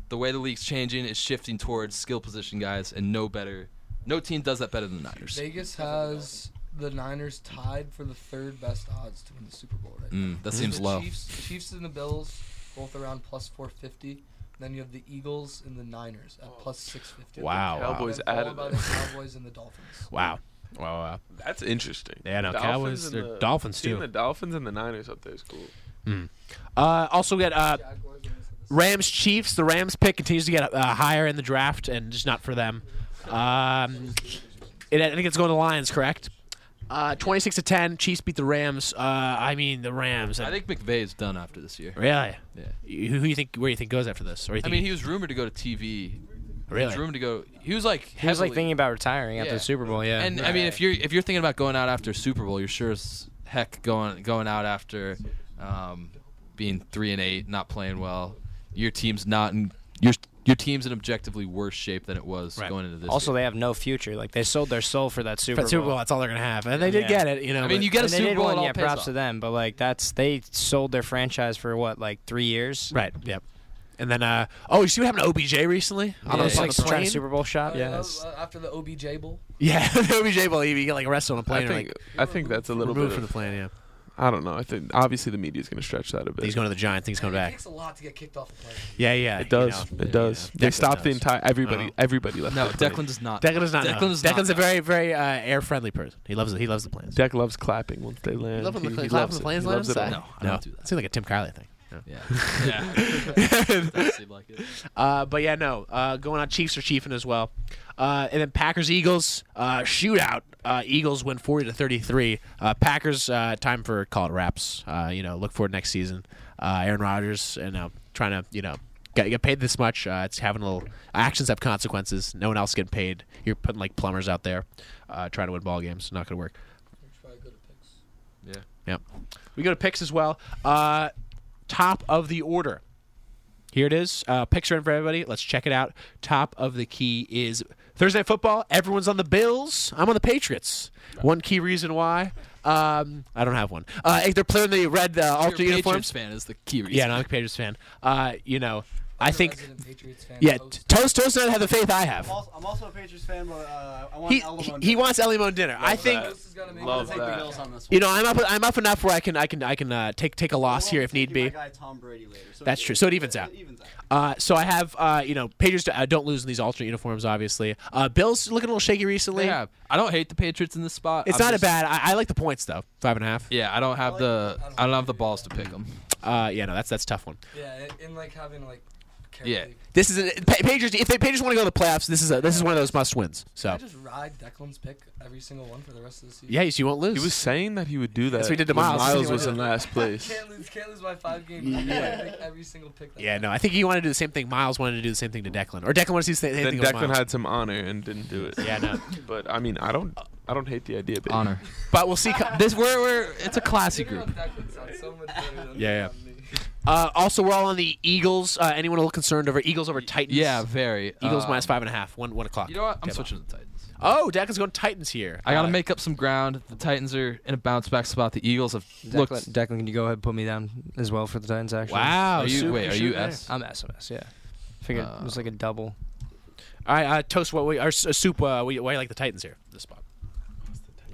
Speaker 7: the way the league's changing is shifting towards skill position guys, and no better, no team does that better than the Niners.
Speaker 2: Vegas has the Niners tied for the third best odds to win the Super Bowl right now.
Speaker 7: Mm,
Speaker 5: Mm-hmm.
Speaker 7: that
Speaker 2: So
Speaker 7: seems
Speaker 2: the
Speaker 7: low.
Speaker 2: Chiefs, Chiefs and the Bills both around plus 450. Then you have the Eagles and the Niners at plus 650.
Speaker 1: Wow, wow.
Speaker 5: Oh. Cowboys
Speaker 2: And then
Speaker 5: added
Speaker 2: followed by
Speaker 5: it.
Speaker 2: the Cowboys and the
Speaker 5: <laughs>
Speaker 2: Dolphins.
Speaker 1: Wow. Wow,
Speaker 7: uh,
Speaker 1: wow.
Speaker 5: That's interesting.
Speaker 1: Yeah, no,
Speaker 5: Dolphins
Speaker 1: Cowboys,
Speaker 5: and
Speaker 1: they're
Speaker 5: the-
Speaker 1: Dolphins,
Speaker 5: seeing
Speaker 1: too.
Speaker 5: the Dolphins and the Niners up there is cool.
Speaker 1: Uh, also, we got uh,
Speaker 2: Jaguars and the-
Speaker 1: Rams Chiefs. The Rams pick continues to get uh, higher in the draft, and just not for them. Um, it, I think it's going to the Lions, correct? Uh, 26 to 10. Chiefs beat the Rams. Uh, I mean, the Rams.
Speaker 7: I think McVay's done after this year.
Speaker 1: Really?
Speaker 7: Yeah.
Speaker 1: You- Who, do you think? Where do you think goes after this? Or you
Speaker 7: I
Speaker 1: think
Speaker 7: mean, he was rumored to go to TV. He was
Speaker 1: really?
Speaker 7: rumored to go. He was like
Speaker 3: He was like
Speaker 7: heavily-
Speaker 3: thinking about retiring after
Speaker 7: Yeah.
Speaker 3: the Super Bowl, yeah.
Speaker 7: And I mean, if you're if you're thinking about going out after Super Bowl, you're sure as heck going going out after um, being three and eight, not playing well. Your team's not in your your team's in objectively worse shape than it was
Speaker 1: Right.
Speaker 7: going into this.
Speaker 3: also,
Speaker 7: year.
Speaker 3: they have no future. Like they sold their soul for that Super
Speaker 1: For
Speaker 3: Bowl.
Speaker 1: the Super Bowl, that's all they're gonna have, and they did
Speaker 3: Yeah.
Speaker 1: get it. You know,
Speaker 7: I mean,
Speaker 1: but-
Speaker 7: you get a
Speaker 3: And they
Speaker 7: Super
Speaker 3: did
Speaker 7: Bowl,
Speaker 3: win,
Speaker 7: it all
Speaker 3: yeah.
Speaker 7: pays
Speaker 3: Props
Speaker 7: off.
Speaker 3: to them, but like that's they sold their franchise for what, like three years.
Speaker 1: right? Yep. And then, uh, oh, you see what happened to OBJ recently?
Speaker 7: Yeah,
Speaker 1: on, the-
Speaker 7: it's
Speaker 1: on
Speaker 7: like
Speaker 1: the plane?
Speaker 3: trying to Super Bowl shot.
Speaker 2: Uh,
Speaker 3: yeah,
Speaker 2: uh,
Speaker 3: it's-
Speaker 2: after the OBJ Bowl.
Speaker 1: <laughs> yeah, the OBJ believe he got like arrested on a plane.
Speaker 5: I
Speaker 1: or,
Speaker 5: think
Speaker 1: like,
Speaker 5: I think that's a little
Speaker 1: removed
Speaker 5: bit.
Speaker 1: from
Speaker 5: Of,
Speaker 1: the plane. Yeah,
Speaker 5: I don't know. I think obviously the media's going to stretch that a bit.
Speaker 1: he's going to the Giants. He's coming
Speaker 2: It
Speaker 1: back.
Speaker 2: takes a lot to get kicked off the plane.
Speaker 1: Yeah, yeah.
Speaker 5: it does. it does. They stopped the entire everybody.
Speaker 1: Uh-huh.
Speaker 5: Everybody left.
Speaker 7: No,
Speaker 5: the plane.
Speaker 7: Declan does not.
Speaker 1: Declan does not. know.
Speaker 7: Declan does not
Speaker 1: Declan's a
Speaker 7: know.
Speaker 1: very, very uh, air friendly person. He loves. He loves the planes.
Speaker 5: Deck loves clapping once they land.
Speaker 1: You love when
Speaker 5: He-
Speaker 1: the
Speaker 5: he
Speaker 1: clap
Speaker 5: loves
Speaker 1: on the
Speaker 5: it.
Speaker 1: planes
Speaker 5: He
Speaker 1: land
Speaker 5: loves it
Speaker 1: inside?
Speaker 5: all.
Speaker 7: No, I don't do that.
Speaker 1: It seemed like a Tim Kiley thing.
Speaker 7: Yeah. <laughs>
Speaker 1: Yeah.
Speaker 7: seemed like it.
Speaker 1: Uh, but yeah, no. Uh, going on Chiefs are chiefing as well. Uh, and then Packers Eagles uh, shootout. Uh, Eagles win forty to thirty three. Uh, Packers uh, time for call it wraps. Uh, you know, look forward to next season. Uh, Aaron Rodgers and uh, trying to you know get, get paid this much. Uh, it's having a little actions have consequences. No one else getting paid. You're putting like plumbers out there uh, trying to win ball games. Not gonna work.
Speaker 7: Yeah.
Speaker 1: Yep. We go to picks as well. Uh, top of the order. Here it is. Uh, picture in for everybody. Let's check it out. Top of the key is Thursday Night Football. Everyone's on the Bills. I'm on the Patriots. One key reason why. Um, I don't have one. Uh, they're playing the red uh, alternate
Speaker 7: You're a Patriots
Speaker 1: uniforms.
Speaker 7: fan is the key reason.
Speaker 1: Yeah, no, I'm a Patriots fan. Uh, you know, I
Speaker 2: I'm a
Speaker 1: think.
Speaker 2: resident Patriots fan.
Speaker 1: Yeah,
Speaker 2: Toast.
Speaker 1: t- Toast Toast doesn't have the faith I
Speaker 8: I'm
Speaker 1: have.
Speaker 8: also, I'm also a Patriots fan, but uh, I want
Speaker 1: He,
Speaker 8: Alamo
Speaker 1: he,
Speaker 8: on
Speaker 1: he
Speaker 8: Thursday.
Speaker 1: wants Ellie Moon dinner. I think
Speaker 5: that.
Speaker 2: Toast is gonna make
Speaker 8: I'm gonna
Speaker 5: Love
Speaker 2: it.
Speaker 8: take
Speaker 5: that.
Speaker 8: the Bills on this
Speaker 1: you
Speaker 8: one.
Speaker 1: know I'm up. I'm up enough where I can I can I can uh, take take a
Speaker 8: Well,
Speaker 1: loss here if need
Speaker 8: thank you,
Speaker 1: be.
Speaker 8: my guy Tom Brady later, so
Speaker 1: That's true. So it evens out. Uh, so I have, uh, you know, Patriots uh, don't lose in these alternate uniforms, obviously. Uh, Bills looking a little shaky recently.
Speaker 7: Yeah. I don't hate the Patriots in this spot.
Speaker 1: It's
Speaker 4: Uh,
Speaker 7: I'm
Speaker 1: not a
Speaker 7: just-
Speaker 1: bad. I, I like the points though, five and a half.
Speaker 7: Yeah, I don't have
Speaker 2: like
Speaker 7: the
Speaker 2: it. I don't
Speaker 7: I don't have
Speaker 2: like
Speaker 7: the
Speaker 2: it.
Speaker 7: balls to pick them.
Speaker 1: Uh, yeah, no, that's that's a tough one.
Speaker 2: <laughs> Yeah, and- and like having like. Carol
Speaker 7: Yeah.
Speaker 2: Lee.
Speaker 1: This is a, Pa- Patriots. If they Patriots want to go to the playoffs, this is a this is one of those must wins.
Speaker 2: Can I
Speaker 1: So
Speaker 2: just ride Declan's pick every single one for the rest of the season.
Speaker 1: yeah, you, so you won't lose.
Speaker 5: He was saying that he would do that.
Speaker 1: That's what he did to
Speaker 5: when
Speaker 1: Miles.
Speaker 5: Miles was
Speaker 1: Anyway. <laughs>
Speaker 5: in last place.
Speaker 2: Can't lose, can't lose my five games. Yeah. Pick every single pick. that-
Speaker 1: yeah, no, I think he wanted to do the same thing. Miles wanted to do the same thing to Declan, or Declan wanted to do the same
Speaker 5: Then
Speaker 1: thing. to
Speaker 5: Declan
Speaker 1: Miles.
Speaker 5: had some honor and didn't do it.
Speaker 1: Yeah, no.
Speaker 5: But I mean, I don't, I don't hate the idea. Baby.
Speaker 7: Honor.
Speaker 1: But we'll see. co-
Speaker 7: This we're, we're it's a classy
Speaker 2: Figure
Speaker 7: group.
Speaker 2: out Declan sounds so much better than
Speaker 1: Yeah,
Speaker 2: than me.
Speaker 1: Uh, also, we're all on the Eagles. Uh, anyone a little concerned over Eagles over Titans?
Speaker 7: Yeah, very.
Speaker 1: Eagles
Speaker 7: Uh,
Speaker 1: minus five and a half. One one o'clock.
Speaker 7: You know what?
Speaker 1: Tip
Speaker 7: I'm
Speaker 1: off.
Speaker 7: switching to the Titans.
Speaker 1: Oh, Declan's going Titans here.
Speaker 7: I got to
Speaker 1: Uh,
Speaker 7: make up some ground. The Titans are in a bounce back spot. The Eagles have looked.
Speaker 3: Declan, Declan, can you go ahead and put me down as well for the Titans? Actually,
Speaker 1: Wow.
Speaker 7: Are you,
Speaker 1: super
Speaker 7: wait, are
Speaker 1: shooter
Speaker 7: you
Speaker 1: there.
Speaker 7: S?
Speaker 3: I'm SMS. Yeah, figured it was like
Speaker 1: Uh.
Speaker 3: a double.
Speaker 1: All right, uh, toast. What we our soup? Uh, we, why you like the Titans here? This spot.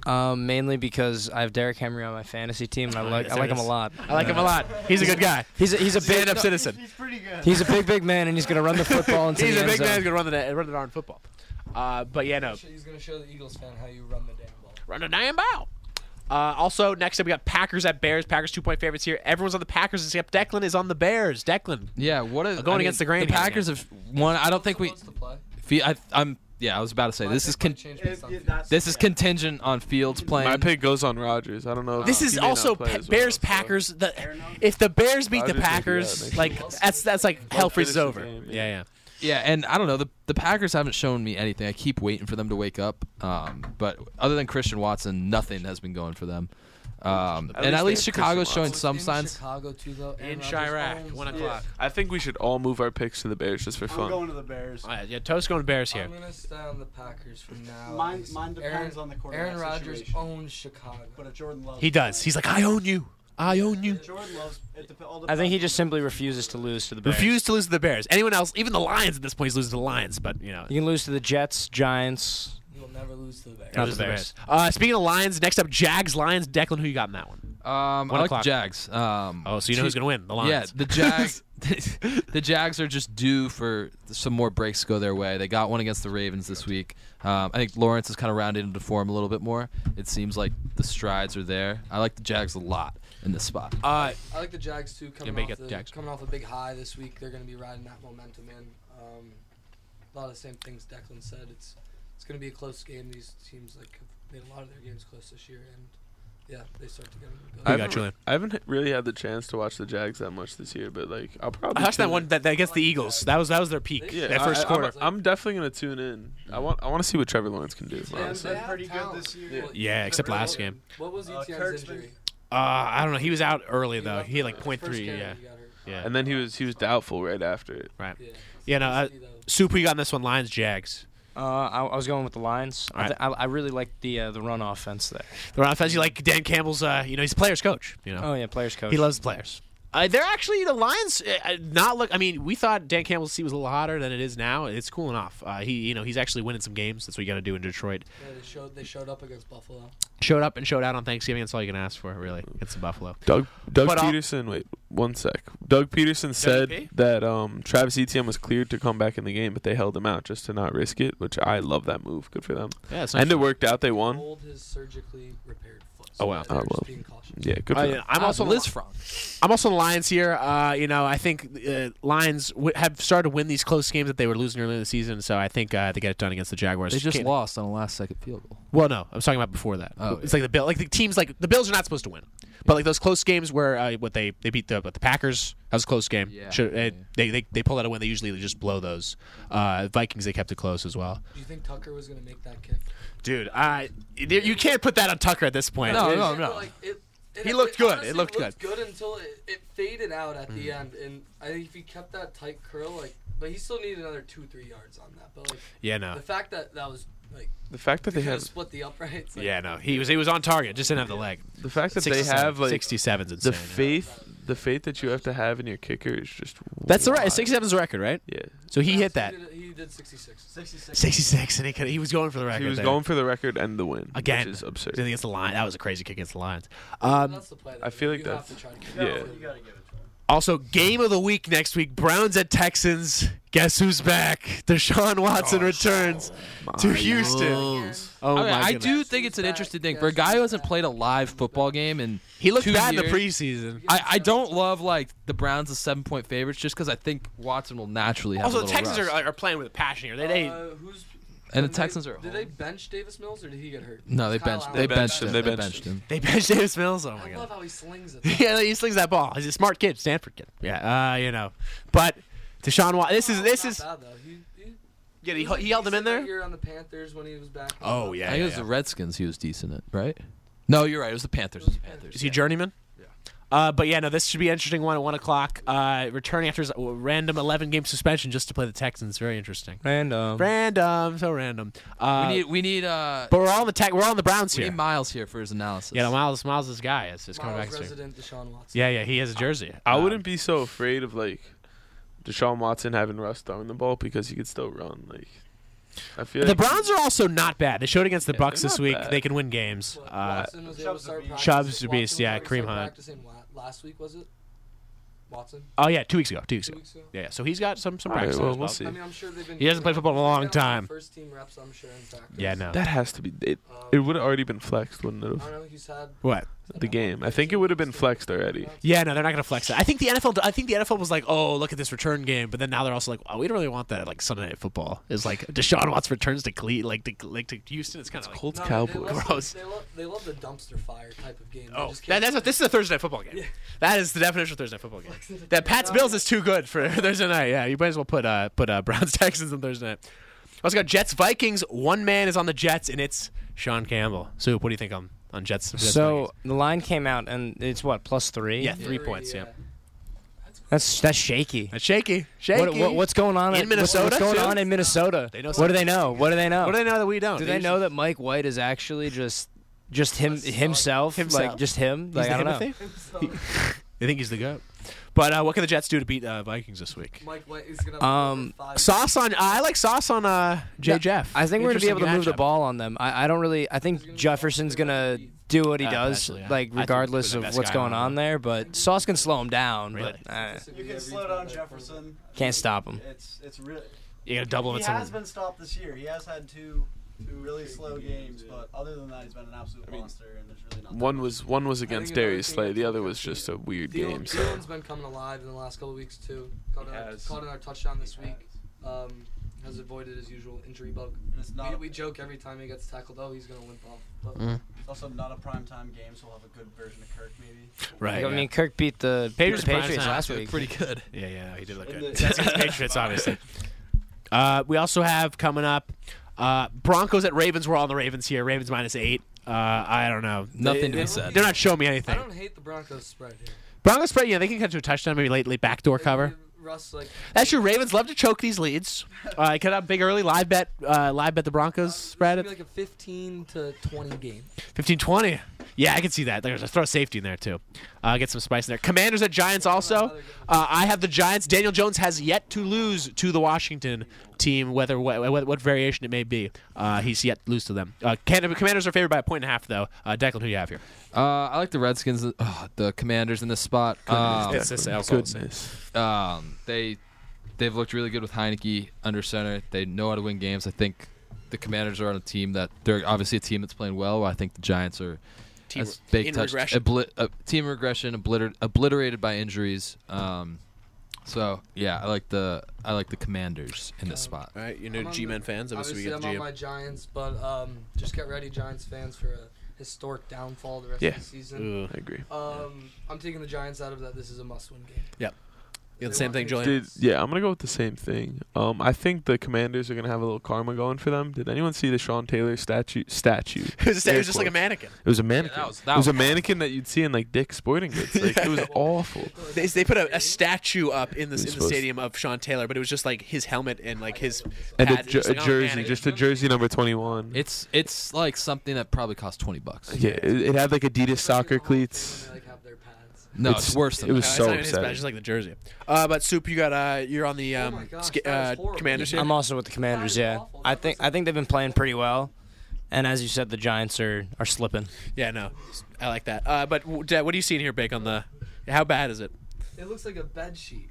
Speaker 3: Um, mainly because I have Derrick Henry on my fantasy team, and I
Speaker 1: Oh,
Speaker 3: like
Speaker 1: yes,
Speaker 3: I
Speaker 1: there
Speaker 3: like
Speaker 1: it
Speaker 3: him a
Speaker 1: is.
Speaker 3: lot.
Speaker 1: I like him a lot. He's a good guy.
Speaker 3: He's a, he's a big
Speaker 1: Stand-up citizen.
Speaker 8: He's pretty good.
Speaker 3: he's a big big man, and he's gonna run the football into
Speaker 1: He's
Speaker 3: the
Speaker 1: a
Speaker 3: end
Speaker 1: big
Speaker 3: zone.
Speaker 1: man. He's gonna run the net- run the darn football. Uh, but yeah, no.
Speaker 2: He's gonna show the Eagles fan how you run the damn ball.
Speaker 1: Run a damn bow. Uh, also, next up we got Packers at Bears. Packers two point favorites here. Everyone's on the Packers except Declan is on the Bears. Declan.
Speaker 7: yeah, what a,
Speaker 1: Going against the grain
Speaker 7: The
Speaker 1: here, yeah.
Speaker 7: Packers have won. I don't think we.
Speaker 2: Supposed to play.
Speaker 7: fe- I, I'm. Yeah, I was about to say
Speaker 2: My
Speaker 7: this
Speaker 2: pick
Speaker 7: is
Speaker 2: might
Speaker 7: con-
Speaker 2: change
Speaker 8: It-
Speaker 2: based on
Speaker 8: it-
Speaker 2: field.
Speaker 8: that's-
Speaker 7: this is
Speaker 8: yeah.
Speaker 7: contingent on Fields playing.
Speaker 5: My pick goes on Rogers. I don't know. if
Speaker 1: This is
Speaker 5: he may not
Speaker 1: also
Speaker 5: play
Speaker 1: Pa-
Speaker 5: as well,
Speaker 1: Bears
Speaker 5: so-
Speaker 1: Packers. The
Speaker 8: Fair enough.
Speaker 1: if the Bears beat
Speaker 5: I'll
Speaker 1: the
Speaker 5: just take you out
Speaker 1: Packers,
Speaker 5: next
Speaker 1: like
Speaker 2: week.
Speaker 1: that's that's like hell
Speaker 5: finish
Speaker 1: freezes
Speaker 5: the
Speaker 1: over.
Speaker 5: game, yeah.
Speaker 1: yeah, yeah.
Speaker 7: Yeah, and I don't know. The the Packers haven't shown me anything. I keep waiting for them to wake up. Um, but other than Christian Watson, nothing has been going for them. Um,
Speaker 5: At least
Speaker 7: and at
Speaker 5: they
Speaker 7: least
Speaker 5: have
Speaker 7: Chicago's
Speaker 5: Christian
Speaker 7: showing
Speaker 5: Watson.
Speaker 7: some
Speaker 2: in
Speaker 7: signs.
Speaker 2: Chicago too, though. Aaron
Speaker 1: In
Speaker 2: Rodgers
Speaker 1: Chirac,
Speaker 2: owns
Speaker 1: one
Speaker 2: the-
Speaker 1: o'clock.
Speaker 5: I think we should all move our picks to the Bears just for
Speaker 8: I'm
Speaker 5: fun.
Speaker 8: going to the Bears.
Speaker 1: All right, yeah. Toast going Bears here.
Speaker 2: I'm gonna stay on the Packers for now. at
Speaker 8: Mine,
Speaker 2: least.
Speaker 8: mine depends on the quarterback
Speaker 2: Aaron Rodgers
Speaker 8: situation.
Speaker 2: owns Chicago.
Speaker 8: But if Jordan loves,
Speaker 1: He does. He's like, I own you. I own you.
Speaker 8: Jordan loves. It dep- all
Speaker 3: I think he
Speaker 8: depends
Speaker 3: just
Speaker 8: on the-
Speaker 3: simply refuses to lose to the Bears.
Speaker 1: Refuse to lose to the Bears. Anyone else, even the Lions at this point, is losing to the Lions. But you know,
Speaker 3: You can lose to the Jets, Giants.
Speaker 2: He'll never lose to the Bears.
Speaker 1: not
Speaker 3: lose
Speaker 1: the
Speaker 3: to the
Speaker 1: Bears. Uh, speaking of Lions, next up, Jags, Lions, Declan. Who you got in that one?
Speaker 7: Um, I
Speaker 1: One
Speaker 7: like the
Speaker 1: o'clock.
Speaker 7: Jags. Um,
Speaker 1: Oh, so you know
Speaker 7: two-
Speaker 1: who's gonna win? The Lions.
Speaker 7: Yeah,
Speaker 1: <laughs>
Speaker 7: the Jags. <laughs> the Jags are just due for some more breaks to go their way. They got one against the Ravens this week. Um, I think Lawrence has kind of rounded into form a little bit more. It seems like the strides are there. I like the Jags a lot in this spot.
Speaker 1: Uh,
Speaker 2: I like the Jags too. Coming
Speaker 1: big
Speaker 2: off
Speaker 1: at the
Speaker 2: the,
Speaker 1: Jags.
Speaker 2: coming off a big high this week, they're going to be riding that momentum in. Um, a lot of the same things Declan said. It's it's going to be a close game. These teams like have made a lot of their games close this year, and yeah, they start to get
Speaker 1: Who
Speaker 2: them.
Speaker 1: you got, Julian?
Speaker 5: I haven't really had the chance to watch the Jags that much this year, but like I'll probably.
Speaker 1: I watched that
Speaker 5: tune
Speaker 1: one
Speaker 5: in.
Speaker 1: that, that against the Eagles. That was that was their peak.
Speaker 2: Yeah,
Speaker 1: that first
Speaker 5: I,
Speaker 1: quarter.
Speaker 5: I'm, I'm definitely gonna tune in. I want. I want to see what Trevor Lawrence can do. Honestly.
Speaker 8: been pretty good this year.
Speaker 2: Well,
Speaker 1: Yeah, except
Speaker 2: Trevor
Speaker 1: last
Speaker 2: Lawrence- What was
Speaker 8: Uh,
Speaker 2: ETN's
Speaker 8: Kirk's
Speaker 2: injury?
Speaker 8: been-
Speaker 1: uh, I don't know. He was out early though.
Speaker 2: left
Speaker 1: He had like
Speaker 2: the
Speaker 1: point
Speaker 2: first
Speaker 1: three.
Speaker 2: carry
Speaker 1: Yeah,
Speaker 2: he got hurt.
Speaker 1: yeah,
Speaker 5: And then he was he was doubtful right after it.
Speaker 1: right.
Speaker 2: Yeah.
Speaker 1: Yeah, no. Uh,
Speaker 2: City, though.
Speaker 1: Soup, who you got in this one? Lions, Jags.
Speaker 3: Uh, I, I was going with the Lions.
Speaker 1: All
Speaker 3: I, th- I, I really like the uh, the run offense there.
Speaker 1: The run offense. You like Dan Campbell's? Uh, you know, he's a players coach. You know,
Speaker 3: Oh yeah, players coach.
Speaker 1: he loves the players. Uh, they're actually the Lions. uh, Uh, not look. I mean, we thought Dan Campbell's seat was a little hotter than it is now. It's cooling off. Uh, he, you know, he's actually winning some games. That's what you got to do in Detroit.
Speaker 2: Yeah, they showed they showed up against Buffalo.
Speaker 1: Showed up and showed out on Thanksgiving. That's all you can ask for, really. It's the Buffalo.
Speaker 5: Doug Doug
Speaker 1: But I'll-
Speaker 5: Peterson. wait one sec. Doug Peterson said
Speaker 1: WP?
Speaker 5: that um, Travis Etienne was cleared to come back in the game, but they held him out just to not risk it, which I love that move. Good for them.
Speaker 1: Yeah, it's
Speaker 5: And it worked out. They won.
Speaker 2: Hold his surgically repaired foot.
Speaker 1: Oh, wow.
Speaker 2: they're
Speaker 5: Oh,
Speaker 2: just
Speaker 5: well.
Speaker 2: being cautious.
Speaker 5: Yeah, good. For
Speaker 1: I, uh,
Speaker 5: them.
Speaker 1: am
Speaker 7: Ah,
Speaker 1: also
Speaker 7: Liz Frank.
Speaker 1: I'm also on the Lions here. Uh, you know, I think uh, Lions w- have started to win these close games that they were losing earlier in the season. So I think uh, they got it done against the Jaguars.
Speaker 7: They just
Speaker 1: Can't-
Speaker 7: lost on a last second field goal.
Speaker 1: Well, no, I was talking about before that.
Speaker 7: Oh,
Speaker 1: it's like the bill, like the teams, like the Bills are not supposed to win, but like those close games where uh, what they they beat the what, the Packers. That was a close game.
Speaker 7: Yeah.
Speaker 1: Should, uh,
Speaker 7: Yeah.
Speaker 1: They, they they pull out a win. They usually just blow those. Uh, Vikings they kept it close as well.
Speaker 2: Do you think Tucker was gonna make that kick?
Speaker 1: Dude, I you can't put that on Tucker at this point.
Speaker 7: No, no, no.
Speaker 1: He looked good. It looked
Speaker 2: good. Good until it, it faded out at the end, and I think if he kept that tight curl, like, but he still needed another two, three yards on that. But like
Speaker 1: Yeah, no.
Speaker 2: the fact that that was like
Speaker 5: the fact that
Speaker 2: they
Speaker 5: they
Speaker 2: kind of
Speaker 5: have
Speaker 2: split the uprights. Like,
Speaker 1: Yeah, no. He was he was on target. Just didn't have the leg.
Speaker 5: the fact that they
Speaker 1: 67
Speaker 5: have like
Speaker 1: 67's
Speaker 5: the
Speaker 1: insane.
Speaker 5: faith, the faith that you have to have in your kicker is just.
Speaker 1: That's the
Speaker 5: wild.
Speaker 1: right. 67's the record, right?
Speaker 5: Yeah,
Speaker 1: So he hit that.
Speaker 2: He did, he did 66.
Speaker 8: 66.
Speaker 1: 66, and he could, he was going for the record.
Speaker 5: he was
Speaker 1: there.
Speaker 5: going for the record and the win
Speaker 1: again.
Speaker 5: which is absurd.
Speaker 1: Against the Lions, that was a crazy kick against the Lions. Um,
Speaker 2: that's the play.
Speaker 5: I feel like
Speaker 2: you
Speaker 5: that's-
Speaker 2: have to try to get
Speaker 5: yeah.
Speaker 2: it.
Speaker 8: You gotta give it to him.
Speaker 1: also, game of the week next week: Browns at Texans. Guess who's back? Deshaun Watson returns to Houston.
Speaker 2: Uh,
Speaker 1: Oh
Speaker 7: I, mean,
Speaker 1: my
Speaker 7: I
Speaker 1: goodness.
Speaker 7: do think it's an interesting thing for a guy who hasn't played a live football game, and
Speaker 1: He looked
Speaker 7: two
Speaker 1: bad in the
Speaker 7: years-
Speaker 1: preseason.
Speaker 7: I, I don't love like the Browns as seven point favorites just because I think Watson will naturally have
Speaker 1: Also,
Speaker 7: a
Speaker 1: the
Speaker 7: little
Speaker 1: Texans
Speaker 7: rust.
Speaker 1: are, uh, are playing with a passion here. They, they
Speaker 2: Uh, who's
Speaker 7: and the
Speaker 2: did they-
Speaker 7: Texans are at
Speaker 2: Did
Speaker 7: home.
Speaker 2: they bench Davis Mills or did he get hurt?
Speaker 7: no they
Speaker 2: Kyle
Speaker 7: benched
Speaker 2: Allen.
Speaker 7: they benched
Speaker 5: benched
Speaker 7: him
Speaker 5: him.
Speaker 7: they
Speaker 5: They
Speaker 7: benched him
Speaker 1: they benched Davis Mills. Oh my
Speaker 2: I
Speaker 1: god. <laughs>
Speaker 2: love how he slings it.
Speaker 1: yeah, he slings that ball. He's a smart kid, Stanford kid. Yeah, uh, you know, but Deshaun Watson. This is this
Speaker 2: Not
Speaker 1: is.
Speaker 2: bad, though. He, he,
Speaker 1: Yeah,
Speaker 2: was,
Speaker 1: he,
Speaker 2: like,
Speaker 1: he held him
Speaker 2: decent
Speaker 1: in
Speaker 2: that
Speaker 1: there.
Speaker 2: year on the Panthers when he was back.
Speaker 1: Oh yeah.
Speaker 7: I think
Speaker 1: yeah,
Speaker 7: it was
Speaker 1: yeah.
Speaker 7: the Redskins he was decent at right no you're right it was the Panthers it was the Panthers
Speaker 1: Is he a journeyman?
Speaker 7: Yeah.
Speaker 1: Uh, but yeah, no, this should be an interesting one at one o'clock. Uh, returning after his uh, random eleven game suspension just to play the Texans. Very interesting.
Speaker 3: Random.
Speaker 1: Random, so random. Uh,
Speaker 7: we need we need uh
Speaker 1: but we're all on the tech. We're all on the Browns
Speaker 7: we
Speaker 1: here.
Speaker 7: need Miles here for his analysis
Speaker 1: yeah, no, Miles. Miles is guy. Is, is coming back
Speaker 2: Miles
Speaker 1: soon.
Speaker 2: resident Deshaun Watson.
Speaker 1: Yeah, yeah, he has a jersey.
Speaker 5: I
Speaker 1: Um,
Speaker 5: wouldn't be so afraid of like Deshaun Watson having Russ throwing the ball because he could still run. Like I feel
Speaker 1: The
Speaker 5: like
Speaker 1: Browns are also not bad. They showed against the
Speaker 5: Yeah,
Speaker 1: Bucks
Speaker 5: they're
Speaker 1: this
Speaker 5: not
Speaker 1: week.
Speaker 5: bad.
Speaker 1: They can win games.
Speaker 2: Well,
Speaker 1: Uh,
Speaker 2: Watson was
Speaker 8: Chubb's
Speaker 2: able to
Speaker 8: the
Speaker 2: start
Speaker 8: beast.
Speaker 2: practicing-
Speaker 1: Chubb's the
Speaker 2: Watson
Speaker 1: beast,
Speaker 2: was
Speaker 1: yeah, Kareem
Speaker 2: already started
Speaker 1: Hunt.
Speaker 2: Practicing la- last week was it? Watson.
Speaker 1: oh yeah, two weeks ago. Two weeks
Speaker 2: Two
Speaker 1: ago.
Speaker 2: weeks ago.
Speaker 1: Yeah, yeah. So he's got some some
Speaker 5: All right,
Speaker 1: practice.
Speaker 5: well,
Speaker 1: as
Speaker 5: we'll see.
Speaker 2: I mean, I'm sure they've been.
Speaker 1: He hasn't played football in a long
Speaker 2: He's been on
Speaker 1: time.
Speaker 2: First team reps, I'm sure in practice.
Speaker 1: Yeah, no.
Speaker 5: that has to be it.
Speaker 2: Um,
Speaker 5: It would have already been flexed, wouldn't it?
Speaker 2: I
Speaker 5: Have,
Speaker 2: don't know. He's had
Speaker 1: What?
Speaker 5: the game. I think it would have been flexed already.
Speaker 1: Yeah, no, they're not going to flex it. I think the NFL. I think the NFL was like, oh, look at this return game, but then now they're also like, oh, we don't really want that. Like Sunday Night Football is like Deshaun Watson returns to Cle- like to like to Houston. It's kind of like,
Speaker 5: Colts
Speaker 2: No,
Speaker 5: Cowboys.
Speaker 2: They love,
Speaker 1: Gross.
Speaker 2: They love, they love the dumpster fire type of game. They
Speaker 1: oh,
Speaker 2: just
Speaker 1: that,
Speaker 2: can't-
Speaker 1: that's what, this is a Thursday Night Football game. That is the definition of Thursday Night Football game. That Pat's Bills is too good for <laughs> Thursday night. Yeah, you might as well put uh put uh <laughs> Browns Texans on Thursday night. Also got Jets Vikings. One man is on the Jets, and it's Sean Campbell. Soup, what do you think on on Jets? Jets
Speaker 3: So
Speaker 1: Vikings?
Speaker 3: the line came out, and it's what plus three.
Speaker 1: yeah, three points. Yeah,
Speaker 3: That's that's shaky.
Speaker 1: that's shaky. Shaky.
Speaker 3: What, what, what's going
Speaker 1: In
Speaker 3: on at- what's-
Speaker 1: Minnesota,
Speaker 3: What's going
Speaker 1: too?
Speaker 3: on in Minnesota?
Speaker 1: They know
Speaker 3: what do they know? What do they know?
Speaker 1: what do they know that we don't?
Speaker 3: Do they
Speaker 1: usually-
Speaker 3: know that Mike White is actually just just him
Speaker 2: Just
Speaker 3: himself,
Speaker 1: himself.
Speaker 3: like just him?
Speaker 1: He's
Speaker 3: Like
Speaker 1: the
Speaker 3: I don't know.
Speaker 1: Himothy?
Speaker 8: <laughs>
Speaker 1: They think he's the goat. But uh, what can the Jets do to beat uh, Vikings this week?
Speaker 2: Mike White is
Speaker 1: Uh,
Speaker 2: gonna.
Speaker 3: Um,
Speaker 2: five
Speaker 1: Sauce on. I like sauce on uh, J.
Speaker 3: Yeah,
Speaker 1: Jeff.
Speaker 3: I think we're gonna be able to move the
Speaker 1: Interesting matchup.
Speaker 3: ball on them. I, I don't really. I think Jefferson's gonna do what he
Speaker 1: Uh,
Speaker 3: does,
Speaker 1: potentially, yeah. I
Speaker 3: like
Speaker 1: think
Speaker 3: regardless
Speaker 1: we're the
Speaker 3: of
Speaker 1: best
Speaker 3: what's
Speaker 1: guy
Speaker 3: going
Speaker 1: on
Speaker 3: on there. But Sauce can slow him down,
Speaker 1: Really?
Speaker 3: but uh,
Speaker 2: statistically
Speaker 8: You can
Speaker 2: every
Speaker 8: slow
Speaker 2: time
Speaker 8: down
Speaker 2: they're
Speaker 8: Jefferson.
Speaker 3: can't stop him.
Speaker 8: It's it's really.
Speaker 1: You gotta double
Speaker 8: He
Speaker 1: it.
Speaker 8: has
Speaker 1: Some,
Speaker 8: been stopped this year. He has had two two really slow games, but other than that, he's been an absolute monster. And there's really not.
Speaker 5: One was one was
Speaker 2: think
Speaker 5: against
Speaker 2: another
Speaker 5: Darius
Speaker 2: thing
Speaker 5: Slay.
Speaker 2: that's
Speaker 5: The other
Speaker 2: affected
Speaker 5: was just a weird
Speaker 2: Thielen-
Speaker 5: game. So
Speaker 2: Thielen's been coming alive in the last couple weeks too. Caught,
Speaker 5: He
Speaker 2: another,
Speaker 5: has.
Speaker 2: caught another touchdown this week. Um, has avoided his usual injury bug.
Speaker 8: And it's not.
Speaker 2: We, we joke every time he gets tackled. Oh, he's gonna limp off. But
Speaker 8: It's also not a prime time game, so we'll have a good version of Kirk maybe.
Speaker 1: right.
Speaker 3: I
Speaker 1: yeah.
Speaker 3: mean, Kirk beat the
Speaker 1: Patriots
Speaker 3: the Patriots
Speaker 1: primetime.
Speaker 3: last week.
Speaker 7: pretty good
Speaker 1: yeah, yeah, no, he did look
Speaker 8: In
Speaker 1: good.
Speaker 8: the-
Speaker 1: That's
Speaker 8: <laughs>
Speaker 1: against Patriots, obviously. Uh, we also have coming up uh, Broncos at Ravens. We're all on the Ravens here. Ravens minus eight. Uh, I don't know.
Speaker 7: Nothing to
Speaker 1: They,
Speaker 7: be
Speaker 1: they're
Speaker 7: said.
Speaker 1: not showing me
Speaker 2: I
Speaker 1: anything.
Speaker 2: don't hate the Broncos spread here.
Speaker 1: Broncos spread. Yeah, they can catch a touchdown, maybe late, late backdoor cover.
Speaker 2: Russ like.
Speaker 1: That's your Ravens love to choke these leads. Uh, I cut out big early live bet. Uh, live bet the
Speaker 2: Oh,
Speaker 1: Broncos spread
Speaker 2: It's
Speaker 1: at
Speaker 2: gonna be like a 15 to 20 game.
Speaker 1: 15 20. Yeah, I can see that. There's a throw safety in there too. Uh, get some spice in there. Commanders at Giants also. Uh, I have the Giants. Daniel Jones has yet to lose to the Washington team, whether what, what, what variation it may be. Uh, he's yet to lose to them. Uh, Canada, Commanders are favored by a point and a half though. Uh, Declan, who do you have here?
Speaker 7: uh, I like the Redskins oh, the Commanders in this spot um,
Speaker 1: It's just alcohol, it's-
Speaker 5: goodness.
Speaker 7: um, they they've looked really good with Heineke under center. They know how to win games. I think the Commanders are on a team that they're obviously a team that's playing well. I think the Giants are
Speaker 1: team
Speaker 7: That's big
Speaker 1: in
Speaker 7: touch.
Speaker 1: regression.
Speaker 7: Obli- uh, team regression obliter- obliterated by injuries. Um, so yeah, I like the I like the Commanders in this spot.
Speaker 1: All right, you
Speaker 2: I'm
Speaker 1: know
Speaker 2: on the-
Speaker 1: G-Men fans. Obviously, we
Speaker 2: Obviously,
Speaker 1: get the
Speaker 2: I'm
Speaker 1: GM.
Speaker 2: on my Giants, but um, just get ready, Giants fans, for a historic downfall the rest
Speaker 5: Yeah.
Speaker 2: of the season.
Speaker 5: I agree.
Speaker 2: Um, I'm taking the Giants out of that. This is a must-win game.
Speaker 1: You got the same thing, Julian.
Speaker 5: Did yeah, I'm gonna go with the same thing. Um, I think the Commanders are gonna have a little karma going for them. Did anyone see the Sean Taylor statue? Statue.
Speaker 1: it was, just- it was
Speaker 5: Air
Speaker 1: just like a
Speaker 5: quotes.
Speaker 1: mannequin.
Speaker 5: It was a mannequin.
Speaker 7: that was-
Speaker 5: it
Speaker 7: that
Speaker 5: was a
Speaker 7: was-
Speaker 5: mannequin that you'd see in like Dick's Sporting Goods. Like it was awful.
Speaker 1: They, they put a, a statue up in the,
Speaker 5: It was
Speaker 1: in the
Speaker 5: supposed-
Speaker 1: stadium of Sean Taylor, but it was just like his helmet and like his
Speaker 5: And a,
Speaker 1: pads.
Speaker 5: jer-
Speaker 1: It's
Speaker 5: a
Speaker 1: like, oh,
Speaker 5: jersey,
Speaker 1: mannequin.
Speaker 5: just a jersey number 21.
Speaker 7: It's it's like something that probably cost twenty bucks.
Speaker 5: yeah, it, it had like Adidas soccer cleats.
Speaker 2: They, like, have their pads.
Speaker 7: No, it's,
Speaker 5: It's-
Speaker 7: worse than
Speaker 5: it
Speaker 1: No,
Speaker 5: was
Speaker 7: that.
Speaker 1: Oh, it's
Speaker 5: so
Speaker 1: not even his
Speaker 5: upsetting.
Speaker 1: badge, It's like the jersey. Uh, but soup, you got uh, you're on the
Speaker 2: Oh
Speaker 1: um,
Speaker 2: my gosh,
Speaker 1: sk-
Speaker 2: that
Speaker 1: uh,
Speaker 2: was horrible.
Speaker 1: commanders here.
Speaker 3: I'm also with the Commanders.
Speaker 2: That is
Speaker 3: Yeah,
Speaker 2: awful.
Speaker 3: I
Speaker 2: That
Speaker 3: think
Speaker 2: was-
Speaker 3: I think they've been playing pretty well, and as you said, the Giants are are slipping.
Speaker 1: Yeah, no, I like that. Uh, but w- Dad, what are you seeing here, Big? On the how bad is it?
Speaker 2: It looks like a bed sheet.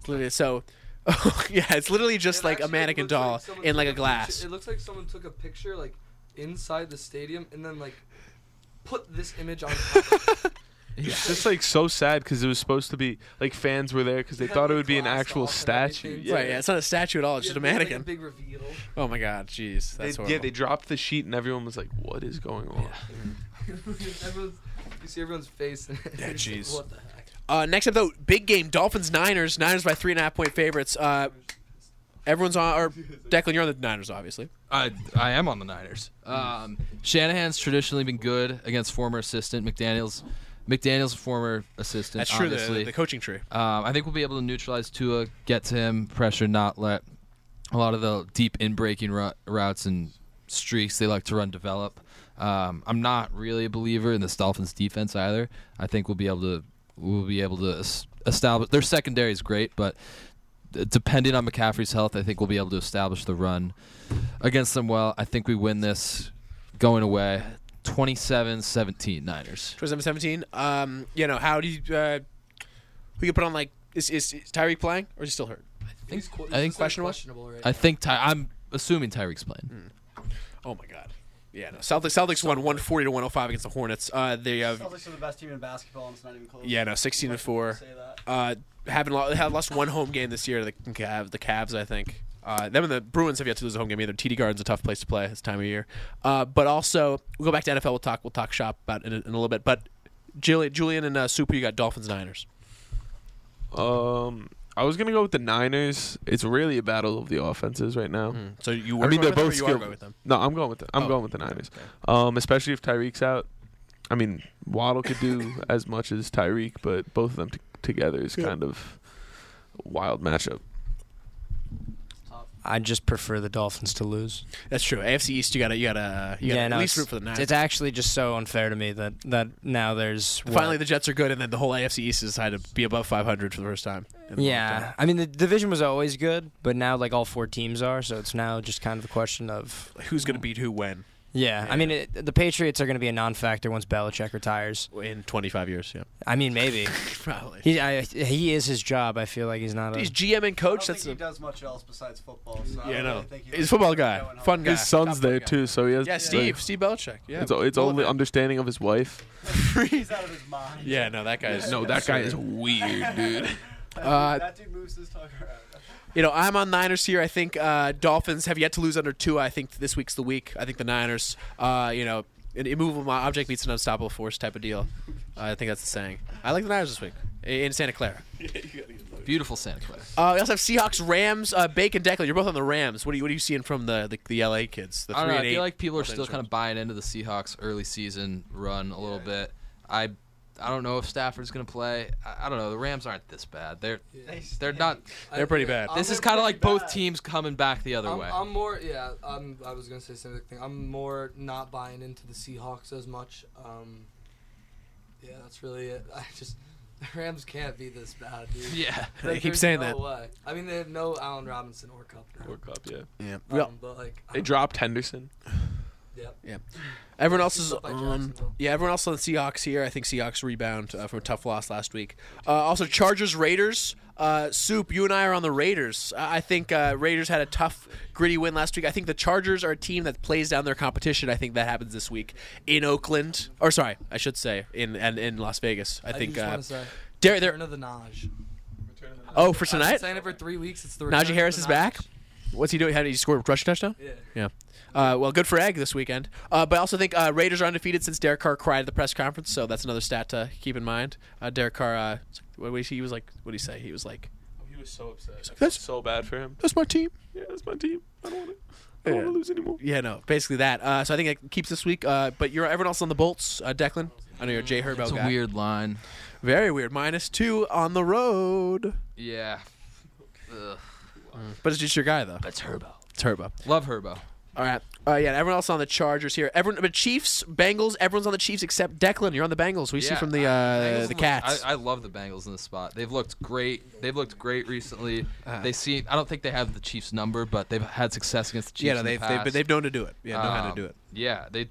Speaker 1: It's literally so. <laughs> oh, yeah, it's literally just
Speaker 2: It
Speaker 1: like a
Speaker 2: actually
Speaker 1: mannequin
Speaker 2: looks like
Speaker 1: doll
Speaker 2: someone
Speaker 1: in
Speaker 2: took
Speaker 1: like a
Speaker 2: picture-
Speaker 1: glass.
Speaker 2: It looks like someone took a picture like inside the stadium and then like put this image on. top
Speaker 1: <laughs>
Speaker 2: of it.
Speaker 5: It's just like so sad because it was supposed to be like fans were there because they
Speaker 2: It had,
Speaker 5: thought it
Speaker 2: like,
Speaker 5: would be an
Speaker 2: glass
Speaker 5: actual
Speaker 2: off and everything.
Speaker 5: statue.
Speaker 1: Right, yeah, it's not a statue at all. It's
Speaker 2: Yeah,
Speaker 1: just a
Speaker 2: they had, like,
Speaker 1: mannequin.
Speaker 2: big reveal. <laughs>
Speaker 1: Oh my god, jeez,
Speaker 5: They,
Speaker 1: that's
Speaker 5: yeah,
Speaker 1: horrible.
Speaker 5: they dropped the sheet and everyone was like, "What is going on?"
Speaker 2: Everyone's, you see everyone's face. And <laughs> yeah,
Speaker 1: jeez.
Speaker 2: What the heck?
Speaker 1: Uh, next up though, big game: Dolphins Niners. Niners by three and a half point favorites. Uh, everyone's on. Or Declan, you're on the Niners, obviously.
Speaker 7: I I am on the Niners. Um, Shanahan's traditionally been good against former assistant McDaniel's. McDaniel's a former assistant.
Speaker 1: That's true.
Speaker 7: Obviously.
Speaker 1: The, the coaching tree.
Speaker 7: Um, I think we'll be able to neutralize Tua, get to him, pressure, not let a lot of the deep in breaking ru- routes and streaks they like to run develop. Um, I'm not really a believer in this Dolphins defense either. I think we'll be able to we'll be able to es- establish their secondary is great, but d- depending on McCaffrey's health, I think we'll be able to establish the run against them well. I think we win this going away 27-17 Niners.
Speaker 1: 2017. Um, you know, how do you? Uh, who you put on? Like, is is, is Tyreek playing or is he still hurt?
Speaker 2: He's qu-
Speaker 7: I think
Speaker 2: he's
Speaker 1: questionable.
Speaker 2: questionable right
Speaker 7: I think Ty- I'm assuming Tyreek's playing.
Speaker 1: Oh my god. Yeah, no. Celtics Celtics won 140 to 105 against the Hornets. Uh, they have
Speaker 8: Celtics are the best team in basketball, and it's not even close.
Speaker 1: yeah, no, 16 to four.
Speaker 8: Say that.
Speaker 1: Uh, haven't lo- have lost one home game this year. to The Cavs, the Cavs, I think. Uh, them and the Bruins have yet to lose a home game either. TD Garden's a tough place to play this time of year. Uh, but also, we'll go back to NFL. We'll talk. We'll talk shop about in a, in a little bit. But Julian, Julian and uh, Super, you got Dolphins Niners.
Speaker 5: Um, I was gonna go with the Niners. It's really a battle of the offenses right now.
Speaker 1: So Hmm. you were
Speaker 5: I mean,
Speaker 1: going
Speaker 5: they're
Speaker 1: with them or
Speaker 5: both
Speaker 1: you are
Speaker 5: skilled.
Speaker 1: going with them.
Speaker 5: No, I'm going with the, I'm
Speaker 1: Oh.
Speaker 5: going with the Niners. Um, especially if Tyreek's out. I mean, Waddle could do
Speaker 1: <laughs>
Speaker 5: as much as Tyreek, but both of them t- together is kind of a wild matchup.
Speaker 3: I just prefer the Dolphins to lose.
Speaker 1: That's true. AFC East, you got to you got to you got to at least root for the Niners.
Speaker 3: It's actually just so unfair to me that that now there's
Speaker 1: Finally, the Jets are good, and then the whole AFC East has decided to be above 500 for the first time. in a long
Speaker 3: Yeah,
Speaker 1: time.
Speaker 3: I mean the division was always good, but now like all four teams are, so it's now just kind of a question of
Speaker 1: Who's going to beat who when
Speaker 3: yeah. I mean it, the Patriots are going to be a non-factor once Belichick retires.
Speaker 1: in 25 years? Yeah, <laughs>
Speaker 3: I mean maybe
Speaker 1: probably.
Speaker 3: he I, he is his job. I feel like he's not
Speaker 1: He's
Speaker 3: a
Speaker 1: GM and
Speaker 8: I don't
Speaker 1: coach.
Speaker 8: think
Speaker 1: That's
Speaker 8: he
Speaker 1: a,
Speaker 8: does much else besides football. So
Speaker 1: yeah,
Speaker 8: I don't
Speaker 1: no.
Speaker 8: really think he
Speaker 1: He's a
Speaker 8: likes
Speaker 1: football
Speaker 8: going
Speaker 1: guy,
Speaker 8: home.
Speaker 1: fun guy.
Speaker 5: His son's there too, so he has.
Speaker 1: Yeah, Steve, Steve Belichick. Yeah,
Speaker 5: It's, o- it's
Speaker 1: Full of
Speaker 5: only
Speaker 1: it.
Speaker 5: understanding of his wife.
Speaker 8: <laughs> He's out of his mind.
Speaker 1: Yeah, no, that guy is.
Speaker 5: No, that guy is weird, dude.
Speaker 8: <laughs> That,
Speaker 1: Uh,
Speaker 8: dude, that dude moves his tongue
Speaker 1: <laughs>
Speaker 8: around.
Speaker 1: You know, I'm on Niners here. I think uh, Dolphins have yet to lose under two. I think this week's the week. I think the Niners, uh, you know, an immovable object meets an unstoppable force type of deal. Uh, I think that's the saying. I like the Niners this week in Santa Clara.
Speaker 7: Beautiful Santa Clara.
Speaker 1: Uh, we also have Seahawks, Rams, uh, Bacon, Declan. You're both on the Rams. What are you What are you seeing from the the, the LA kids? The
Speaker 7: I don't know. I
Speaker 1: and
Speaker 7: feel
Speaker 1: eight
Speaker 7: like people are still
Speaker 1: potential.
Speaker 7: kind of buying into the Seahawks early season run a little bit. I I don't know if Stafford's going to play. I, I don't know. The Rams aren't this bad. They're
Speaker 2: Yeah.
Speaker 7: they're not.
Speaker 1: They're pretty bad.
Speaker 7: This
Speaker 2: I'm
Speaker 7: is kind of like both
Speaker 8: bad.
Speaker 7: teams coming back the other
Speaker 2: I'm,
Speaker 7: way.
Speaker 2: I'm more, yeah. I'm, I was gonna say the same thing. I'm more not buying into the Seahawks as much. Um, yeah, that's really it. <laughs> I just the Rams can't be this bad,
Speaker 1: <laughs>
Speaker 2: dude.
Speaker 7: yeah.
Speaker 1: They
Speaker 2: Like,
Speaker 1: keep
Speaker 2: there's
Speaker 1: saying
Speaker 2: no
Speaker 1: that.
Speaker 2: Way. I mean, they have no Allen Robinson or Cup now.
Speaker 5: World Cup, yeah.
Speaker 1: Yeah.
Speaker 2: Um,
Speaker 1: Well,
Speaker 2: but like,
Speaker 5: They
Speaker 2: I-
Speaker 5: dropped Henderson.
Speaker 2: Yep.
Speaker 1: Everyone else is
Speaker 2: up by
Speaker 1: on.
Speaker 2: Jacksonville.
Speaker 1: Yeah, everyone else on the Seahawks here. I think Seahawks rebound uh, from a tough loss last week. Uh, also, Chargers Raiders. Uh, Soup, you and I are on the Raiders. I I think uh, Raiders had a tough, gritty win last week. I think the Chargers are a team that plays down their competition. I think that happens this week in Oakland, or sorry, I should say in and in Las Vegas. I,
Speaker 2: I
Speaker 1: think.
Speaker 2: just
Speaker 1: Uh,
Speaker 2: want to say,
Speaker 1: Dar-
Speaker 2: return
Speaker 1: there-
Speaker 2: of the Naj.
Speaker 1: oh, for
Speaker 2: I've been
Speaker 1: tonight,
Speaker 2: saying it for three weeks. It's the return
Speaker 1: Najee
Speaker 2: of
Speaker 1: Harris
Speaker 2: the
Speaker 1: is
Speaker 2: Naj.
Speaker 1: back. What's he doing? How did he score a rushing touchdown?
Speaker 2: Yeah.
Speaker 1: Yeah. Uh, well, good for Egg this weekend. Uh, but I also think uh, Raiders are undefeated since Derek Carr cried at the press conference, so that's another stat to keep in mind. Uh, Derek Carr, uh, what was he, he was like, what did he say? He was like,
Speaker 5: He was so upset.
Speaker 1: That's-
Speaker 5: so bad for him.
Speaker 1: "That's my team."
Speaker 5: Yeah, that's my team. I don't want to. I don't
Speaker 1: Yeah.
Speaker 5: want to lose anymore.
Speaker 1: Yeah, no, basically that. Uh, so I think it keeps this week. Uh, but you're everyone else on the Bolts, uh, Declan. I know you're a Jay Herbo
Speaker 7: It's
Speaker 1: guy.
Speaker 7: a weird line.
Speaker 1: Very weird. Minus two on the road,
Speaker 7: Yeah.
Speaker 1: but it's just your guy though.
Speaker 7: That's Herbo.
Speaker 1: It's Herbo.
Speaker 7: Love Herbo.
Speaker 1: All right. Uh, yeah, everyone else on the Chargers here. Everyone, but Chiefs, Bengals. Everyone's on the Chiefs except Declan. You're on the Bengals. We see
Speaker 7: Yeah,
Speaker 1: from the
Speaker 7: I-
Speaker 1: uh,
Speaker 7: Bengals
Speaker 1: the
Speaker 7: look-
Speaker 1: Cats.
Speaker 7: I, I love the Bengals in this spot. They've looked great. They've looked great recently.
Speaker 1: Uh.
Speaker 7: they seem. I don't think they have the Chiefs number, but they've had success against the Chiefs.
Speaker 1: yeah, no,
Speaker 7: in the
Speaker 1: they've, they've
Speaker 7: past.
Speaker 1: been, they've known to do it. Yeah, know how to
Speaker 7: Um,
Speaker 1: do it.
Speaker 7: Yeah, they.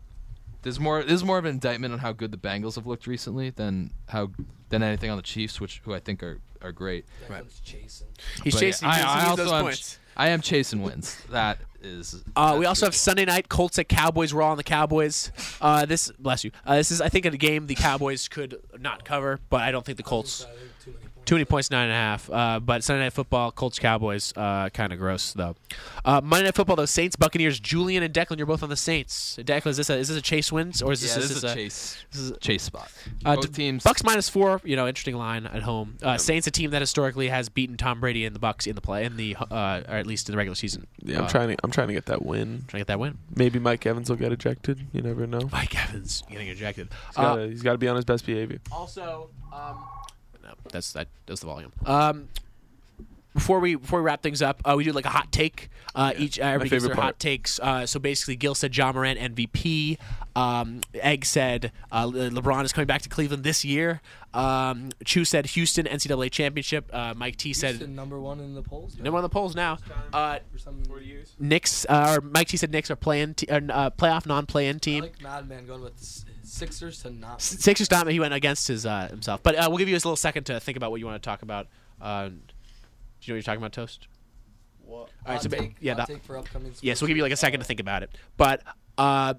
Speaker 7: There's more. There's more of an indictment on how good the Bengals have looked recently than how than anything on the Chiefs, which who I think are are great.
Speaker 1: Right.
Speaker 2: Declan's chasing.
Speaker 1: He's
Speaker 7: But
Speaker 1: chasing.
Speaker 7: yeah,
Speaker 1: he's chasing those
Speaker 7: am,
Speaker 1: points.
Speaker 7: I am chasing wins. That is.
Speaker 1: Uh,
Speaker 7: that's
Speaker 1: we also
Speaker 7: good.
Speaker 1: have Sunday night Colts at Cowboys. We're all on the Cowboys. Uh, this bless you. Uh, this is I think a game the Cowboys could not cover, but I don't think the Colts
Speaker 2: Too many points.
Speaker 1: too many points, nine and a half. Uh, but Sunday night football, Colts Cowboys, uh, kind of gross though. Uh, Monday night football though, Saints Buccaneers. Julian and Declan, you're both on the Saints. Declan, is this a, is this a chase wins or is this,
Speaker 7: Yeah, this
Speaker 1: is
Speaker 7: is
Speaker 1: this
Speaker 7: a
Speaker 1: a
Speaker 7: chase
Speaker 1: this is a-
Speaker 7: chase spot.
Speaker 1: Uh,
Speaker 7: Both
Speaker 1: d-
Speaker 7: teams.
Speaker 1: Bucks minus four, you know, interesting line at home. Uh, Saints, a team that historically has beaten Tom Brady and the Bucks in the play, in the uh, or at least in the regular season.
Speaker 5: Yeah,
Speaker 1: Uh,
Speaker 5: I'm trying to. I'm trying to get that win.
Speaker 1: trying to get that win.
Speaker 5: Maybe Mike Evans will get ejected. You never know. He's
Speaker 1: Mike Evans getting ejected. Uh,
Speaker 5: gotta, he's got to be on his best behavior.
Speaker 1: also, um, no, that's that. That's the volume. Um, before we before we wrap things up, uh, we do like a hot take. Uh, Each uh, everybody gives
Speaker 5: favorite
Speaker 1: their hot
Speaker 5: part.
Speaker 1: takes. Uh, so basically, Gil said John Morant MVP. Um, Egg said uh, Le- LeBron is coming back to Cleveland this year. Um, Chu said Houston NCAA championship. Uh, Mike T
Speaker 2: Houston
Speaker 1: said
Speaker 2: number one in the polls. now
Speaker 1: number one on the polls now. Uh,
Speaker 2: For some,
Speaker 1: Knicks uh, or Mike T said Knicks are playing t- or, uh, playoff non-playing
Speaker 2: I
Speaker 1: team.
Speaker 2: like Madman going with s- Sixers to not.
Speaker 1: S- Sixers not he went against his uh, himself. But uh, we'll give you just a little second to think about what you want to talk about. Uh, do you know what you're talking about, Toast?
Speaker 8: What?
Speaker 1: All right,
Speaker 2: Hot
Speaker 1: so ba-
Speaker 2: take,
Speaker 1: yeah,
Speaker 2: hot
Speaker 1: the-
Speaker 2: take for upcoming.
Speaker 1: Yeah, so
Speaker 2: sports
Speaker 1: we'll give you like a second to think about it. But uh,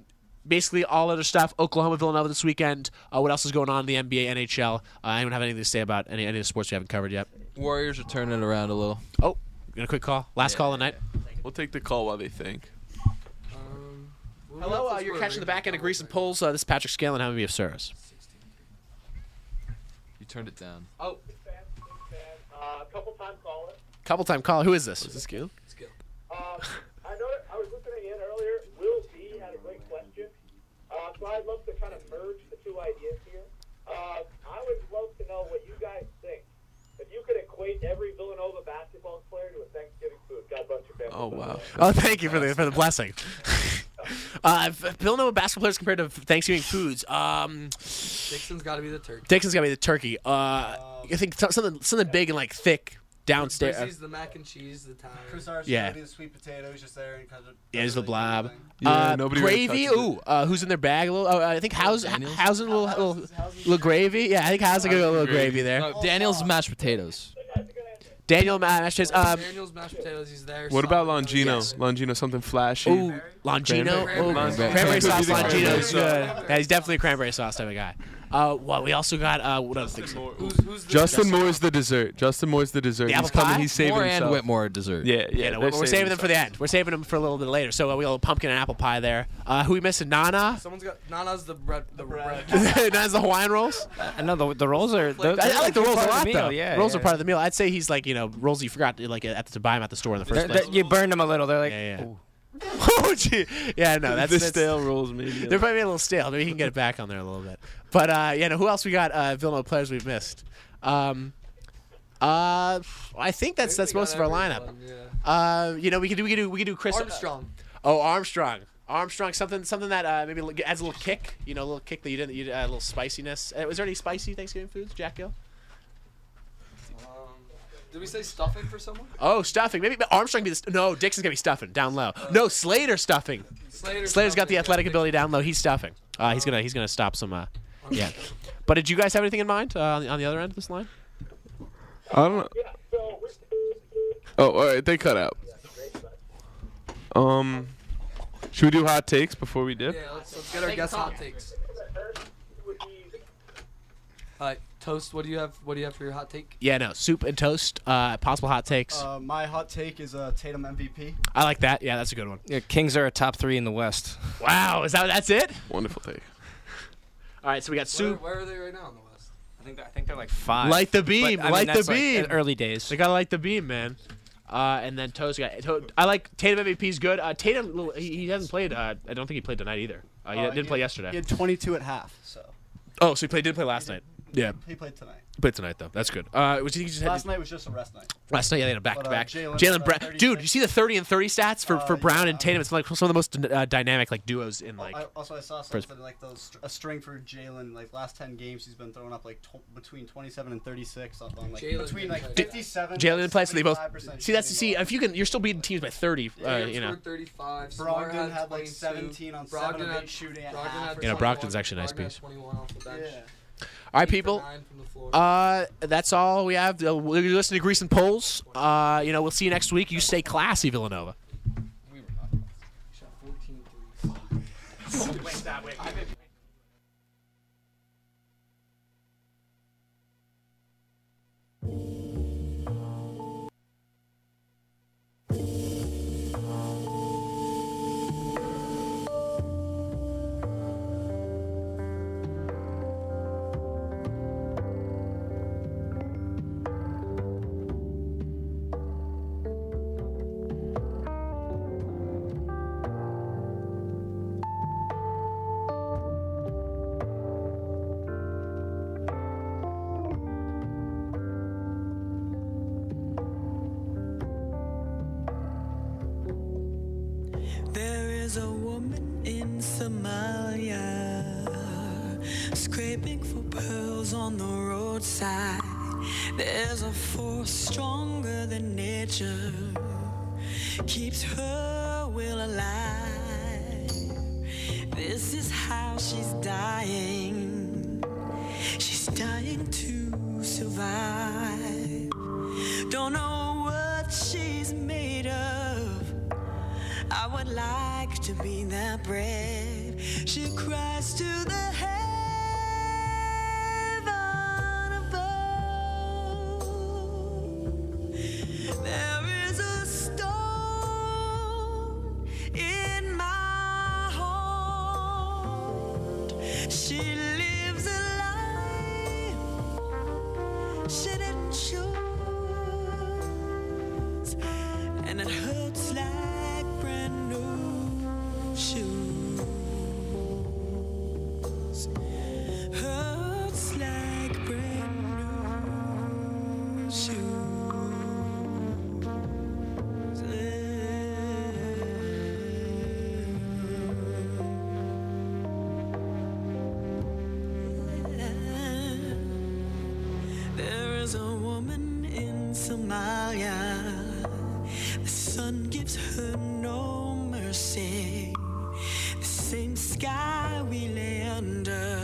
Speaker 1: basically, all other stuff. Oklahoma, Villanova this weekend. Uh, what else is going on in the NBA, NHL? Uh, anyone have anything to say about any, any of the sports we haven't covered yet?
Speaker 7: Warriors are turning it around a little.
Speaker 1: Oh, got a quick call. Last call of the night.
Speaker 5: We'll take the call while they think.
Speaker 2: week. Um, well,
Speaker 1: Hello,
Speaker 2: that's
Speaker 1: uh,
Speaker 2: just
Speaker 1: you're
Speaker 2: where
Speaker 1: catching the
Speaker 2: we're
Speaker 1: back end of
Speaker 2: going
Speaker 1: Grease and
Speaker 2: right now.
Speaker 1: Polls. Uh, this is Patrick Scalen. How may be of service?
Speaker 7: You turned it down.
Speaker 1: Oh,
Speaker 4: Uh, a couple times caller.
Speaker 1: couple time call. Who is this? Is this Scalen?
Speaker 2: Let's go.
Speaker 4: Um, I know I was listening in earlier. Will B had a great question. Uh, so I'd love to kind of merge the two ideas here. Uh, I would love to know what you guys think. If you could equate every Villanova basketball player to a Thanksgiving food, God bless your family.
Speaker 5: Oh wow.
Speaker 1: Oh, thank you for the for the blessing. <laughs> uh, v- Villanova basketball players compared to Thanksgiving foods. Um,
Speaker 2: Dixon's got to be the turkey.
Speaker 1: Dixon's got to be the turkey. Uh, I think so- something something big and like thick downstairs.
Speaker 5: uh,
Speaker 2: Chrissy's the mac and cheese, the tire.
Speaker 8: Chris Arsh
Speaker 1: Yeah.
Speaker 8: yeah. the sweet potatoes just there and kind of.
Speaker 1: yeah, he's the blob.
Speaker 5: Yeah,
Speaker 1: uh,
Speaker 5: nobody really
Speaker 1: gravy.
Speaker 5: touches it.
Speaker 1: ooh, uh, who's in their bag? A little. Uh, I think House
Speaker 7: Daniels?
Speaker 1: Housen a little little, little gravy. Yeah, I think Housen got a little gravy there.
Speaker 7: No, Daniel's mashed potatoes.
Speaker 1: Daniel uh, mashed his. Um,
Speaker 2: Daniel's mashed potatoes. He's there.
Speaker 5: <laughs> What about
Speaker 2: Solomon,
Speaker 5: Longino?
Speaker 2: yes.
Speaker 5: Longino, something flashy.
Speaker 1: ooh, Longino.
Speaker 2: Cranberry.
Speaker 1: Ooh,
Speaker 2: Cranberry.
Speaker 1: cranberry sauce.
Speaker 5: Cranberry
Speaker 1: Longino is good.
Speaker 5: sauce.
Speaker 1: Yeah, he's definitely a cranberry sauce type of guy. Uh, well, we also got uh, what other things?
Speaker 2: Who's, who's the
Speaker 5: Justin Moore's the dessert. Justin Moore's the dessert.
Speaker 1: The
Speaker 5: he's
Speaker 1: apple pie?
Speaker 5: coming. He's saving
Speaker 7: Moore and
Speaker 5: himself.
Speaker 7: Whitmore dessert.
Speaker 5: Yeah, yeah.
Speaker 1: Yeah, no,
Speaker 5: they're
Speaker 1: we're, we're saving them for the
Speaker 5: <laughs> himself.
Speaker 1: end. We're saving them for a little bit later. So uh, we got a pumpkin and apple pie there. Uh, who we missing? Nana.
Speaker 2: Someone's got Nana's the bread. The bread.
Speaker 1: <laughs>
Speaker 8: bread.
Speaker 1: Nana's the Hawaiian rolls.
Speaker 3: I know the, the rolls are.
Speaker 2: Like,
Speaker 3: Those,
Speaker 1: I, I like the rolls a
Speaker 3: part of
Speaker 1: lot
Speaker 3: the meal,
Speaker 1: though.
Speaker 3: Yeah,
Speaker 1: rolls
Speaker 3: yeah.
Speaker 1: are part of the meal. I'd say he's like you know rolls you forgot like at the, to buy them at the store in the first
Speaker 3: They're-
Speaker 1: place.
Speaker 3: they're- you burned them a little. They're like,
Speaker 1: Yeah, yeah.
Speaker 3: "Ooh."
Speaker 1: <laughs> oh gee, yeah, no, that's,
Speaker 5: the
Speaker 1: that's
Speaker 5: stale rolls, maybe.
Speaker 1: They're probably a little stale. Maybe he can get it back on there a little bit. But uh, yeah, no, who else we got? Uh, Villanova players we've missed. Um, uh, I think that's that's most of our lineup. Uh, you know, we could do we could do we could do Chris
Speaker 2: Armstrong.
Speaker 1: Oh, Armstrong. Armstrong, something, something that uh, maybe li- adds a little kick. You know, a little Uh, kick that you didn't. You add a little spiciness. Uh, was there any spicy Thanksgiving foods, Jack Gill?
Speaker 2: Um, Did we say stuffing for someone?
Speaker 1: Oh, stuffing. Maybe Armstrong be the st- no. Dixon's gonna be stuffing down low. No, Slater stuffing.
Speaker 2: Slater.
Speaker 1: Slater's got
Speaker 2: stuffing.
Speaker 1: the athletic ability down low. He's stuffing. Uh, he's gonna he's gonna stop some. Uh, yeah. But did you guys have anything in mind uh, on the- on the other end of this line?
Speaker 5: I don't know.
Speaker 4: Yeah, so
Speaker 5: Oh, all right. They cut out. Um, should we do hot takes before we dip?
Speaker 2: Yeah, let's, let's get our guest hot takes.
Speaker 4: would be
Speaker 2: All right, toast. What do you have? What do you have for your hot take?
Speaker 1: Yeah, no. Soup and toast. Uh, possible hot takes.
Speaker 8: Uh, my hot take is uh, Tatum MVP.
Speaker 1: I like that. Yeah, that's a good one.
Speaker 3: Yeah, Kings are a top three in the West.
Speaker 1: Wow, is that that's it?
Speaker 5: Wonderful take.
Speaker 1: All right, so we got
Speaker 2: Where,
Speaker 1: soup.
Speaker 2: where are they right now in the West?
Speaker 3: I think they're, I think they're like five.
Speaker 1: Light the beam,
Speaker 3: But, I mean,
Speaker 1: light the
Speaker 3: that's, like, uh,
Speaker 1: beam.
Speaker 3: early days.
Speaker 1: They gotta like the beam, man. Uh, and then Toast got. To- I like Tatum MVP's good. Uh, Tatum, he, he hasn't played. Uh, I don't think he played tonight either. Uh, he
Speaker 8: Uh,
Speaker 1: didn't play yesterday.
Speaker 8: He had 22 at half, so
Speaker 1: oh, so he played. Didn't play last night. Yeah,
Speaker 8: he played tonight.
Speaker 1: played tonight though. That's good. Uh, was he just had
Speaker 8: Last night was just a rest night.
Speaker 1: last night? Yeah, they had a back to back.
Speaker 8: But, uh, Jalen
Speaker 1: Jalen
Speaker 8: had
Speaker 1: Brown,
Speaker 8: 36.
Speaker 1: dude. You see the thirty and thirty stats for,
Speaker 8: Uh,
Speaker 1: for Brown
Speaker 8: yeah,
Speaker 1: and Tatum. It's like some of the most uh, dynamic like duos in like.
Speaker 8: I, also, I saw something like those str- a string for Jalen. Like last 10 games, he's been throwing up like tw- between 27 and 36 on on, like
Speaker 2: Jalen
Speaker 8: between
Speaker 2: didn't
Speaker 8: like
Speaker 2: play.
Speaker 8: 57.
Speaker 1: Jalen didn't play, so they both.
Speaker 8: 75%
Speaker 1: See that's see
Speaker 8: shooting.
Speaker 1: if you can. You're still beating teams by thirty. Uh,
Speaker 2: Tatum
Speaker 1: you know.
Speaker 2: scored 35. Smart
Speaker 8: Brogdon had like
Speaker 2: 22,
Speaker 8: 17 on
Speaker 2: Brogdon
Speaker 8: seven of
Speaker 2: had-
Speaker 8: eight shooting at
Speaker 2: Brogdon
Speaker 8: half.
Speaker 2: had
Speaker 1: You know,
Speaker 2: 21,
Speaker 1: Brogdon's actually a nice
Speaker 2: Brogdon had
Speaker 1: piece.
Speaker 2: 21 off the bench.
Speaker 8: Yeah.
Speaker 1: All
Speaker 2: Eight
Speaker 1: right,
Speaker 2: for
Speaker 1: people.
Speaker 2: nine from the floor.
Speaker 1: Uh, that's all we have. Uh, we're gonna listen to Grease and Polls. Uh, you know, we'll see you next week. You stay classy, Villanova.
Speaker 2: We were not classy. We shot 14 threes.
Speaker 9: There is a woman in Somalia scraping for pearls on the roadside. There's a force stronger than nature, keeps her will alive. This is how she's dying. She's dying to survive. Don't know what she's made of. I would like to be that brave. She cries to the heaven above. There is a storm in my heart. She lives a life she didn't choose and it hurts like brand new shoes. Hurts like brand new shoes. Yeah. There is a woman in Somalia. The sun gives her no mercy. The same sky we lay under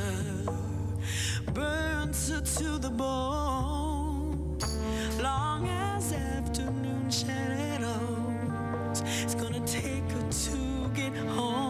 Speaker 9: burns her to the bone. Long as afternoon shadows, it's gonna take her to get home.